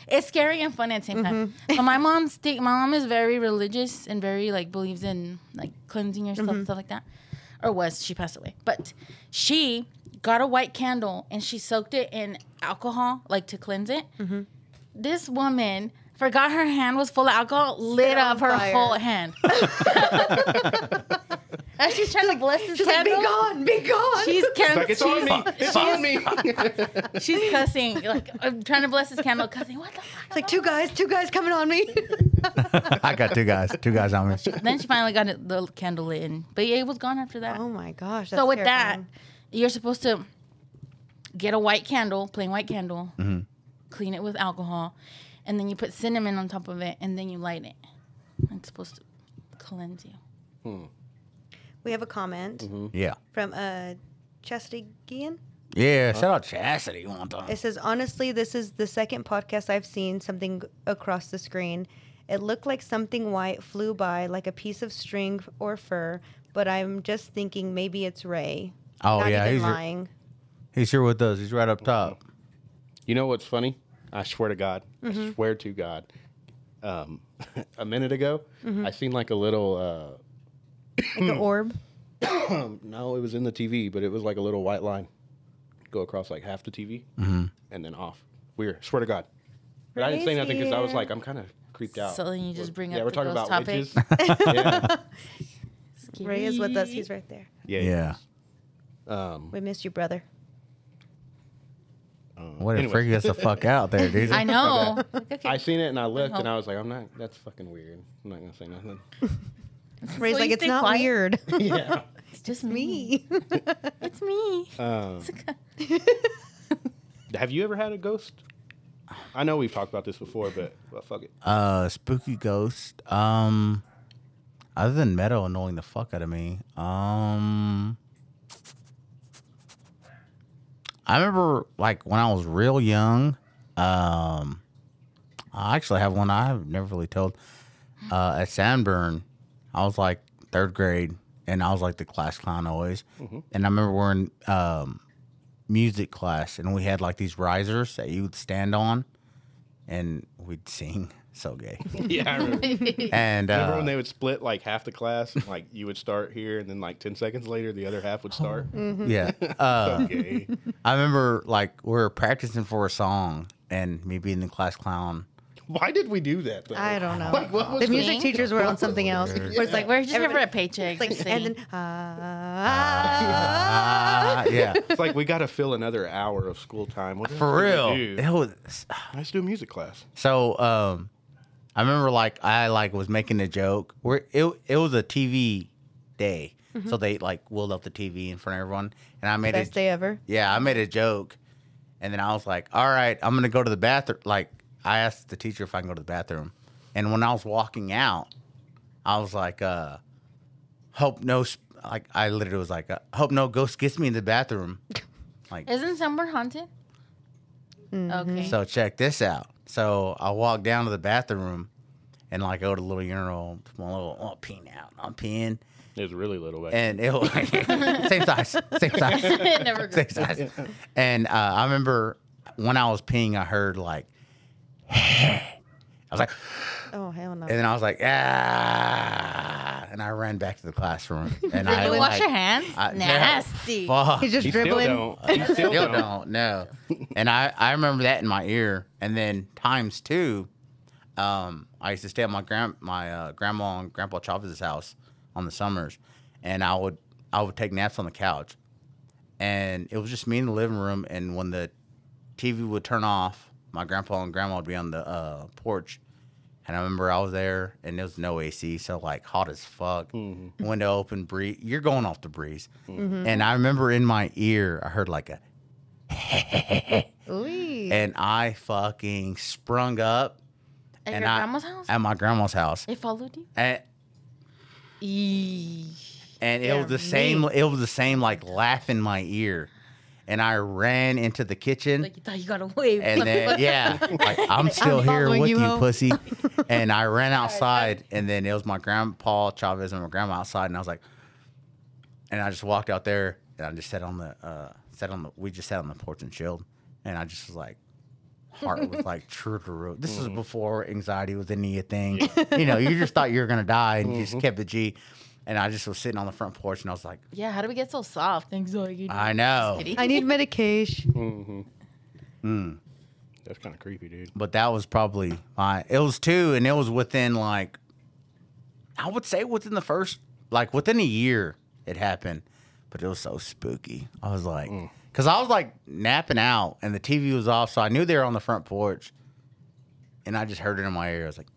it's scary and fun at the same time.
Mm-hmm.
So my mom's sti- my mom is very religious and very like believes in like cleansing yourself
Mm-hmm.
and stuff like that. Or was she passed away? But she got a white candle and she soaked it in alcohol like to cleanse it.
Mm-hmm.
This woman forgot her hand was full of alcohol, lit
it on
up her
fire.
whole hand. As she's trying to bless this
She's like, be
candle,
gone, be gone.
she's can-
Like it's
she's,
on me. It's on me.
she's cussing. Like I'm trying to bless this candle, cussing. What the fuck?
It's like two guys, two guys coming on me.
I got two guys. Two guys on me.
Then she finally got it, the candle lit, in. but yeah, it was gone after that.
oh my gosh. That's
so with
terrifying.
that, you're supposed to get a white candle, plain white candle,
Mm-hmm.
clean it with alcohol, and then you put cinnamon on top of it, and then you light it. It's supposed to cleanse you.
we have a comment
Yeah.
from uh, Chastity Gian.
Yeah. Shout out Chastity one time.
It says, honestly, this is the second podcast I've seen something across the screen. It looked like something white flew by, like a piece of string or fur, but I'm just thinking maybe it's Ray.
Oh
Not
yeah.
even
He's here,
lying.
he's here with us. He's right up top.
You know what's funny? I swear to God,
Mm-hmm.
I swear to God. Um, a minute ago,
Mm-hmm.
I seen like a little. Uh,
Like
hmm.
the orb.
no, it was in the TV, but it was like a little white line go across like half the TV and then off. Weird. Swear to God. But I didn't say nothing because I was
Crazy.
like, I'm kind of creeped out.
So then you just
We're-
bring
yeah,
up
we're
the
talking
ghost
about
topic.
witches. yeah.
Ray is with us. He's right there.
yeah,
Yeah.
Um,
We miss you, brother.
What a
Anyways.
freak us the fuck out there, dude.
I know.
I seen it and I looked and
help.
I was like, I'm not. That's fucking weird. I'm not gonna say nothing.
Ray's
So
like,
you
it's
stay
not
quiet?
weird.
yeah.
It's just me.
Me.
It's me.
Um, have you ever had a ghost? I know we've talked about this before, but well, fuck it.
Uh, spooky ghost. Um, other than metal annoying the fuck out of me. Um, I remember like when I was real young. Um, I actually have one I've never really told. Uh, at Sanborn, I was like third grade, and I was like the class clown always. And I remember we're in um, music class, and we had like these risers that you would stand on, and we'd sing. So gay.
Yeah, I remember.
And uh,
Remember when they would split like half the class? and, Like you would start here, and then like ten seconds later, the other half would start.
yeah, uh,
Okay.
I remember like we were practicing for a song, and me being the class clown.
Why did we do that? Though?
I don't know.
Like, what was
the music
that?
teachers were on something else. Where it's like,
We're just here for a
everybody-
paycheck.
It's like,
just
and
saying.
then,
Oh.
ah.
Ah, yeah,
It's like we got to fill another hour of school time. What
for real.
else did we do?
It was
Let's do a music class.
so. Um, I remember like I like was making a joke. Where it it was a TV day,
Mm-hmm.
so they like wheeled up the TV in front of everyone, and I made
Best
it.
day ever.
Yeah, I made a joke, and then I was like, "All right, I'm gonna go to the bathroom." Like, I asked the teacher if I can go to the bathroom, and when I was walking out, I was like, uh, "Hope no." sp- Like, I literally was like, uh, "Hope no ghost gets me in the bathroom." Like,
Isn't somewhere haunted?
Mm-hmm.
Okay.
so check this out. So I walk down to the bathroom, and like go to the little urinal, to my little oh, I'm peeing out, I'm peeing,
It was really little back.
and it was same size, same size.
it never goes.
Same size. And uh, I remember when I was peeing, I heard like, I was like,
Oh, hell no.
and then I was like, ah, and I ran back to the classroom. And I
You wash
like,
your hands?
Uh,
I-
Nasty.
Fuck.
ah,
He's just
He still
dribbling.
don't. He still,
Still
don't.
don't know. And I, I remember that in my ear. And then times two, um, I used to stay at my grand my uh, grandma and grandpa Chavez's house on the summers, and I would I would take naps on the couch, and it was just me in the living room. And when the TV would turn off, my grandpa and grandma would be on the uh, porch. And I remember I was there, and there was no AC, so like hot as fuck. Window open, breeze. You're going off the breeze.
Mm-hmm.
And I remember in my ear, I heard like a,
Ooh.
and I fucking sprung up
At
and
your
I-
grandma's house?
at my grandma's house,
It followed you?
and
Eee.
and it was
Yeah,
the same. It was the same like laugh in my ear, and I ran into the kitchen.
Like you thought you got away.
Eh.
and then yeah, like, I'm still here
following
with
you
you,
home.
pussy. And I ran outside, and then it was my grandpa Chavez and my grandma outside, and I was like, and I just walked out there, and I just sat on the uh, sat on the we just sat on the porch and chilled, and I just was like. Heart was like true to root. This
Mm.
was before anxiety was any thing. You know, you just thought you were gonna die, and you
Mm-hmm.
just kept the G. And I just was sitting on the front porch, and I was like,
yeah, how do we get so soft? Things like you
I know.
I need medication.
That's kind of creepy, dude.
but that was probably my it was two and it was within like i would say within the first like within a year it happened but it was so spooky i was like because i was like napping out and the tv was off so i knew they were on the front porch and i just heard it in my ear i was like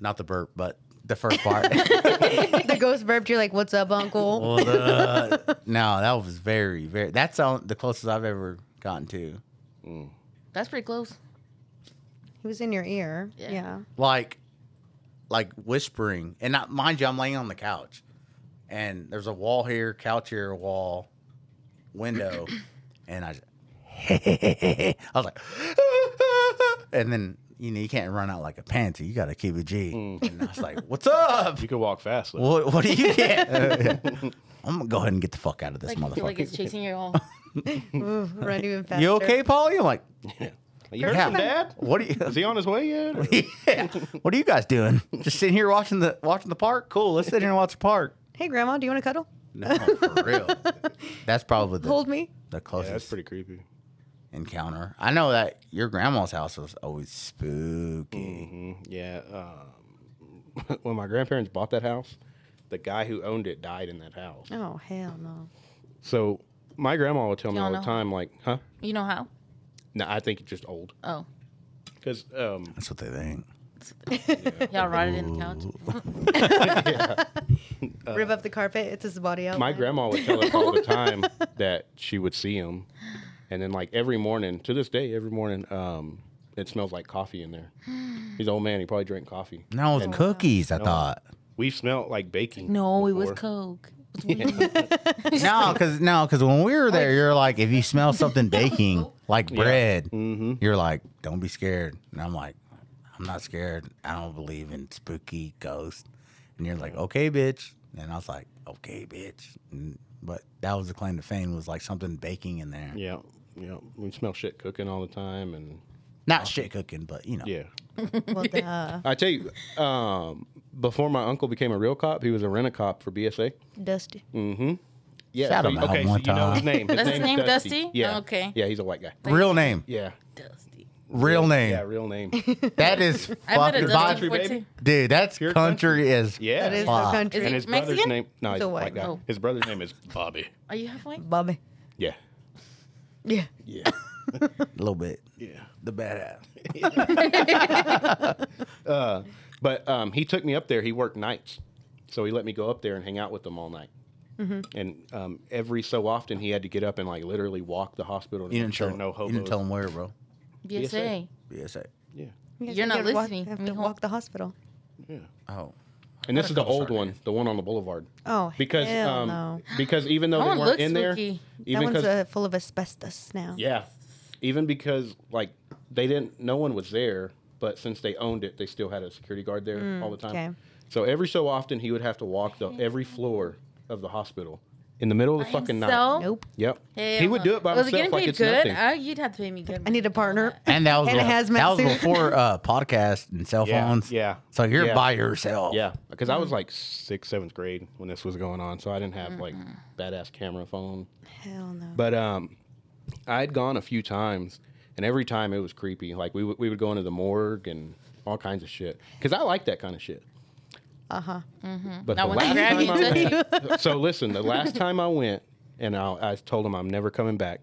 not the burp but the first part
the ghost burped. You're like, what's up, uncle?
Well, the- no that was very very that's all, the closest i've ever gotten to
That's pretty close.
He was in your ear.
Yeah.
Yeah.
like like whispering and not mind you i'm laying on the couch and there's a wall here couch here wall window and i just, i was like and then you know you can't run out like a panty you gotta keep a g and i was like what's up
You could walk fast. though.
what, what do you get i'm gonna go ahead and get the fuck out of this
Like you
motherfucker
feel like it's chasing your own.
Ooh, run even faster.
You okay, Polly? I'm like,
You heard from
Yeah.
Dad?
what are you?
Is he on his way yet? or-
yeah. What are you guys doing? Just sitting here watching the watching the park? Cool. Let's sit here and watch the park.
Hey, Grandma, do you want to cuddle?
No, for real. That's probably the,
Hold me.
the
Yeah, that's
closest
pretty creepy.
encounter. I know that your grandma's house was always spooky.
Mm-hmm. Yeah. Um, when my grandparents bought that house, the guy who owned it died in that house.
Oh hell no.
So my grandma would tell me
Y'all
all the
know.
time, like, huh?
You know how?
No, I think it's just old.
Oh,
Because um,
That's what they think.
y'all rotted in the couch.
Rip up the carpet. It says the body out.
Uh, my grandma would tell us all the time that she would see him. And then, like, every morning, to this day, every morning, um, it smells like coffee in there. He's an old man. He probably drank coffee.
No,
Oh,
it was cookies. I thought.
We smelled like baking.
No, it was
before.
Coke.
No, because no, because when we were there, you're like, if you smell something baking, like bread,
Mm-hmm.
you're like, don't be scared. And I'm like, I'm not scared. I don't believe in spooky ghosts. And you're like, okay, bitch. And I was like, okay, bitch. And, but that was the claim to fame was like something baking in there.
Yeah. Yeah. We smell shit cooking all the time. And
Not shit cooking, but you know.
yeah.
Well, duh.
I tell you, um, before my uncle became a real cop, he was a rent a cop for BSA.
Dusty.
Yeah.
Shout
so
him
you-
out
okay.
one
so you know his
time.
name. His
That's his
name's
name,
Dusty.
Dusty? Oh,
Yeah.
Okay.
Yeah. He's a white guy.
Real name.
Yeah.
Dusty.
Real name.
Yeah. Real name.
That is
I bet
fucking
country,
a
baby.
Dusty fourteen.
Dude, that's
Pure
country,
country.
is
Yeah.
That is
Fuck.
the
Is
country.
And
it
his brother's
Mexican?
name. No, he's
a
a white
white
guy.
guy.
His brother's name is Bobby.
Are you halfway?
Bobby.
Yeah.
Yeah.
Yeah.
a little bit.
yeah.
The badass.
But um, he took me up there. He worked nights, so he let me go up there and hang out with them all night.
Mm-hmm.
And um, every so often, he had to get up and like literally walk the hospital. to
You didn't
make sure
show
no
no
hobos.
You didn't tell him where, bro.
BSA.
BSA.
Yeah,
You guys
You're
have
not
to walk-
listening.
Have to
Mijo.
walk the hospital.
Oh.
and this is the old one, the one on the boulevard.
Oh,
because
hell
um,
no.
because even though
That
they
one
weren't
looks
in there,
spooky.
even
that
because
one's uh, full of asbestos now.
yeah, even because like they didn't, no one was there. But since they owned it, they still had a security guard there all the time.
Mm, okay.
So every so often, he would have to walk the every floor of the hospital in the middle of the
By
fucking night.
himself?
Nope.
Yep.
Hell
he would do it by
Was he
himself
getting
like
paid
it's
good?
nothing.
I, you'd have to pay me good.
I need a partner.
And that was
And a
bef-
hazmat
that was
suit.
before uh, podcast and cell
Yeah,
phones.
yeah,
So you're
yeah.
by yourself.
yeah, because I was
Mm.
like sixth, seventh grade when this was going on, so I didn't have like badass camera phone.
Hell no.
But um, I'd gone a few times, and every time it was creepy. Like we would we would go into the morgue and all kinds of shit because I like that kind of shit. Uh huh. But
Now,
the
Uh-huh. Mm-hmm. when they
last
grab
time
you,
I
touch
went- so listen, the last time I went, and I, I told him I'm never coming back.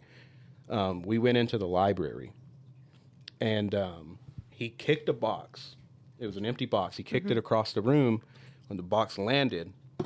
Um, we went into the library, and um, he kicked a box. It was an empty box. He
Mm-hmm.
kicked it across the room. When the box landed, a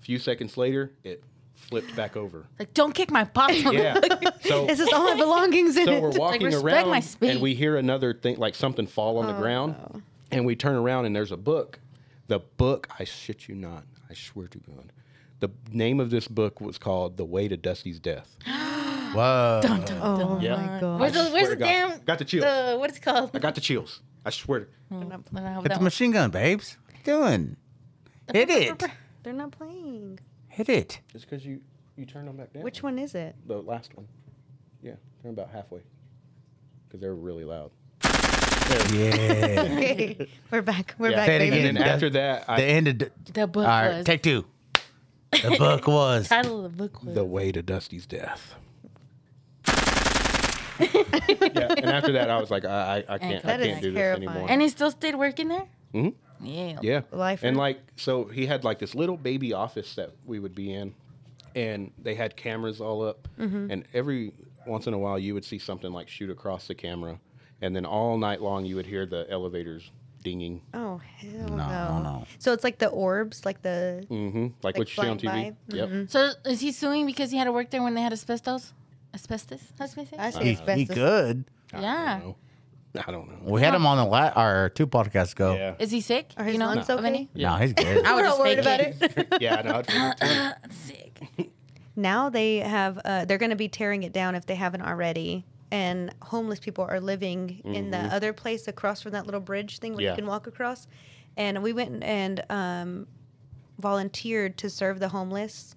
few seconds later, it flipped back over.
Like, don't kick my pop.
Yeah. So,
This is all my belongings in
so
it.
we're walking
respect
around
my
and
space.
we hear another thing, like something fall on the ground, and we turn around and there's a book. The book, I shit you not, I swear to God, the name of this book was called "The Way to Dusty's Death."
Whoa.
oh
Yeah.
my god.
Where's the, where's
Swear
the
to God.
damn?
Got the chills.
The, Uh, what is it called?
I got the chills. I swear.
When I have
Hit
that
the
one.
machine gun, babes. What you doing? Hit it.
They're not playing.
Hit it.
It's because you you turned them back down.
Which one is it?
The last one. Yeah, they're about halfway. Because they're really loud.
Yeah.
Okay. we're back. We're
Yeah.
back,
Say it
baby.
again.
And then after that,
the
I,
end of the,
The book
all right,
was.
take two. The book was.
title of the book was.
"The Way to Dusty's Death." yeah, and after that, I was like, I, I, I can't, I
That is
can't do
terrifying.
this anymore.
and he still stayed working there. Mm-hmm. Yeah.
Yeah.
Lifer.
And like, so he had like this little baby office that we would be in, and they had cameras all up.
Mm-hmm.
And every once in a while, you would see something like shoot across the camera. And then all night long, you would hear the elevators dinging.
Oh hell no,
no.
So it's like the orbs, like the
Mm-hmm. Like, what you see on TV.
flying Mm-hmm.
Yep.
So is he suing because he had to work there when they had asbestos? Asbestos? Asbestos?
I see
He, he
asbestos.
good.
I
yeah.
don't know. I don't know.
We had him on the la- our two podcasts ago.
Yeah.
Is he sick?
Are his lungs
of
okay?
any-
No, he's good.
I
We're
would
not
just
worried
fake
about
it.
it.
yeah, I know. I'd figure it too.
Sick.
now they have uh, they're going to be tearing it down if they haven't already. And homeless people are living in the other place across from that little bridge thing where
Mm-hmm. Yeah.
you can walk across. And we went and
Mm-hmm.
um, volunteered to serve the homeless,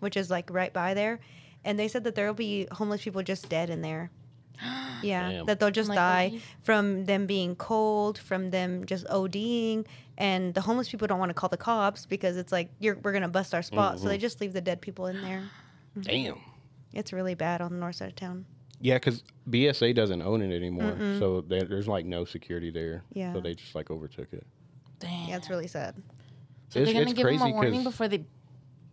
which is like right by there. and they said that there will be homeless people just dead in there. Yeah,
Damn.
that they'll just
Like
die
OD?
from them being cold, from them just ODing, and the homeless people don't want to call the cops because it's like you're we're gonna bust our spot, so
Mm-hmm.
they just leave the dead people in there.
Damn.
It's really bad on the north side of town.
Yeah, because BSA doesn't own it anymore, so there- there's like no security there.
Yeah.
So they just like overtook it.
Damn.
Yeah, it's really sad.
so they're
it's-
gonna
it's
give them a
crazy
warning
'cause-
before they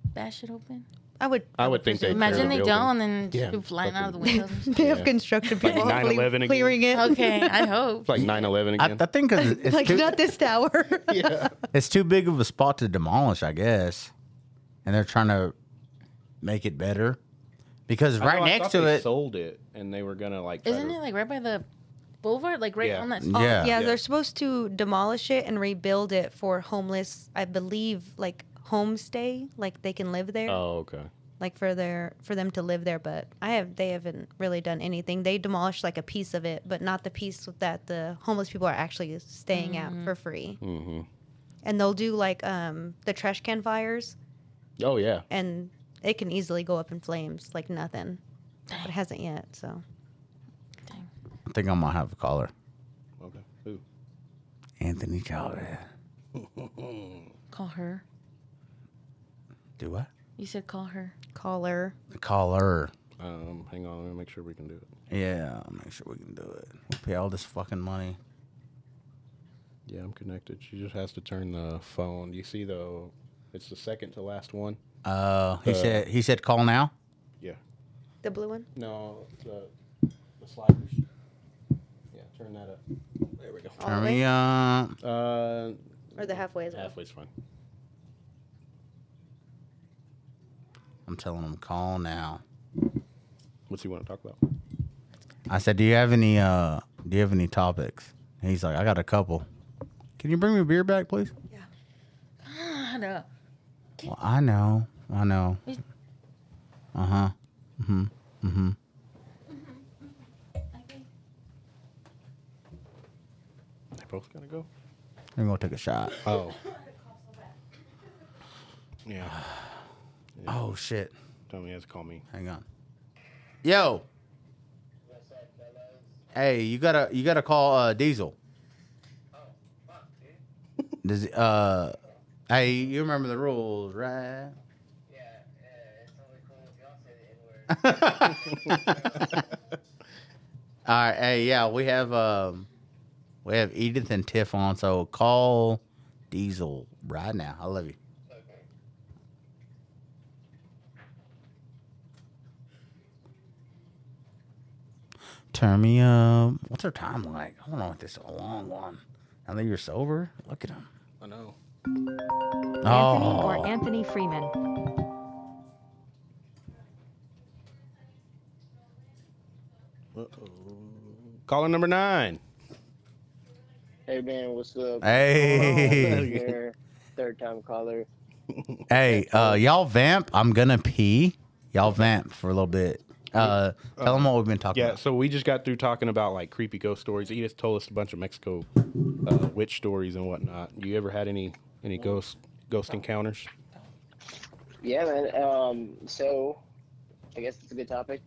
bash it open.
I would.
I would think they
Imagine they don't, and then
Yeah,
just be flying out of the
fucking-
windows. and shit.
They have construction people hopefully
9/11 again.
clearing it.
okay, I hope.
It's like 9-11
I,
again.
I think 'cause it's,
like
too,
not this tower.
it's too big of a spot to demolish, I guess. And they're trying to make it better because
I know,
right
I
next
thought
to
they
it,
sold it, and they were gonna like. try
Isn't
to-
it like right by the boulevard? Like right
Yeah.
on that.
yeah,
Oh,
yeah, they're supposed to demolish it and rebuild it for homeless. I believe like homestay, like they can live there,
Oh, okay.
like for their for them to live there. But I have they haven't really done anything. They demolished like a piece of it, but not the piece that the homeless people are actually staying at for free. Mm-hmm. And they'll do like um, the trash can fires,
Oh yeah.
and it can easily go up in flames like nothing. But it hasn't yet, so.
I think I might have a caller.
Okay. Ooh.
Anthony Chavez.
Call her.
Do what?
You said call her.
Caller.
The caller.
Um, hang on. Let me make sure we can do it.
Yeah, I'll make sure we can do it. We'll pay all this fucking money.
Yeah, I'm connected. She just has to turn the phone. You see though, it's the second to last one.
Uh, he said. He said, call now.
Yeah.
The blue one?
No, the the sliders. Yeah, turn that up. There we go.
All
Turn
the
me
way?
up.
Uh,
Or the halfway as well?
halfway's fine.
I'm telling him, call now.
What's he want to talk about?
I said, do you have any? Uh, do you have any topics? And he's like, I got a couple. Can you bring me a beer back, please?
I know.
Well, I know. I know. Uh huh.
They both gotta go.
Then we'll take a shot.
Oh. yeah.
Oh shit.
Tommy has to call me.
Hang on. Yo. Hey, you gotta you gotta call uh, Diesel. Does uh, hey, you remember the rules, right? All right, hey, yeah, we have um, we have Edith and Tiff on, so call Diesel right now. I love you. Turn me up. What's her time like? I don't know if this is a long one. Now that you're sober, look at him.
I know.
Oh,
or Anthony Freeman.
Caller number nine.
Hey man, what's up?
hey,
Here, Third time caller.
hey, uh, y'all vamp. I'm gonna pee. Y'all vamp for a little bit. Uh, tell them what we've been talking
Yeah,
about.
so we just got through talking about like creepy ghost stories. Edith told us a bunch of Mexico uh, witch stories and whatnot. You ever had any any ghost ghost encounters?
Yeah, man. Um, so I guess it's a good topic.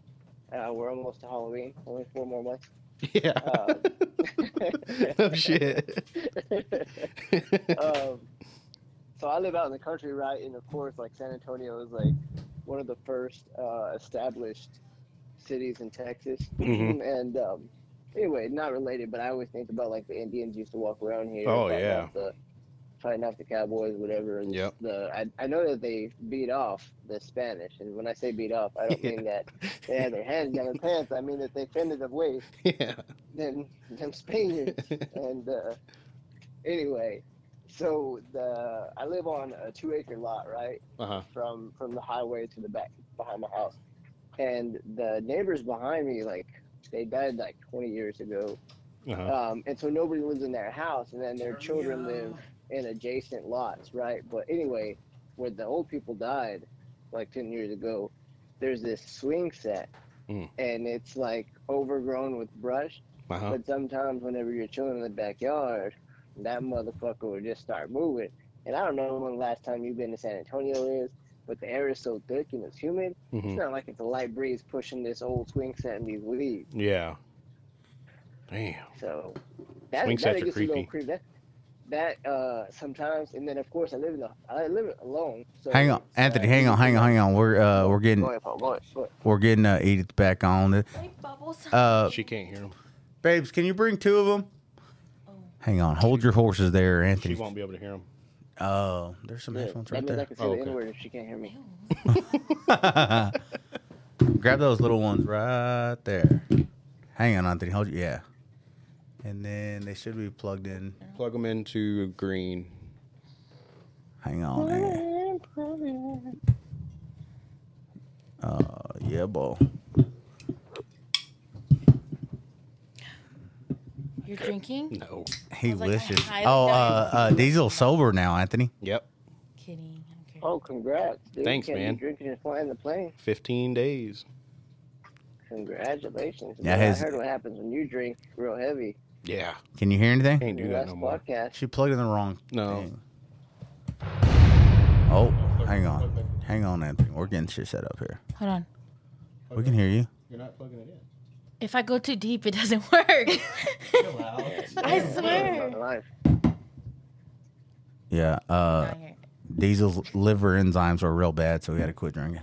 Uh, we're almost to Halloween. Only four more months.
Yeah.
Uh,
no Oh, shit.
um, so I live out in the country, right? And of course, like San Antonio is like one of the first uh, established cities in Texas.
Mhm.
and um, anyway, not related, but I always think about like the Indians used to walk around here.
Oh,
fighting
yeah.
off The, fighting off the Cowboys, whatever. And
Yep.
The I, I know that they beat off the Spanish, and when I say beat off, I don't mean that they had their hands down their pants. I mean that they fended them ways
Yeah.
than them Spaniards. and uh, anyway, so the I live on a two acre lot, right,
Uh huh.
from from the highway to the back behind my house, and the neighbors behind me, like they died like 20 years ago,
Uh-huh.
um, and so nobody lives in their house, and then their children live in adjacent lots, right? But anyway, where the old people died, like 10 years ago, there's this swing set.
Mm.
And it's like overgrown with brush,
Uh-huh.
but sometimes, whenever you're chilling in the backyard, that motherfucker will just start moving. And I don't know when the last time you've been to San Antonio is, but the air is so thick and it's humid.
Mm-hmm.
It's not like it's a light breeze pushing this old swing set and these leaves.
Yeah. Damn.
So that,
Swing
that
sets are
gets a little
creepy.
creepy. That, that uh, sometimes, and then of course I live in a, I live alone. So
Hang on,
it's,
Anthony.
uh,
Hang on, hang on, hang on. We're uh, we're
Go
getting
ahead, Paul. Go ahead. Go ahead.
we're getting uh, Edith back on.
bubbles.
Uh,
She can't hear him.
babes, can you bring two of them? Hang on, hold your horses there,
She
Anthony.
won't be able to hear him.
Oh, there's some
Yeah,
headphones
that
right
means I
there.
can say
Oh,
the
okay.
N word if she can't hear me.
Grab those little ones right there. Hang on, Anthony. Hold you. Yeah. And then they should be plugged in.
Plug them into green.
Hang on. Hang on. Uh, yeah, bo.
You're drinking?
No.
He
I was like, I
wishes.
highly
Oh, uh,
doubt
uh, Diesel sober now, Anthony.
Yep.
Kidding. I don't care.
Oh, congrats! Dude.
Thanks,
you can't be
man.
Drinking and flying the plane.
Fifteen days.
Congratulations!
Yeah,
Man,
his-
I heard what happens when you drink real heavy.
Yeah.
Can you hear anything?
Can't do
Your
that
last
no more.
podcast.
She plugged in the wrong
No.
thing. Oh, hang on. Hang on, Anthony. We're getting shit set up here.
Hold on.
We can hear you.
You're not plugging it in.
If I go too deep, it doesn't work. I swear.
Life.
Yeah. Uh, Diesel's liver enzymes were real bad, so we had to quit drinking.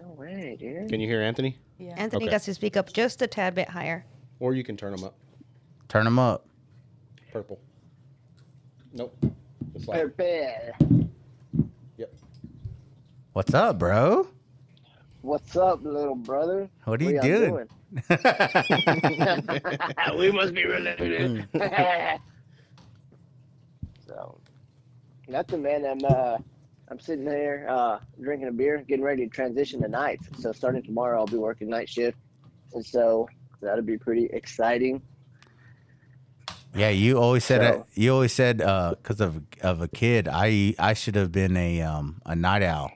No way, dude.
Can you hear Anthony?
Yeah.
Anthony
Okay.
got to speak up just a tad bit higher.
Or you can turn them up.
Turn them up.
Purple. Nope. It's
They're
like,
bad.
yep.
What's up, bro?
What's up, little brother?
What are you
y'all
doing?
doing? we must be related.
Hmm.
so, nothing, man. I'm uh, I'm sitting there uh, drinking a beer, getting ready to transition to nights. So starting tomorrow, I'll be working night shift, and so that'll be pretty exciting.
Yeah, you always said
So-
you always said because of of a kid, I I should have been a um a night owl.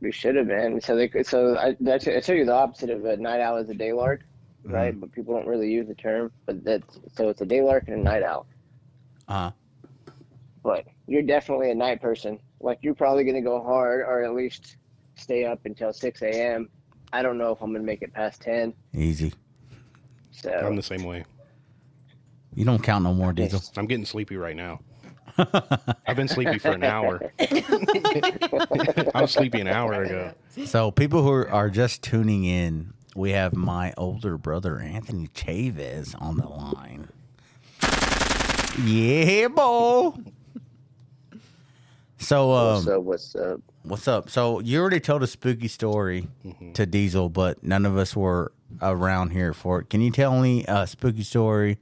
We should have been. So they could. So I, that's, I tell you the opposite of a night owl is a day lark, right? But people don't really use the term. But that's so it's a day lark and a night owl.
Uh,
but you're definitely a night person. Like you're probably gonna go hard or at least stay up until six a.m. I don't know if I'm gonna make it past ten.
easy.
I'm
So
the same way.
You don't count no more, Diesel.
I'm getting sleepy right now. I've been sleepy for an hour. I was sleepy an hour ago.
So, people who are, are just tuning in, we have my older brother Anthony Chavez on the line. Yeah, boy. So, um,
so what's up?
what's up? So, you already told a spooky story
Mm-hmm.
to Diesel, but none of us were around here for it. Can you tell me a spooky story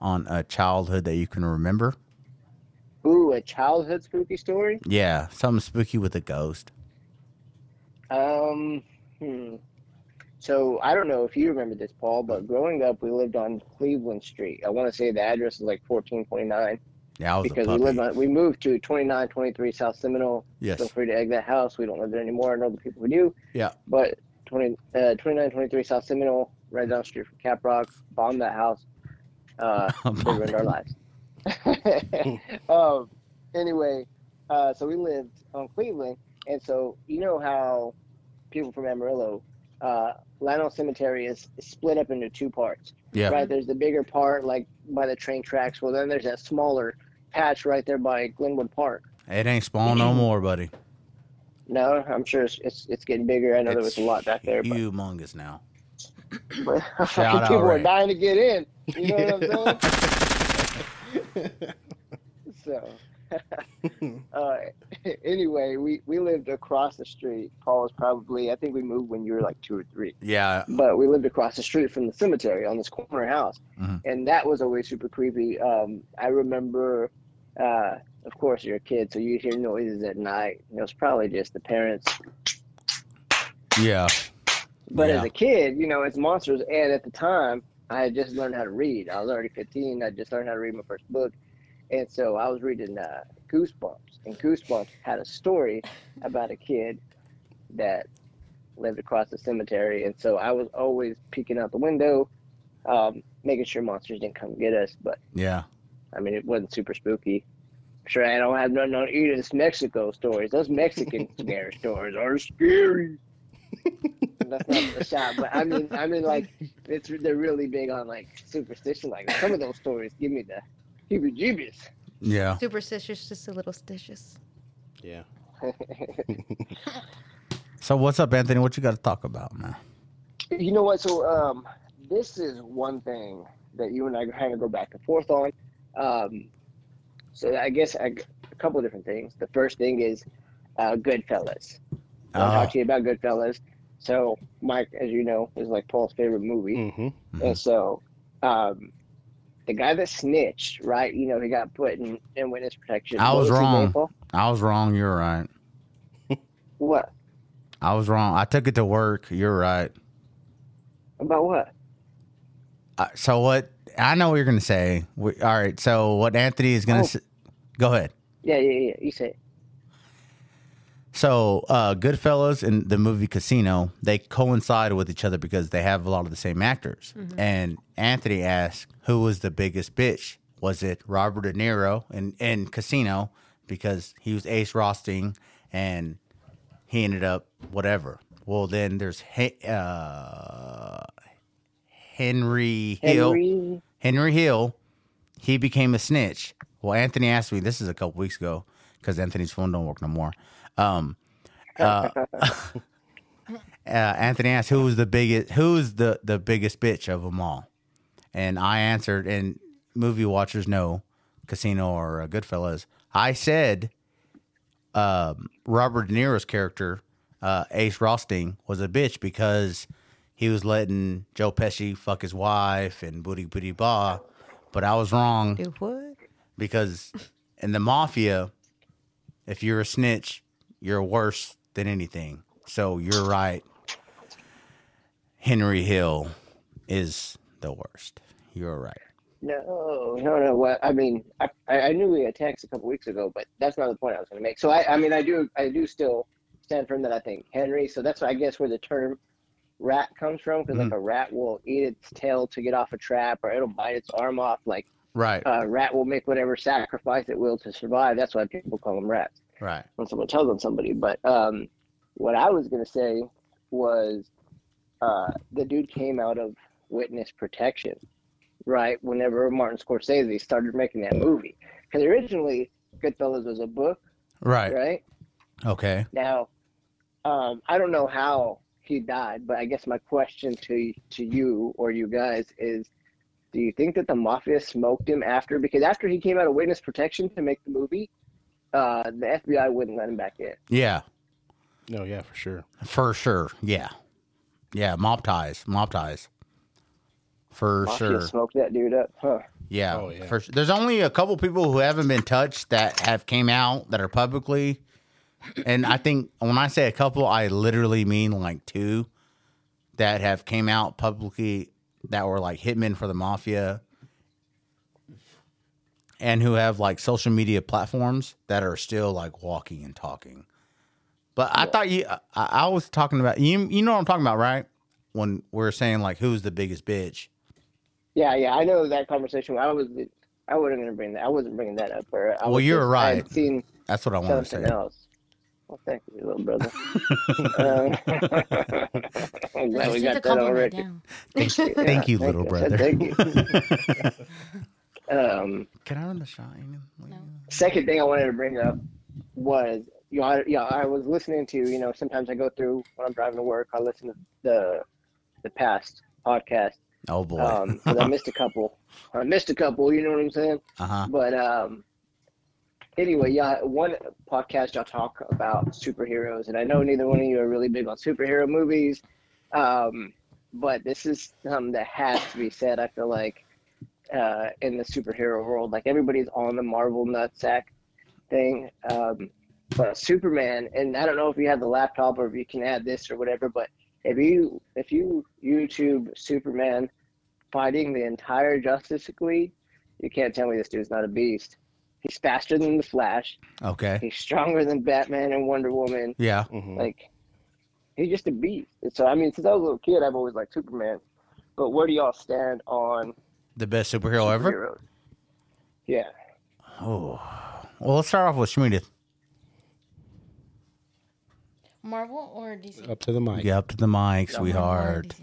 on a childhood that you can remember?
Ooh, a childhood spooky story.
Yeah, something spooky with a ghost.
Um, hmm. So I don't know if you remember this, Paul, but growing up, we lived on Cleveland Street. I want to say the address is like 1429
Yeah, I was
because
a
we
puppy.
lived on. We moved to 2923 South Seminole.
yes.
Feel free to egg that house. We don't live there anymore. I know the people who do.
Yeah.
But 20, uh, 29, 23 South Seminole, right down the street from Cap Rock, bombed that house. Uh, they ruined our lives. um, anyway, uh, so we lived on Cleveland. And so, you know how people from Amarillo, uh, Lionel Cemetery is split up into two parts.
Yeah.
Right? There's the bigger part, like by the train tracks. Well, then there's that smaller patch right there by Glenwood Park.
It ain't spawn no more, buddy.
No, I'm sure it's it's, it's getting bigger. I know there was a lot back there, but,
Humongous now.
but
Shout out,
people are
Ray.
dying to get in. You know what I'm saying? so, uh, anyway, we we lived across the street. Paul was probably I think we moved when you were like two or three.
Yeah,
but we lived across the street from the cemetery on this corner house,
Mhm.
and that was always super creepy. Um, I remember, uh, of course, you're a kid, so you hear noises at night. It was probably just the parents
yeah.
But
Yeah.
as a kid, you know, it's monsters. And at the time, I had just learned how to read. I was already 15. I just learned how to read my first book. And so I was reading uh, Goosebumps. And Goosebumps had a story about a kid that lived across the cemetery. And so I was always peeking out the window, um, making sure monsters didn't come get us. But
Yeah.
I mean, it wasn't super spooky. Sure, I don't have nothing on Edith's Mexico stories. Those Mexican scare stories are scary. That's not a shot, but I mean, I mean, like, it's they're really big on like superstition. Like some of those stories give me the heebie-jeebies.
Yeah.
Superstitious, just a little stitious.
Yeah.
So what's up, Anthony? What you got to talk about, man?
You know what? So um, this is one thing that you and I kind of go back and forth on. Um, so I guess I, a couple of different things. The first thing is uh, Goodfellas. I'll
Uh-huh. Uh,
talk to you about Goodfellas. So Mike, as you know, is like Paul's favorite movie,
Mm.
Mm-hmm.
and so um, the guy that snitched, right? You know, he got put in, in witness protection.
I
What
was
his name,
wrong.
Paul?
I was wrong. You're right.
What
I was wrong. I took it to work. You're right.
about what?
Uh, so what? I know what you're gonna say. We, all right. So what Anthony is gonna
Oh.
say? Go ahead.
Yeah, yeah, yeah. You say. it.
So, uh, Goodfellas and the movie Casino, they coincide with each other because they have a lot of the same actors. And Anthony asked, who was the biggest bitch? Was it Robert De Niro in, in Casino? Because he was Ace Rosting and he ended up whatever. Well, then there's He- uh, Henry Hill.
Henry.
Henry Hill, he became a snitch. Well, Anthony asked me this is a couple weeks ago because Anthony's phone don't work no more. Um, uh, uh, Anthony asked who was the biggest who's the the biggest bitch of them all, and I answered. And movie watchers know, Casino or uh, Goodfellas. I said, um, Robert De Niro's character, uh, Ace Rosting, was a bitch because he was letting Joe Pesci fuck his wife and booty booty ba. But I was wrong
Do what?
because in the mafia, if you're a snitch, you're worse than anything. So you're right. Henry Hill is the worst. You're right.
No, no, no. What I mean, I, I I knew we had text a couple weeks ago, but that's not the point I was going to make. So I, I mean, I do, I do still stand firm that I think Henry. So that's I guess where the term rat comes from, because like a rat will eat its tail to get off a trap, or it'll bite its arm off. Like
Right.
a rat will make whatever sacrifice it will to survive. That's why people call them rats
right.
when someone tells on somebody. But um, what I was gonna say was uh, the dude came out of witness protection, right? Whenever Martin Scorsese started making that movie, because originally Goodfellas was a book,
Right.
right?
Okay.
Now, um, I don't know how he died, but I guess my question to to you or you guys is. Do you think that the mafia smoked him after? Because after he came out of witness protection to make the movie, uh, the FBI wouldn't let him back in.
Yeah.
No, yeah, for sure.
For sure. Yeah. Yeah. Mob ties. Mob ties. For
Mafia
sure.
smoked that dude up, huh?
Yeah.
Oh, yeah.
For sure. There's only a couple people who haven't been touched that have came out that are publicly. And I think when I say a couple, I literally mean like two that have came out publicly that were like hitmen for the mafia and who have like social media platforms that are still like walking and talking. But I thought you, I, I was talking about you. You know what I'm talking about, right? When we're saying like who's the biggest bitch,
Yeah, yeah, I know that conversation. I was, I wasn't gonna bring that. I wasn't bringing that up. Or I
Well,
was
you're
just- I had
right.
seen
that's what I want to say.
something else. Well, thank you, little brother. um, I'm glad
just took the
we got that
compliment
already.
down.
Yeah,
Thank you, little brother.
Thank you. um,
Can I run the shot? Aiden? Like,
second thing I wanted to bring up was you know, I, you know, I was listening to you know sometimes I go through when I'm driving to work I listen to the the past podcast
Oh boy.
um 'cause I missed a couple I missed a couple you know what I'm saying
uh huh.
but um anyway yeah one podcast y'all talk about superheroes and i know neither one of you are really big on superhero movies um but this is something that has to be said i feel like uh in the superhero world like everybody's on the marvel nutsack thing um but superman and i don't know if you have the laptop or if you can add this or whatever but if you if you youtube superman fighting the entire justice league you can't tell me this dude's not a beast. He's faster than the Flash.
Okay.
He's stronger than Batman and Wonder Woman.
Yeah.
Mm-hmm.
Like, he's just a beast. And so, I mean, since I was a little kid, I've always liked Superman. But where do y'all stand on
The best superhero ever.
heroes? Yeah.
Oh Well, let's start off with Schmiedeth.
Marvel or Oh, DC?
Up to the mic.
Get up to the mic, sweetheart.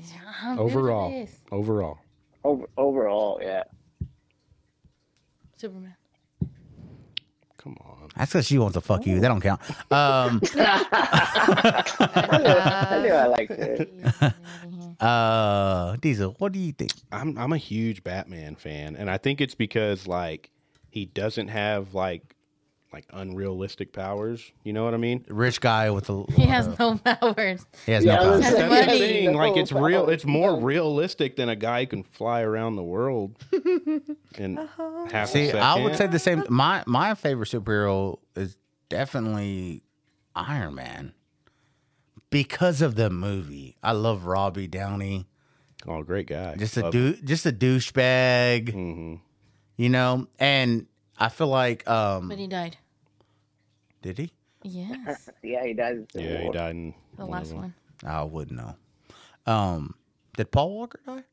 Overall.
Overall, overall,
Over, overall, yeah.
Superman.
come on.
That's because she wants to fuck you. That don't count. Um,
I knew, I knew I liked it.
uh, Diesel, what do you think?
I'm I'm a huge Batman fan, and I think it's because like he doesn't have like like unrealistic powers. You know what I mean?
Rich guy with the
He has no powers.
he has
Yeah, I
no
was
power.
That's the
Money.
thing. Like
No
it's real.
power.
It's more realistic than a guy who can fly around the world in half
See,
a second.
I would say the same. My my favorite superhero is definitely Iron Man because of the movie. I love Robbie Downey.
oh, great guy.
Just a du- just a douchebag,
hmm
you know. And I feel like um
But he died.
did he?
Yes.
Yeah, he dies. in Civil
Yeah, he
War.
died in
The
one
last
of them,
one.
I wouldn't know. Um did Paul Walker die?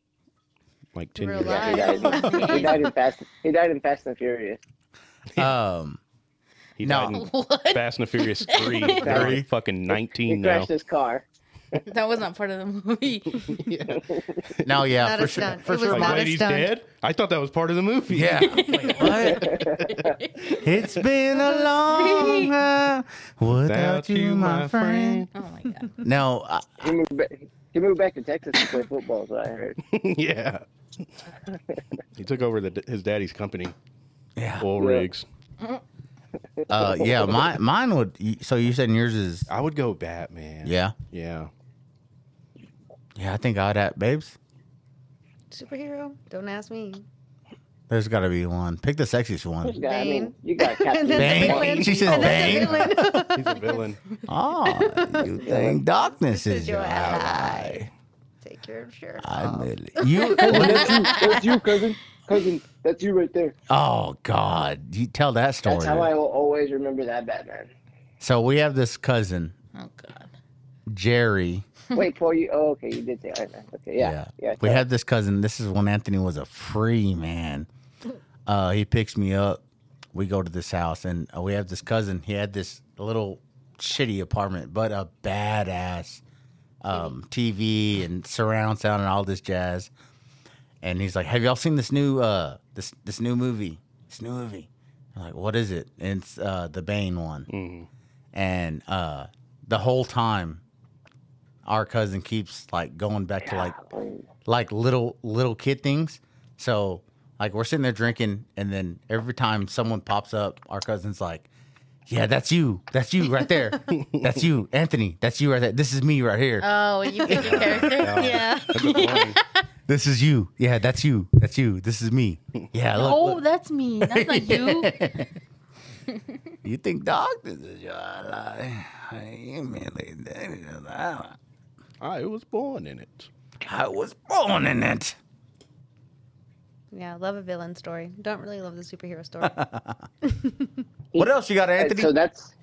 like ten
Real
years.
Yeah,
ago.
he died. in- he died in Fast. He died in Fast and Furious.
Um
He
No.
died in
What?
Fast and the Furious three. They're like fucking
He
nineteen now.
crashed his car.
That was not part of the movie.
no, yeah,
Not
for
a
sure.
stunt.
For
It was
sure.
not
Like,
a
lady's
stunt.
dead. I thought that was part of the movie.
Yeah. Wait, what? it's been a long time without you, my friend.
Oh my god.
No, I,
He moved back. He moved back to Texas to play football. So I heard.
yeah. he took over the, his daddy's company,
yeah,
Oil
Yeah.
Rigs.
uh, yeah. My mine would. So you said yours is
I would go Batman.
Oh, yeah,
Yeah.
yeah. I think I'd at babes.
Superhero? Don't ask me.
There's got to be one. Pick the sexiest one.
Yeah, I mean,
Bane.
you got Captain.
That's a
Bane?
villain.
She says
And that's a
Bane?
villain.
He's a villain.
Oh, you think darkness
This
is your ally? Oh.
Take care of sure. Um,
I admit it. You.
Cousin, that's you. That's you, cousin. Cousin, that's you right there.
Oh God, you tell that story.
That's how I will always remember that Batman.
so we have this cousin
Oh god.
Jerry.
Wait, Paul, you. Oh, okay, you did say Iron Man. Okay, yeah, yeah.
we
so-
had this cousin. This is when Anthony was a free man. Uh, he picks me up. We go to this house, and uh, we have this cousin. He had this little shitty apartment, but a badass um, TV and surround sound and all this jazz. And he's like, "Have y'all seen this new uh, this this new movie? This new movie? I'm like, what is it? And it's uh, the Bane one."
Mm-hmm.
And uh, the whole time, our cousin keeps like going back to
Ah,
like like little little kid things. So like we're sitting there drinking, and then every time someone pops up, our cousin's like, "Yeah, that's you, that's you right there, that's you, Anthony, that's you right there. This is me right here.
Uh,
Oh, you pick your character. yeah.
That's a villain.
This is you. Yeah, that's you, that's you. This is me. Yeah, look,
Oh,
look.
that's me. That's not you.
you think dog? This is your ally. I am really- that is your ally.
I was born in it.
I was born in it.
Yeah, love a villain story. Don't really love the superhero story.
What else you got,
Hey,
Anthony?
So that's,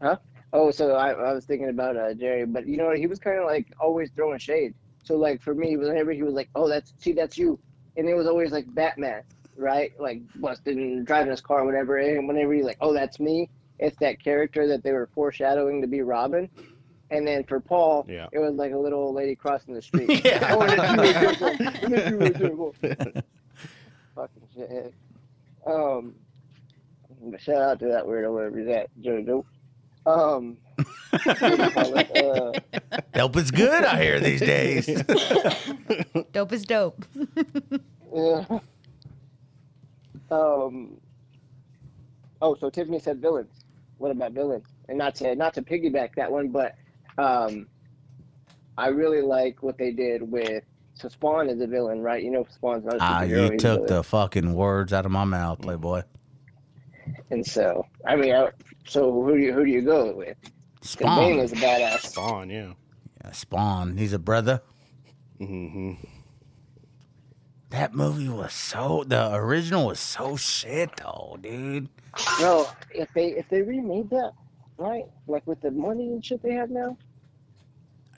huh? Oh, so I, I was thinking about uh, Jerry, but you know what? He was kind of like always throwing shade. So like for me, whenever he was like, "Oh, that's see, that's you," and it was always like Batman, right? Like busting and driving his car, or whatever. And whenever he's like, "Oh, that's me," it's that character that they were foreshadowing to be Robin. And then for Paul,
Yeah.
it was like a little old lady crossing the street.
Yeah.
Oh, and that's you right there, Paul. And that's you right there, Paul. Fucking shithead. Um, shout out to that weirdo wherever he's at, JoJo. Um, what do you call it? Uh,
Dope is good out here these days.
dope is dope.
Yeah. Um. Oh, so Tiffany said villains. What about villains? And not to not to piggyback that one, but um, I really like what they did with. So Spawn is a villain, right? You know, Spawn's not a
Ah,
superhero.
you
he's a
took
villain.
the fucking words out of my mouth, playboy.
And so, I mean, I, so who do you who do you go with? 'Cause Bane
Spawn.
is a badass.
Spawn, yeah.
Yeah, Spawn. He's a brother.
hmm
That movie was so. The original was so shit, though, dude.
No, if they if they remade that, right? Like with the money and shit they have now.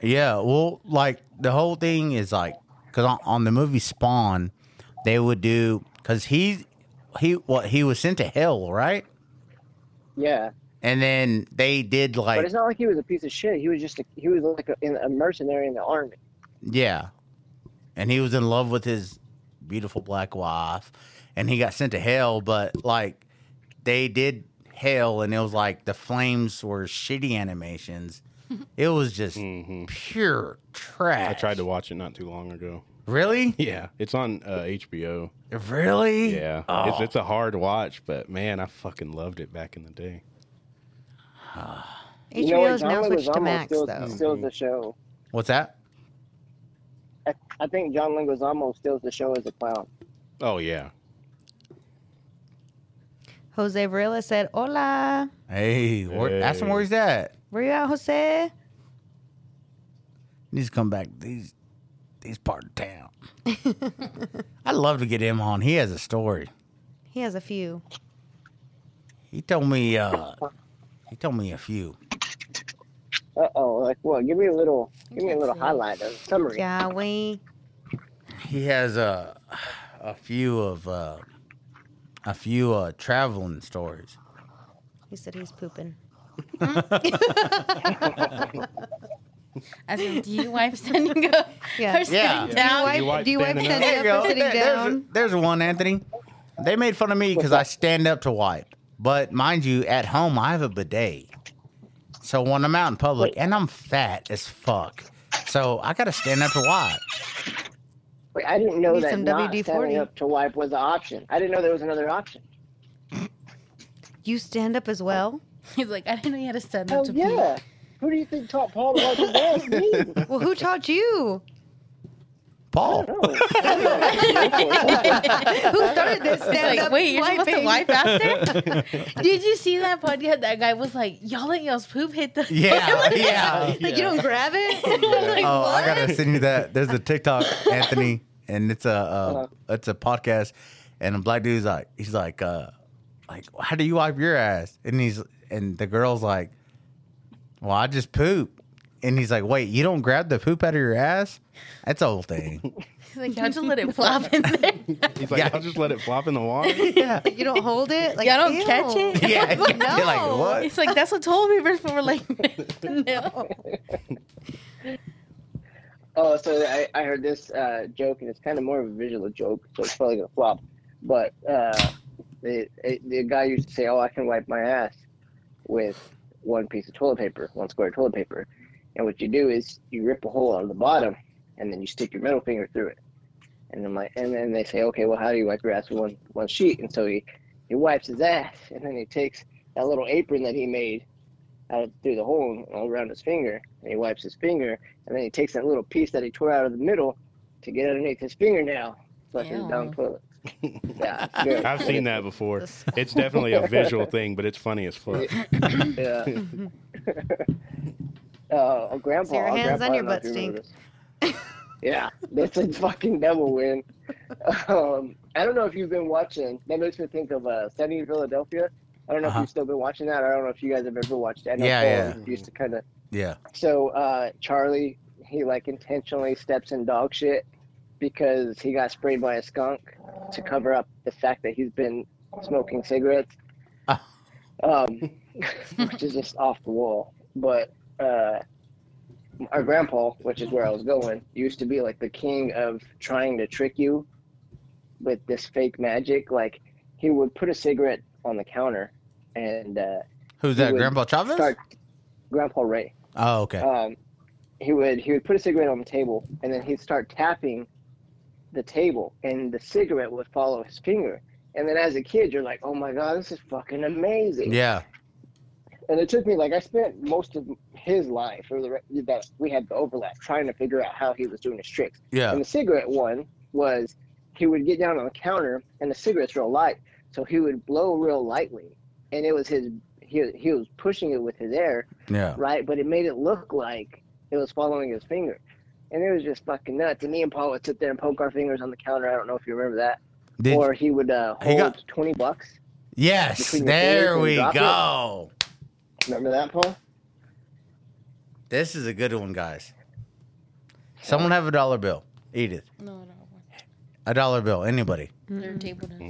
Yeah, well, like the whole thing is like because on, on the movie Spawn, they would do because he he what he was sent to hell, right?
Yeah,
And then they did
but
like
it's not like he was a piece of shit. He was just a, he was like a, in, a mercenary in the army.
Yeah. And he was in love with his beautiful black wife and he got sent to hell, but like they did hell and it was like the flames were shitty animations. It was just pure trash.
Mm-hmm. I tried to watch it not too long ago.
Really?
Yeah, it's on uh, HBO.
Really?
Yeah,
Oh.
it's, it's a hard watch, but man, I fucking loved it back in the day.
HBO's now
Lguizamo
switched to Max,
still,
though.
Steals the show.
What's that?
I, I think John Leguizamo steals the show as a clown.
Oh yeah,
Jose Varela said, Hola.
Hey, where, ask him where he's at.
Where you at, Jose?
He needs to come back to these these part of town. I'd love to get him on. He has a story.
He has a few.
He told me uh he told me a few.
Uh oh, like what? Give me a little, give me a little highlight, a summary.
Yeah, we.
he has a a few of uh, a few uh, traveling stories.
He said he's pooping.
As in, do you wife standing up
Yeah.
or sitting
Yeah.
down?
Do you wipe, do you wipe
standing up.
standing up or sitting
There's,
down?
there's one, Anthony. They made fun of me because I stand up to wipe, but mind you, at home I have a bidet. So when I'm out in public, and I'm fat as fuck, so I gotta stand up to wipe.
Wait, I didn't know
Need
that
some
not
WD-40.
standing up to wipe was an option. I didn't know there was another option.
You stand up as well?
He's like, I didn't know you had a stand up
Oh
to pee.
yeah. Who do you think taught Paul to wipe his ass? Me.
Well, who taught you?
Paul,
Who started this
It's
stand
like,
up
wait, you're supposed to
wiping?
wipe after? Did you see that podcast? That guy was like, y'all let y'all's poop hit the.
yeah, yeah.
Like, you don't grab it?
Like,
Oh,
what?
I gotta send you that. There's a TikTok, Anthony, and it's a uh,
Uh-huh.
it's a podcast, and a black dude's like, he's like, uh, like, how do you wipe your ass? And he's and the girl's like, well, I just poop, and he's like, wait, you don't grab the poop out of your ass? That's a whole thing.
He's like, y'all just let it flop in there.
he's like,
Yeah.
I'll just let it flop in the water.
yeah,
you don't hold it? Like,
y'all don't
ew.
catch it.
yeah. You're
No.
like what?
It's like that's what told me before. We're like, no.
Oh, so I, I heard this uh, joke, and it's kind of more of a visual joke, so it's probably gonna flop. But uh, the it- the guy used to say, "Oh, I can wipe my ass with one piece of toilet paper, one square of toilet paper." And what you do is you rip a hole out of the bottom, and then you stick your middle finger through it. And I'm like, and then they say, "Okay, well, how do you wipe your ass with one one sheet?" And so he he wipes his ass, and then he takes that little apron that he made out of, through the hole and all around his finger, and he wipes his finger, and then he takes that little piece that he tore out of the middle to get underneath his fingernail, flushes it down
Ew.
the toilet. Yeah, it's good.
I've seen that before. It's definitely a visual thing, but it's funny as fuck.
Yeah. uh, a grandpa.
So your
a
hands
grandpa,
on
I
your
don't know
butt
if you remember
stink.
this. yeah, that's a fucking devil win. Um, I don't know if you've been watching. That makes me think of uh, Sunny in Philadelphia. I don't know if
Uh-huh.
you've still been watching that. I don't know if you guys have ever watched. it. I know
Yeah,
Paul Used to kind of
Yeah,
so uh, Charlie, he like intentionally steps in dog shit because he got sprayed by a skunk to cover up the fact that he's been smoking cigarettes,
Ah.
um, which is just off the wall. But uh, our grandpa, which is where I was going, used to be like the king of trying to trick you with this fake magic. Like he would put a cigarette on the counter and uh,
who's
He
that?
would
Grandpa Chavez?
start. Grandpa Ray
Oh, okay.
um, he would he would put a cigarette on the table and then he'd start tapping the table and the cigarette would follow his finger and then as a kid you're like oh my god this is fucking amazing
yeah,
and it took me like i spent most of his life or the re- that we had the overlap trying to figure out how he was doing his tricks
yeah.
and the cigarette one was he would get down on the counter and the cigarette's real light, so he would blow real lightly, and it was his he he was pushing it with his air,
Yeah.
right? But it made it look like it was following his finger, and it was just fucking nuts. And me and Paul would sit there and poke our fingers on the counter. I don't know if you remember that,
Did,
or he would uh,
He
hold
got-
twenty bucks.
yes,
between your
there
fingers
we
and
go.
drop it? Remember that, Paul?
This is a good one, guys. Someone have a dollar bill. Edith.
No, no.
A dollar bill. Anybody.
Their table does.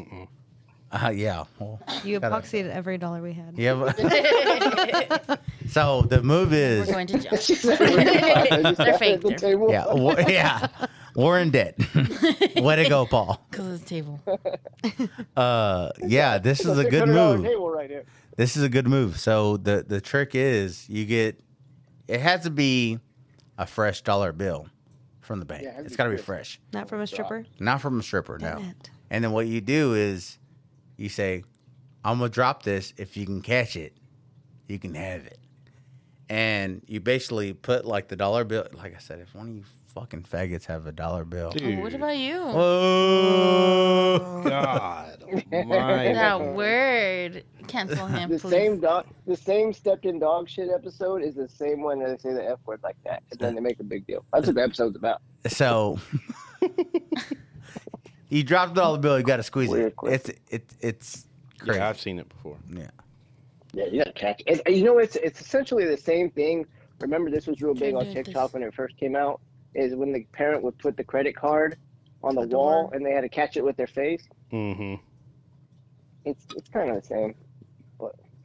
Uh, yeah. Well,
You
gotta-
epoxied every dollar we had.
Yeah. But so the move
We're
is
going to jail.
They're
fake,
The
they're
table.
yeah, oh, wa- yeah. We're in debt. Way to go, Paul.
Because of the table.
Uh, yeah, this is a good
$600
move.
Table right here.
This is a good move. So the the trick is you get it has to be a fresh dollar bill from the bank.
Yeah, it has to
it's
be
got to be fresh,
fresh.
Not from a stripper.
not from a stripper.
Damn
no.
it.
And then what you do is you say, I'm gonna drop this. If you can catch it, you can have it. And you basically put like the dollar bill. Like I said, if one of you fucking faggots have a dollar bill,
Dude,
Oh, What about you?
Whoa.
God, my
that word. Cancel him,
The
please.
same dog, the same stepped in dog shit episode is the same one that they say the f word like that, and then they make a big deal. That's what the episode's about.
So you drop the dollar bill, you got to squeeze it.
Weird
It's
question.
it, it's crazy.
yeah,
Yeah,
I've seen it before.
Yeah, you gotta catch. It. You know, it's it's essentially the same thing. Remember, this was real big
Dude,
on
dude,
TikTok
this-
when it first came out. Is when the parent would put the credit card on the
the
wall
door.
and they had to catch it with their face.
hmm
It's it's kind of the same.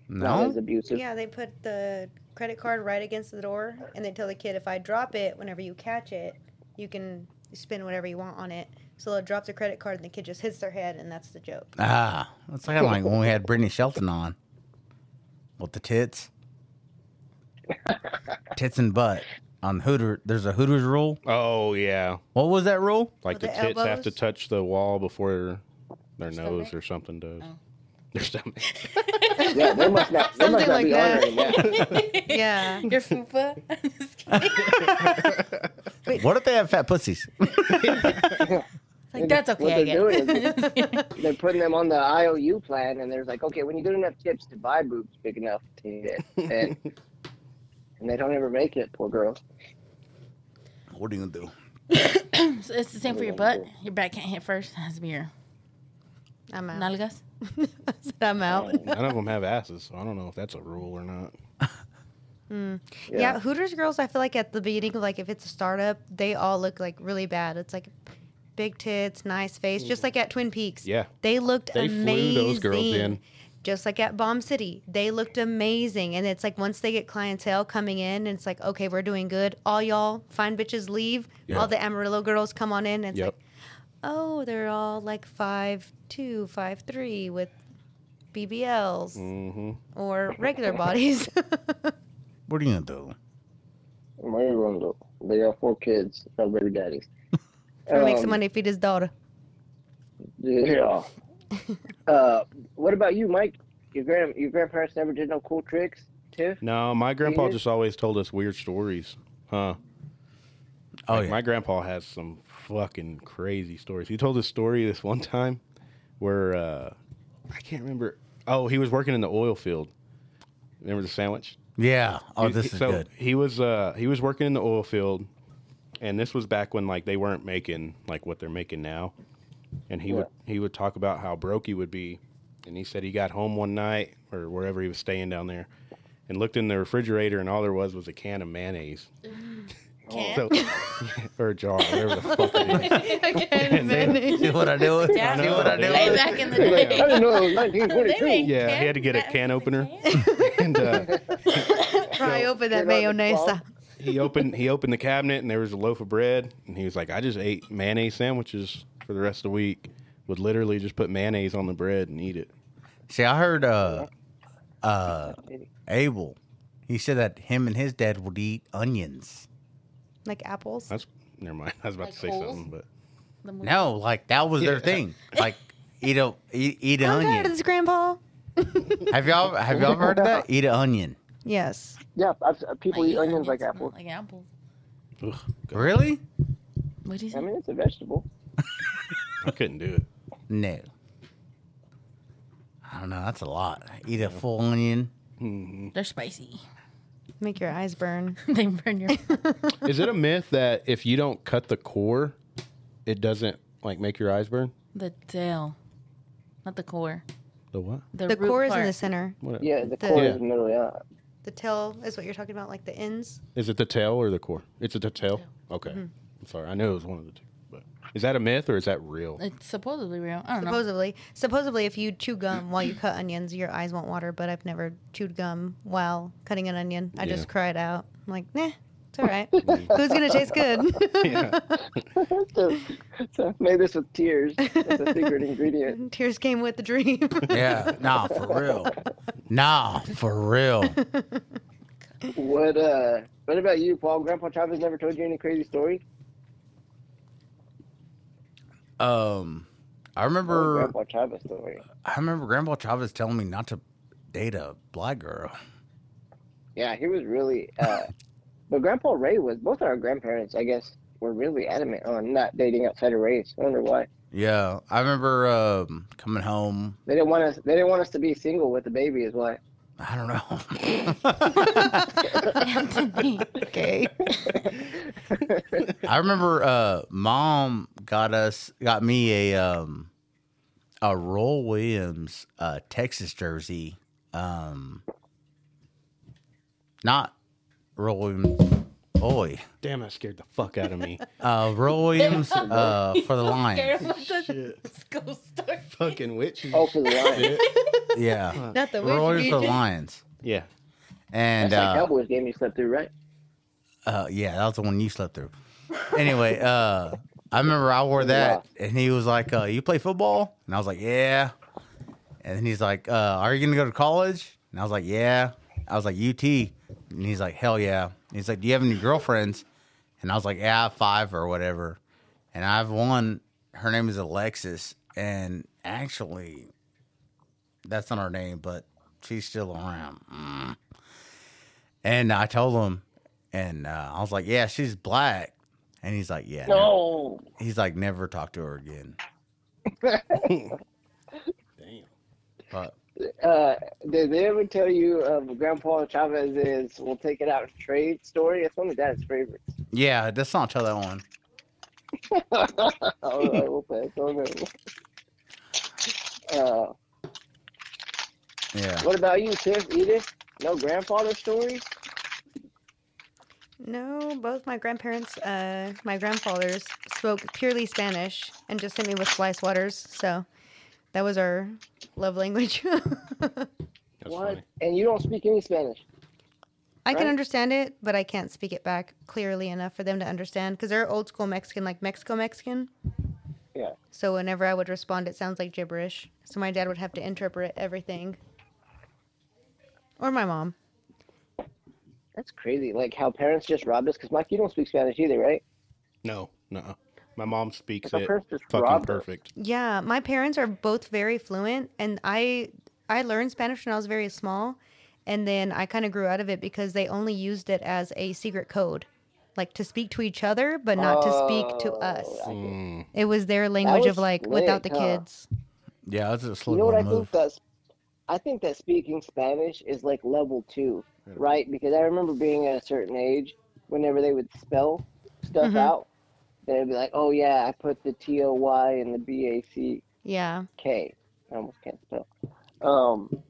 Not as
no,
abusive.
Yeah, they put the credit card right against the door, and they tell the kid, if I drop it, whenever you catch it, you can spend whatever you want on it. So they'll drop the credit card, and the kid just hits their head, and that's the joke.
ah, it's kind of like when we had Brittany Shelton on with the tits, tits and butt on Hooter. There's a Hooters rule.
Oh yeah,
What was that rule?
like
With
the,
the
tits have to
elbows?
touch the wall before their nose
Stomach?
or something does.
Oh.
Their stomach.
Yeah, they must not. They must
Something
not
like
be
that.
honoring that.
Yeah.
Your fupa. Just kidding.
What if they have fat pussies?
like, that's okay.
What
I
they're
guess.
doing is they're putting them on the IOU plan, and there's like, okay, when you get enough tips to buy boobs big enough to eat it, and and they don't ever make it. Poor girls.
what are you gonna do?
So it's the same for your butt. Your back can't hit first. It has to be your
I'm out.
nalgas.
I'm out.
None of them have asses, so I don't know if that's a rule or not.
Yeah. Hooters girls, I feel like at the beginning, like if it's a startup, they all look like really bad. It's like big tits, nice face, just like at Twin Peaks.
Yeah.
They looked
They
amazing.
flew those girls in.
Just like at Bomb City, they looked amazing. And it's like once they get clientele coming in, and it's like, okay, we're doing good. All y'all fine bitches leave.
Yeah.
All the Amarillo girls come on in, and it's
Yep.
like, oh, they're all like five two, five three with BBLs
Mm-hmm.
or regular bodies.
What are you gonna do?
Where you gonna go? They got four kids, no baby daddies.
Trying to make
Um,
some money to feed his daughter.
Yeah. uh, what about you, Mike? Your grand your grandparents never did no cool tricks, Tiff.
No, my grandpa
Weird.
just always told us weird stories, huh?
Oh
Like,
yeah,
My grandpa has some fucking crazy stories. He told a story this one time where uh, I can't remember. Oh, he was working in the oil field. Remember the sandwich?
yeah. Oh,
He-
this is
so
good.
He was uh, he was working in the oil field, and this was back when like they weren't making like what they're making now. And he would he would talk about how broke he would be, and he said he got home one night or wherever he was staying down there, and looked in the refrigerator, and all there was was a can of mayonnaise. Mm. So, or a jar, whatever the fuck it is. And then-
See what I do? See
Yeah.
what I do?
Way back in the
Like, I
day.
didn't know it was
They
1942.
yeah, he had to get a can opener, and uh,
Try open that
Get on the
mayonnaise.
clock.
he opened he opened the cabinet and there was a loaf of bread and he was like, I just ate mayonnaise sandwiches for the rest of the week. Would literally just put mayonnaise on the bread and eat it.
See, I heard uh uh Abel. He said that him and his dad would eat onions.
Like apples.
That's never mind. I was about
Like
to say
holes?
something, but
No, like that was their thing. Like eat a eat, eat an
Oh,
I'm tired of
onion.
this, Grandpa.
Have y'all have y'all ever heard of that? Eat an onion.
Yes.
Yeah, I've, uh, people eat onions like
not
apples.
Like apples.
Really?
What do you
I
say?
mean, it's a vegetable.
I couldn't do it.
No. I don't know. That's a lot. Eat a full onion.
They're spicy.
Make your eyes burn.
they burn your.
Is it a myth that if you don't cut the core, it doesn't like make your eyes burn?
the tail, not the core.
The what?
The,
The
root
core is in
part.
the center.
What
Yeah, the core
Yeah.
is in the middle. Yeah,
The tail is what you're talking about, like the ends.
Mm-hmm.
is it the tail or the core? It's the tail. Okay. I'm sorry. I know it was one of the two, but Is that a myth or is that real?
It's supposedly real. I don't know.
Supposedly, supposedly, if you chew gum while you cut onions, your eyes won't water. But I've never chewed gum while cutting an onion. I just
Yeah.
cried out. I'm like, nah, it's all right. Food's gonna taste good.
yeah.
so, so made this with tears. That's a secret ingredient.
Tears came with the dream.
Yeah, nah, for real. Nah, for real.
What uh? What about you, Paul? Grandpa Travis never told you any crazy story.
Um, I
Oh,
remember,
Grandpa Travis story.
I remember Grandpa Chavez telling me not to date a black girl.
Yeah, he was really. Uh, but Grandpa Ray was. Both our grandparents, I guess, were really adamant on not dating outside of race. I wonder why.
Yeah, I remember um, coming home.
They didn't want us. They didn't want us to be single with the baby. Is why.
I don't know.
okay.
Anthony.
I remember uh, mom got us got me a um, a Roll Williams uh, Texas jersey. Um, not Roll Williams. Boy,
Damn, that scared the fuck out of me.
uh, Roll Williams uh, for the Lions.
Scared about the ghost story.
Fucking witches.
Oh, for the line.
Yeah,
Not the
Roll Williams
wish.
for the Lions.
Yeah.
And
That's that
uh,
Cowboys game you slept through, right?
Uh, yeah, that was the one you slept through. Anyway, uh, I remember I wore that, and he was like, uh, "You play football?" And I was like, "Yeah." And then he's like, uh, "Are you gonna go to college?" And I was like, "Yeah." I was like, "UT," and he's like, "Hell yeah." And he's like, "Do you have any girlfriends?" And I was like, "Yeah, I have five or whatever." And I have one. Her name is Alexis, and actually, that's not her name, but she's still around. Mm. And I told him, and uh, I was like, "Yeah, she's black," and he's like, "Yeah." never-
No.
He's like, "Never talk to her again."
Damn.
But
Uh, did they ever tell you of Grandpa Chavez's "We'll take it out and trade" story? It's one of Dad's favorites.
yeah, let's not tell that one.
Oh, All right, we'll pass on that one. Uh,
Yeah,
what about you, Tiff? Edith? No grandfather story?
No, both my grandparents, uh, my grandfathers spoke purely Spanish and just hit me with slice waters. So that was our love language.
That's
what?
funny.
And you don't speak any Spanish?
I can
Right.
understand it, but I can't speak it back clearly enough for them to understand because they're old school Mexican, like Mexico Mexican.
Yeah.
So whenever I would respond, it sounds like gibberish. So my dad would have to interpret everything, or my mom.
That's crazy. Like how parents just robbed us. Because Mike, you don't speak Spanish either, right?
No, no. My mom speaks
If a
it
person is
fucking
robbed-
perfect.
Yeah, my parents are both very fluent, and I I learned Spanish when I was very small, and then I kind of grew out of it because they only used it as a secret code, like to speak to each other, but not to speak to
Oh,
us.
I get-
Mm.
It was their language of
was
like without the
slick, huh?
kids.
yeah, that's a slow
You know what I
move.
think that's I think that speaking Spanish is like level two, right? Because I remember being at a certain age whenever they would spell stuff
Mhm.
out, they'd be like, "Oh yeah, I put the T O Y and the B A C
Yeah.
K." I almost can't spell. Um,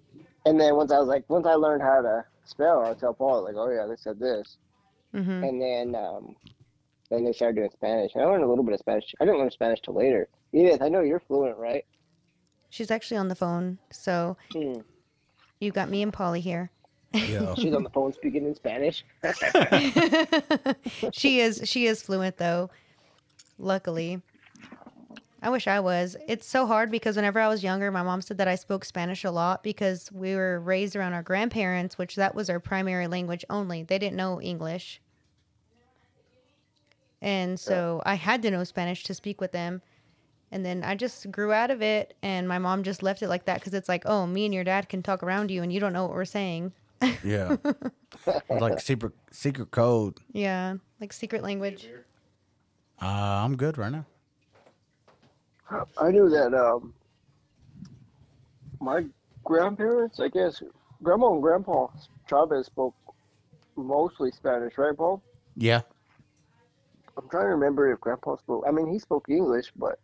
and then once I was like, once I learned how to spell, I'd tell Paul like, "Oh yeah, they said this,"
hmm
and then um, then they started doing Spanish. And I learned a little bit of Spanish. I didn't learn Spanish till later. Edith, I know you're fluent, right?
She's actually on the phone, so
Hmm.
you got me and Polly here.
Yeah,
She's on the phone speaking in Spanish.
she is she is fluent though. Luckily. I wish I was. It's so hard because whenever I was younger, my mom said that I spoke Spanish a lot because we were raised around our grandparents, which that was our primary language only. They didn't know English. And so I had to know Spanish to speak with them. And then I just grew out of it, and my mom just left it like that because it's like, oh, me and your dad can talk around you, and you don't know what we're saying.
yeah. It's like secret secret code.
Yeah, like secret language.
Uh, I'm good right now.
I knew that um, my grandparents, I guess, grandma and grandpa Chavez spoke mostly Spanish, right, Paul?
Yeah,
I'm trying to remember if grandpa spoke. I mean, he spoke English, but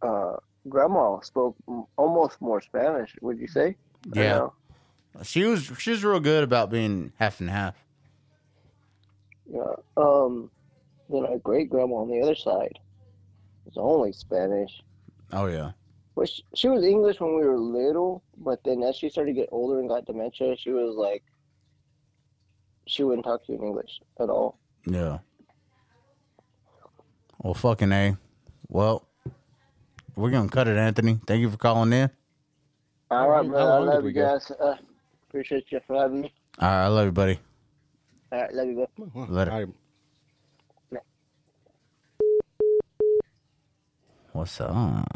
uh, grandma spoke m- almost more Spanish. Would you say? Or
Yeah.
no?
she was she was real good about being half and half.
Yeah. Um, then our great grandma on the other side, was only Spanish.
Oh yeah.
Well, she, she was English when we were little, but then as she started to get older and got dementia, she was like, she wouldn't talk to you in English at all.
Yeah. Well, fucking a. Well, we're gonna cut it, Anthony. Thank you for calling in.
All right,
long-
brother.
how
I
long did
love
we
you
go?
guys. Uh, appreciate you for having me.
All right, I love you, buddy.
All right, love you, bro.
Mm.
Later. What's up?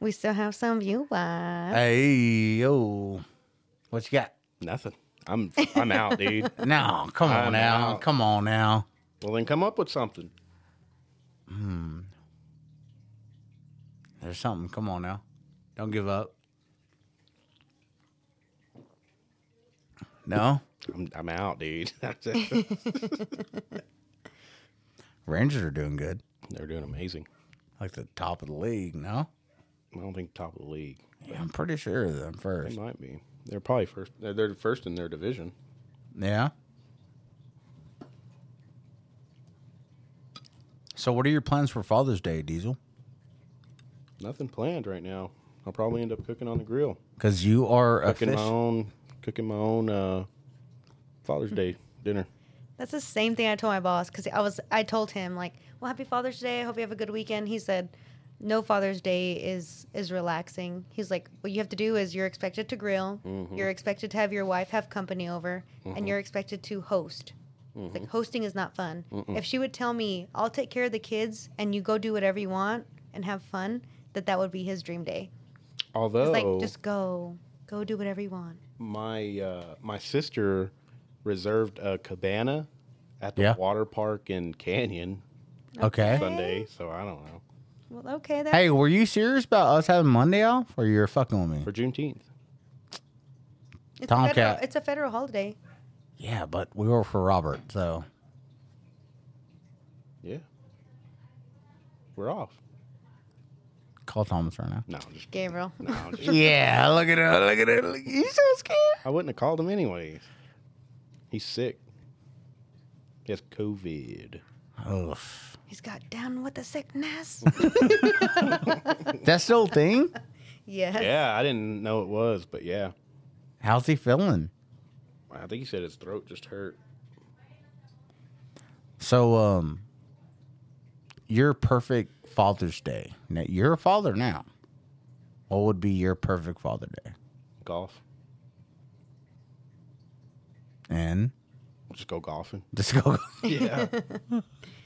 we still have some viewers.
Hey yo, what you got?
Nothing. I'm I'm out, dude.
No, come on
I'm
now,
out.
come on now.
Well, then come up with something.
There's something. Come on now, don't give up. No,
I'm, I'm out, dude.
Rangers are doing good,
They're doing amazing.
like the top of the league. No,
I don't think top of the league.
yeah, I'm pretty sure they're
They
first.
might be. They're probably first. They're, they're first in their division.
Yeah. So, what are your plans for Father's Day, Diesel?
Nothing planned right now. I'll probably end up cooking on the grill.
Because you are a
Cooking
fish.
my own. Cooking my own uh, Father's Day dinner.
That's the same thing I told my boss because I was I told him like, "Well, happy Father's Day. I hope you have a good weekend." He said, "No Father's Day is is relaxing." He's like, "What you have to do is you're expected to grill,
Mm-hmm.
you're expected to have your wife have company over, and you're expected to host." It's
Mm-hmm.
Like hosting is not fun. If she would tell me, "I'll take care of the kids and you go do whatever you want and have fun," that that would be his dream day.
Although
It's
Oh.
like just go, go do whatever you want.
my uh, my sister reserved a cabana at the
Yeah.
water park in Canyon
Okay.
Sunday. So I don't know
Well, okay, that
Hey, were you serious about us having Monday off, or you're fucking with me?
for Juneteenth.
it's a
Tomcat.
federal, it's a federal holiday.
Yeah, but we were for Robert, so
Yeah, we're off.
call Thomas right now.
No, I'm just,
Gabriel.
no, I'm just
Yeah, look at her, look at her. Look, you so scared.
I wouldn't have called him anyways. He's sick. He has COVID.
Oof.
He's got down with the sickness.
That's still a thing.
yes.
Yeah, I didn't know it was, but yeah,
How's he feeling?
I think he said his throat just hurt.
So, um, your perfect Father's Day. Now, you're a father now. What would be your perfect Father Day?
Golf.
And
Just go golfing.
just go.
Yeah.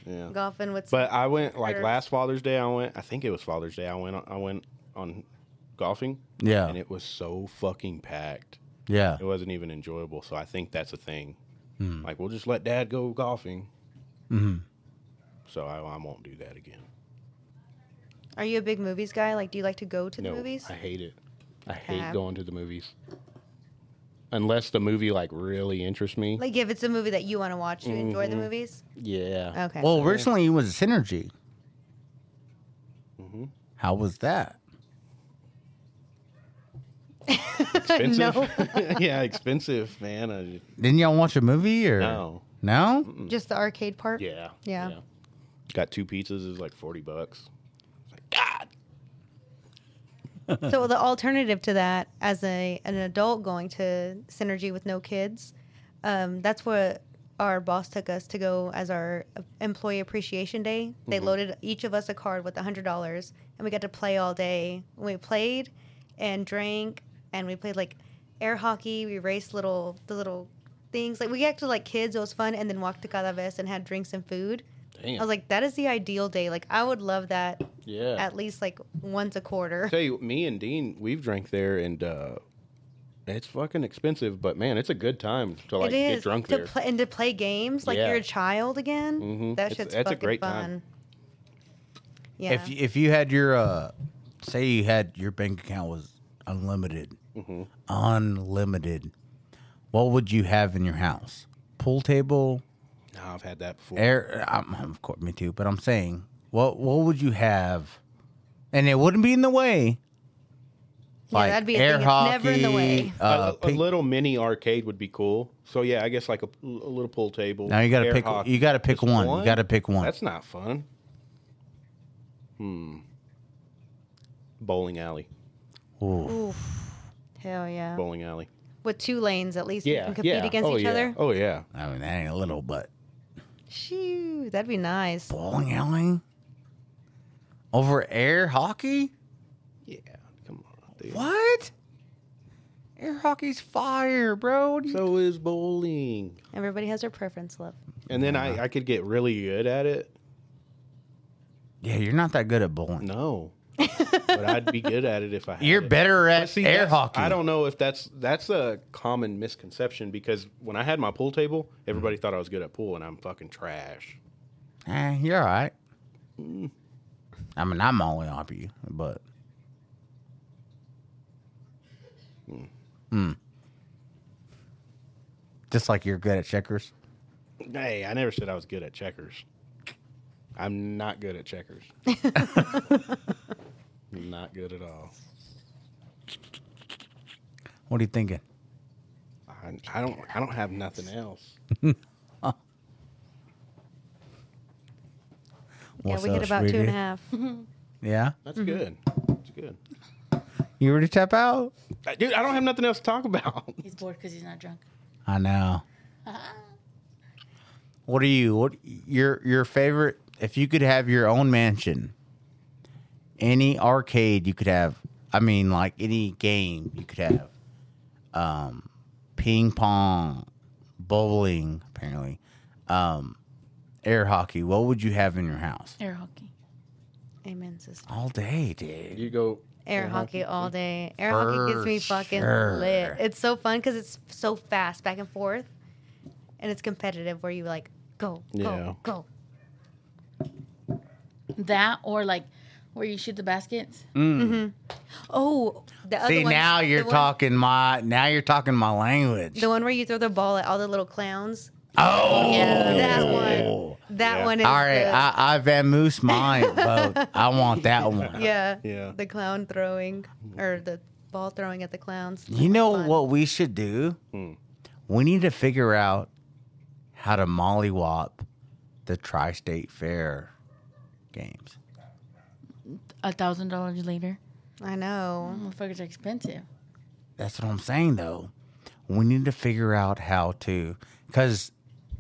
yeah.
Golfing with
But I went like
Or-
last Father's Day. I went. I think it was Father's Day. I went. I went on golfing, and
yeah,
it was so fucking packed.
yeah.
It wasn't even enjoyable. So I think that's a thing. Like we'll just let Dad go golfing. So I, I won't do that again.
Are you a big movies guy? Like do you like to go to the
no,
movies?
I hate it. I hate
Okay.
going to the movies. Unless the movie like really interests me.
Like if it's a movie that you want to watch, you enjoy
Mm-hmm.
the movies?
yeah.
Okay.
Well, originally it was Synergy.
Mm-hmm.
How was that?
Expensive. yeah, expensive, man. I,
Didn't y'all watch a movie or
no.
No?
Just the arcade part?
Yeah.
Yeah.
Got two pizzas is like forty bucks. It's like God.
So the alternative to that as a an adult going to Synergy with no kids, um, that's what our boss took us to go as our employee appreciation day. They
Mm-hmm.
loaded each of us a card with hundred dollars, and we got to play all day. We played and drank, and we played like air hockey. We raced little the little things like we acted like kids. It was fun, and then walked to Cadaves and had drinks and food.
Damn.
I was like, that is the ideal day. Like I would love that
yeah.
at least like once a quarter.
tell you, me and Dean, we've drank there, and uh, it's fucking expensive, but man, it's a good time to like
It is
get drunk
to
there.
play, and to play games like
Yeah.
you're a child again.
Mhm.
That
It's-
shit's
that's a
fucking
great
fun.
time.
Yeah,
If if you had your uh say you had your bank account was unlimited.
Mm-hmm.
Unlimited. What would you have in your house? Pool table,
no, I've had that before.
air I'm, I'm- of course me too, but I'm saying what what would you have? And it wouldn't be in the way.
Yeah, that'd be a
air
thing. It's
hockey,
never in the way.
A-
Uh,
a,
pick-
little mini arcade would be cool. So yeah, I guess like a, a little pool table.
now you gotta
air
pick
hockey.
you gotta pick
Just
one. You gotta pick one.
That's not fun. Hmm. Bowling alley.
Hell yeah.
Bowling alley.
With two lanes at least, Oh. you can compete against
oh,
each
yeah.
other.
Oh yeah.
I mean, that ain't a little, but
Shoo, that'd be nice.
bowling alley over air hockey.
Yeah. Come on. dude.
What? Air hockey's fire, bro. What do you-
So is bowling.
Everybody has their preference, love.
And then I, I could get really good at it.
yeah, you're not that good at bowling.
No. but I'd be good at it if I had
You're
it.
better
But
at
see,
air
that's-
hockey.
I don't know if that's that's a common misconception because when I had my pool table, everybody
Mm-hmm.
thought I was good at pool and I'm fucking trash.
Eh, you're all right. I mean, I'm only off you, but. Hmm. Just like you're good at checkers.
Hey, I never said I was good at checkers. I'm not good at checkers. not good at all.
What are you thinking?
I, I don't I don't have nothing else.
What's
yeah, we
up,
get about two and
sweetie?
a half.
Yeah.
That's good. That's good.
You ready to tap out?
Uh, Dude, I don't have nothing else to talk about.
He's bored because he's not drunk.
I know. what are you? What your your favorite? If you could have your own mansion, any arcade you could have. I mean, like any game you could have. Um, ping pong, bowling, apparently, um, air hockey. What would you have in your house?
Air hockey.
Amen, sister.
All day, dude.
You go
Air hockey all day. Air hockey gets me
For
fucking
sure.
lit. It's so fun because it's so fast, back and forth, and it's competitive where you like go,
Yeah.
go, go.
That or like where you shoot the baskets.
Oh, the other
See,
one-
now
the
you're
one-
talking my now you're talking my language.
The one where you throw the ball at all the little clowns.
oh,
Yeah,
that one. That
Yeah.
one is
All right,
the-
I, I vamoose mine, but I want that one.
yeah,
Yeah.
the clown throwing or the ball throwing at the clowns.
You know
Fun.
what we should do?
Hmm.
We need to figure out how to mollywop the tri-state fair games.
A thousand dollars later.
I know.
Motherfuckers are expensive.
That's what I'm saying, though. We need to figure out how to, because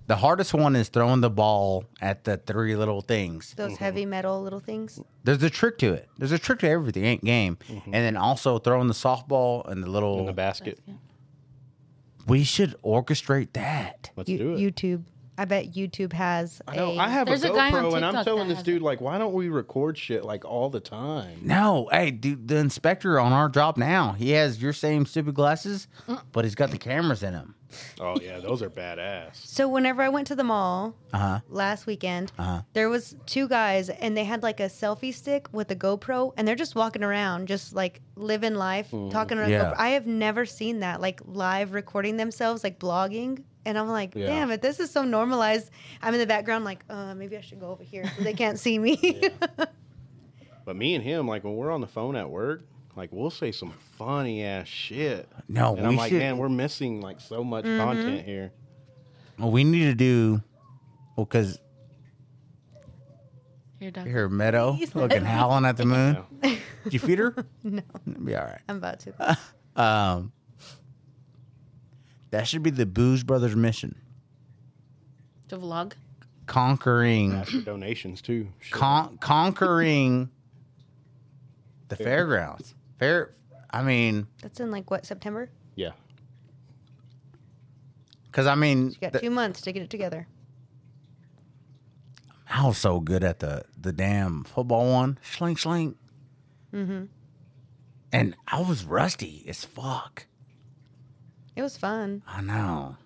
the hardest one is throwing the ball at the three little things.
Those
Mm-hmm.
heavy metal little things.
There's a trick to it. There's a trick to everything ain't game, and then also throwing the softball and the little.
Mm-hmm. in the basket.
we should orchestrate that.
Let's
You-
do it.
YouTube. I bet YouTube has.
I know.
a-
I have
There's
a
a guy on
GoPro, and I'm
TikTok
telling
that
this
has
dude,
it.
like, why don't we record shit like all the time?
No, hey, dude, the inspector on our job now, he has your same stupid glasses,
Mm.
but he's got the cameras in him.
Oh yeah, those are badass.
So whenever I went to the mall
Uh-huh.
last weekend,
Uh-huh.
there was two guys and they had like a selfie stick with a GoPro and they're just walking around, just like living life, talking around.
Yeah.
GoPro. I have never seen that, like live recording themselves, like blogging. And I'm like,
Yeah.
damn it, this is so normalized. I'm in the background, like, uh, maybe I should go over here. so They can't see me.
But me and him, like, when we're on the phone at work, like, we'll say some funny ass shit.
No,
and
we
I'm like,
should.
man, we're missing like so much
Mm-hmm.
content here.
Well, we need to do, well, because
Here, Doc.
her meadow looking howling at the moon. Did you feed her?
no,
It'll be all right.
I'm about to.
Um, that should be the Booze Brothers mission
To vlog.
conquering,
Ask for donations too. Shit.
con- conquering the fairgrounds. Fair, I mean,
That's in like what, September?
yeah,
because I mean,
You got
the-
two months to get it together.
I was so good at the the damn football one, sling sling. Mm-hmm. And I was rusty as fuck.
It was fun.
I know.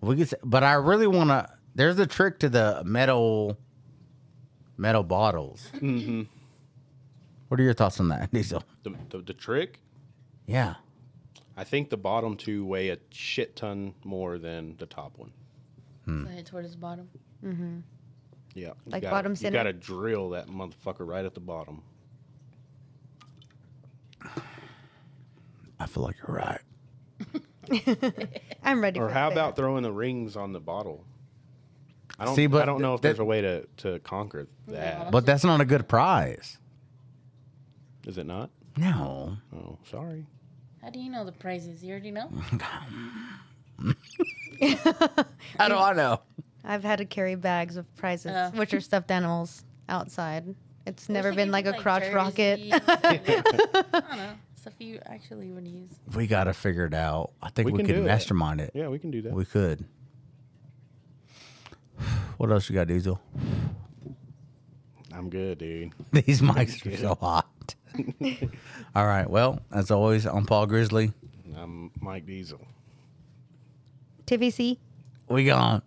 We could, s- but I really want to. There's a trick to the metal, metal bottles. Mm-hmm. What are your thoughts on that, Diesel?
the, the the trick.
Yeah,
I think the bottom two weigh a shit ton more than the top one.
So head toward his bottom.
Yeah, you
Like
gotta-
bottom
You
center?
gotta drill that motherfucker right at the bottom.
I feel like you're right.
I'm ready
Or
for
how
the fair.
about throwing the rings on the bottle? I don't.
See, but
I don't know if
that-
there's a way to to conquer that.
But that's not a good prize.
Is it not?
No.
Oh, sorry.
How do you know the prices? You already know.
How do I know?
I've had to carry bags of prizes,
Oh.
which are stuffed animals outside. It's never
Wish I
been
could
like
do,
a crotch rocket.
jerseys and- I don't know stuff you actually would use.
We got to figure it out. I think
We
we,
can
could
do it.
mastermind it.
Yeah, we can do that.
We could. What else you got, Diesel?
I'm good, dude.
These mics are so hot. All right. Well, as always, I'm Paul Grizzly.
I'm Mike Diesel.
TVC.
We gone.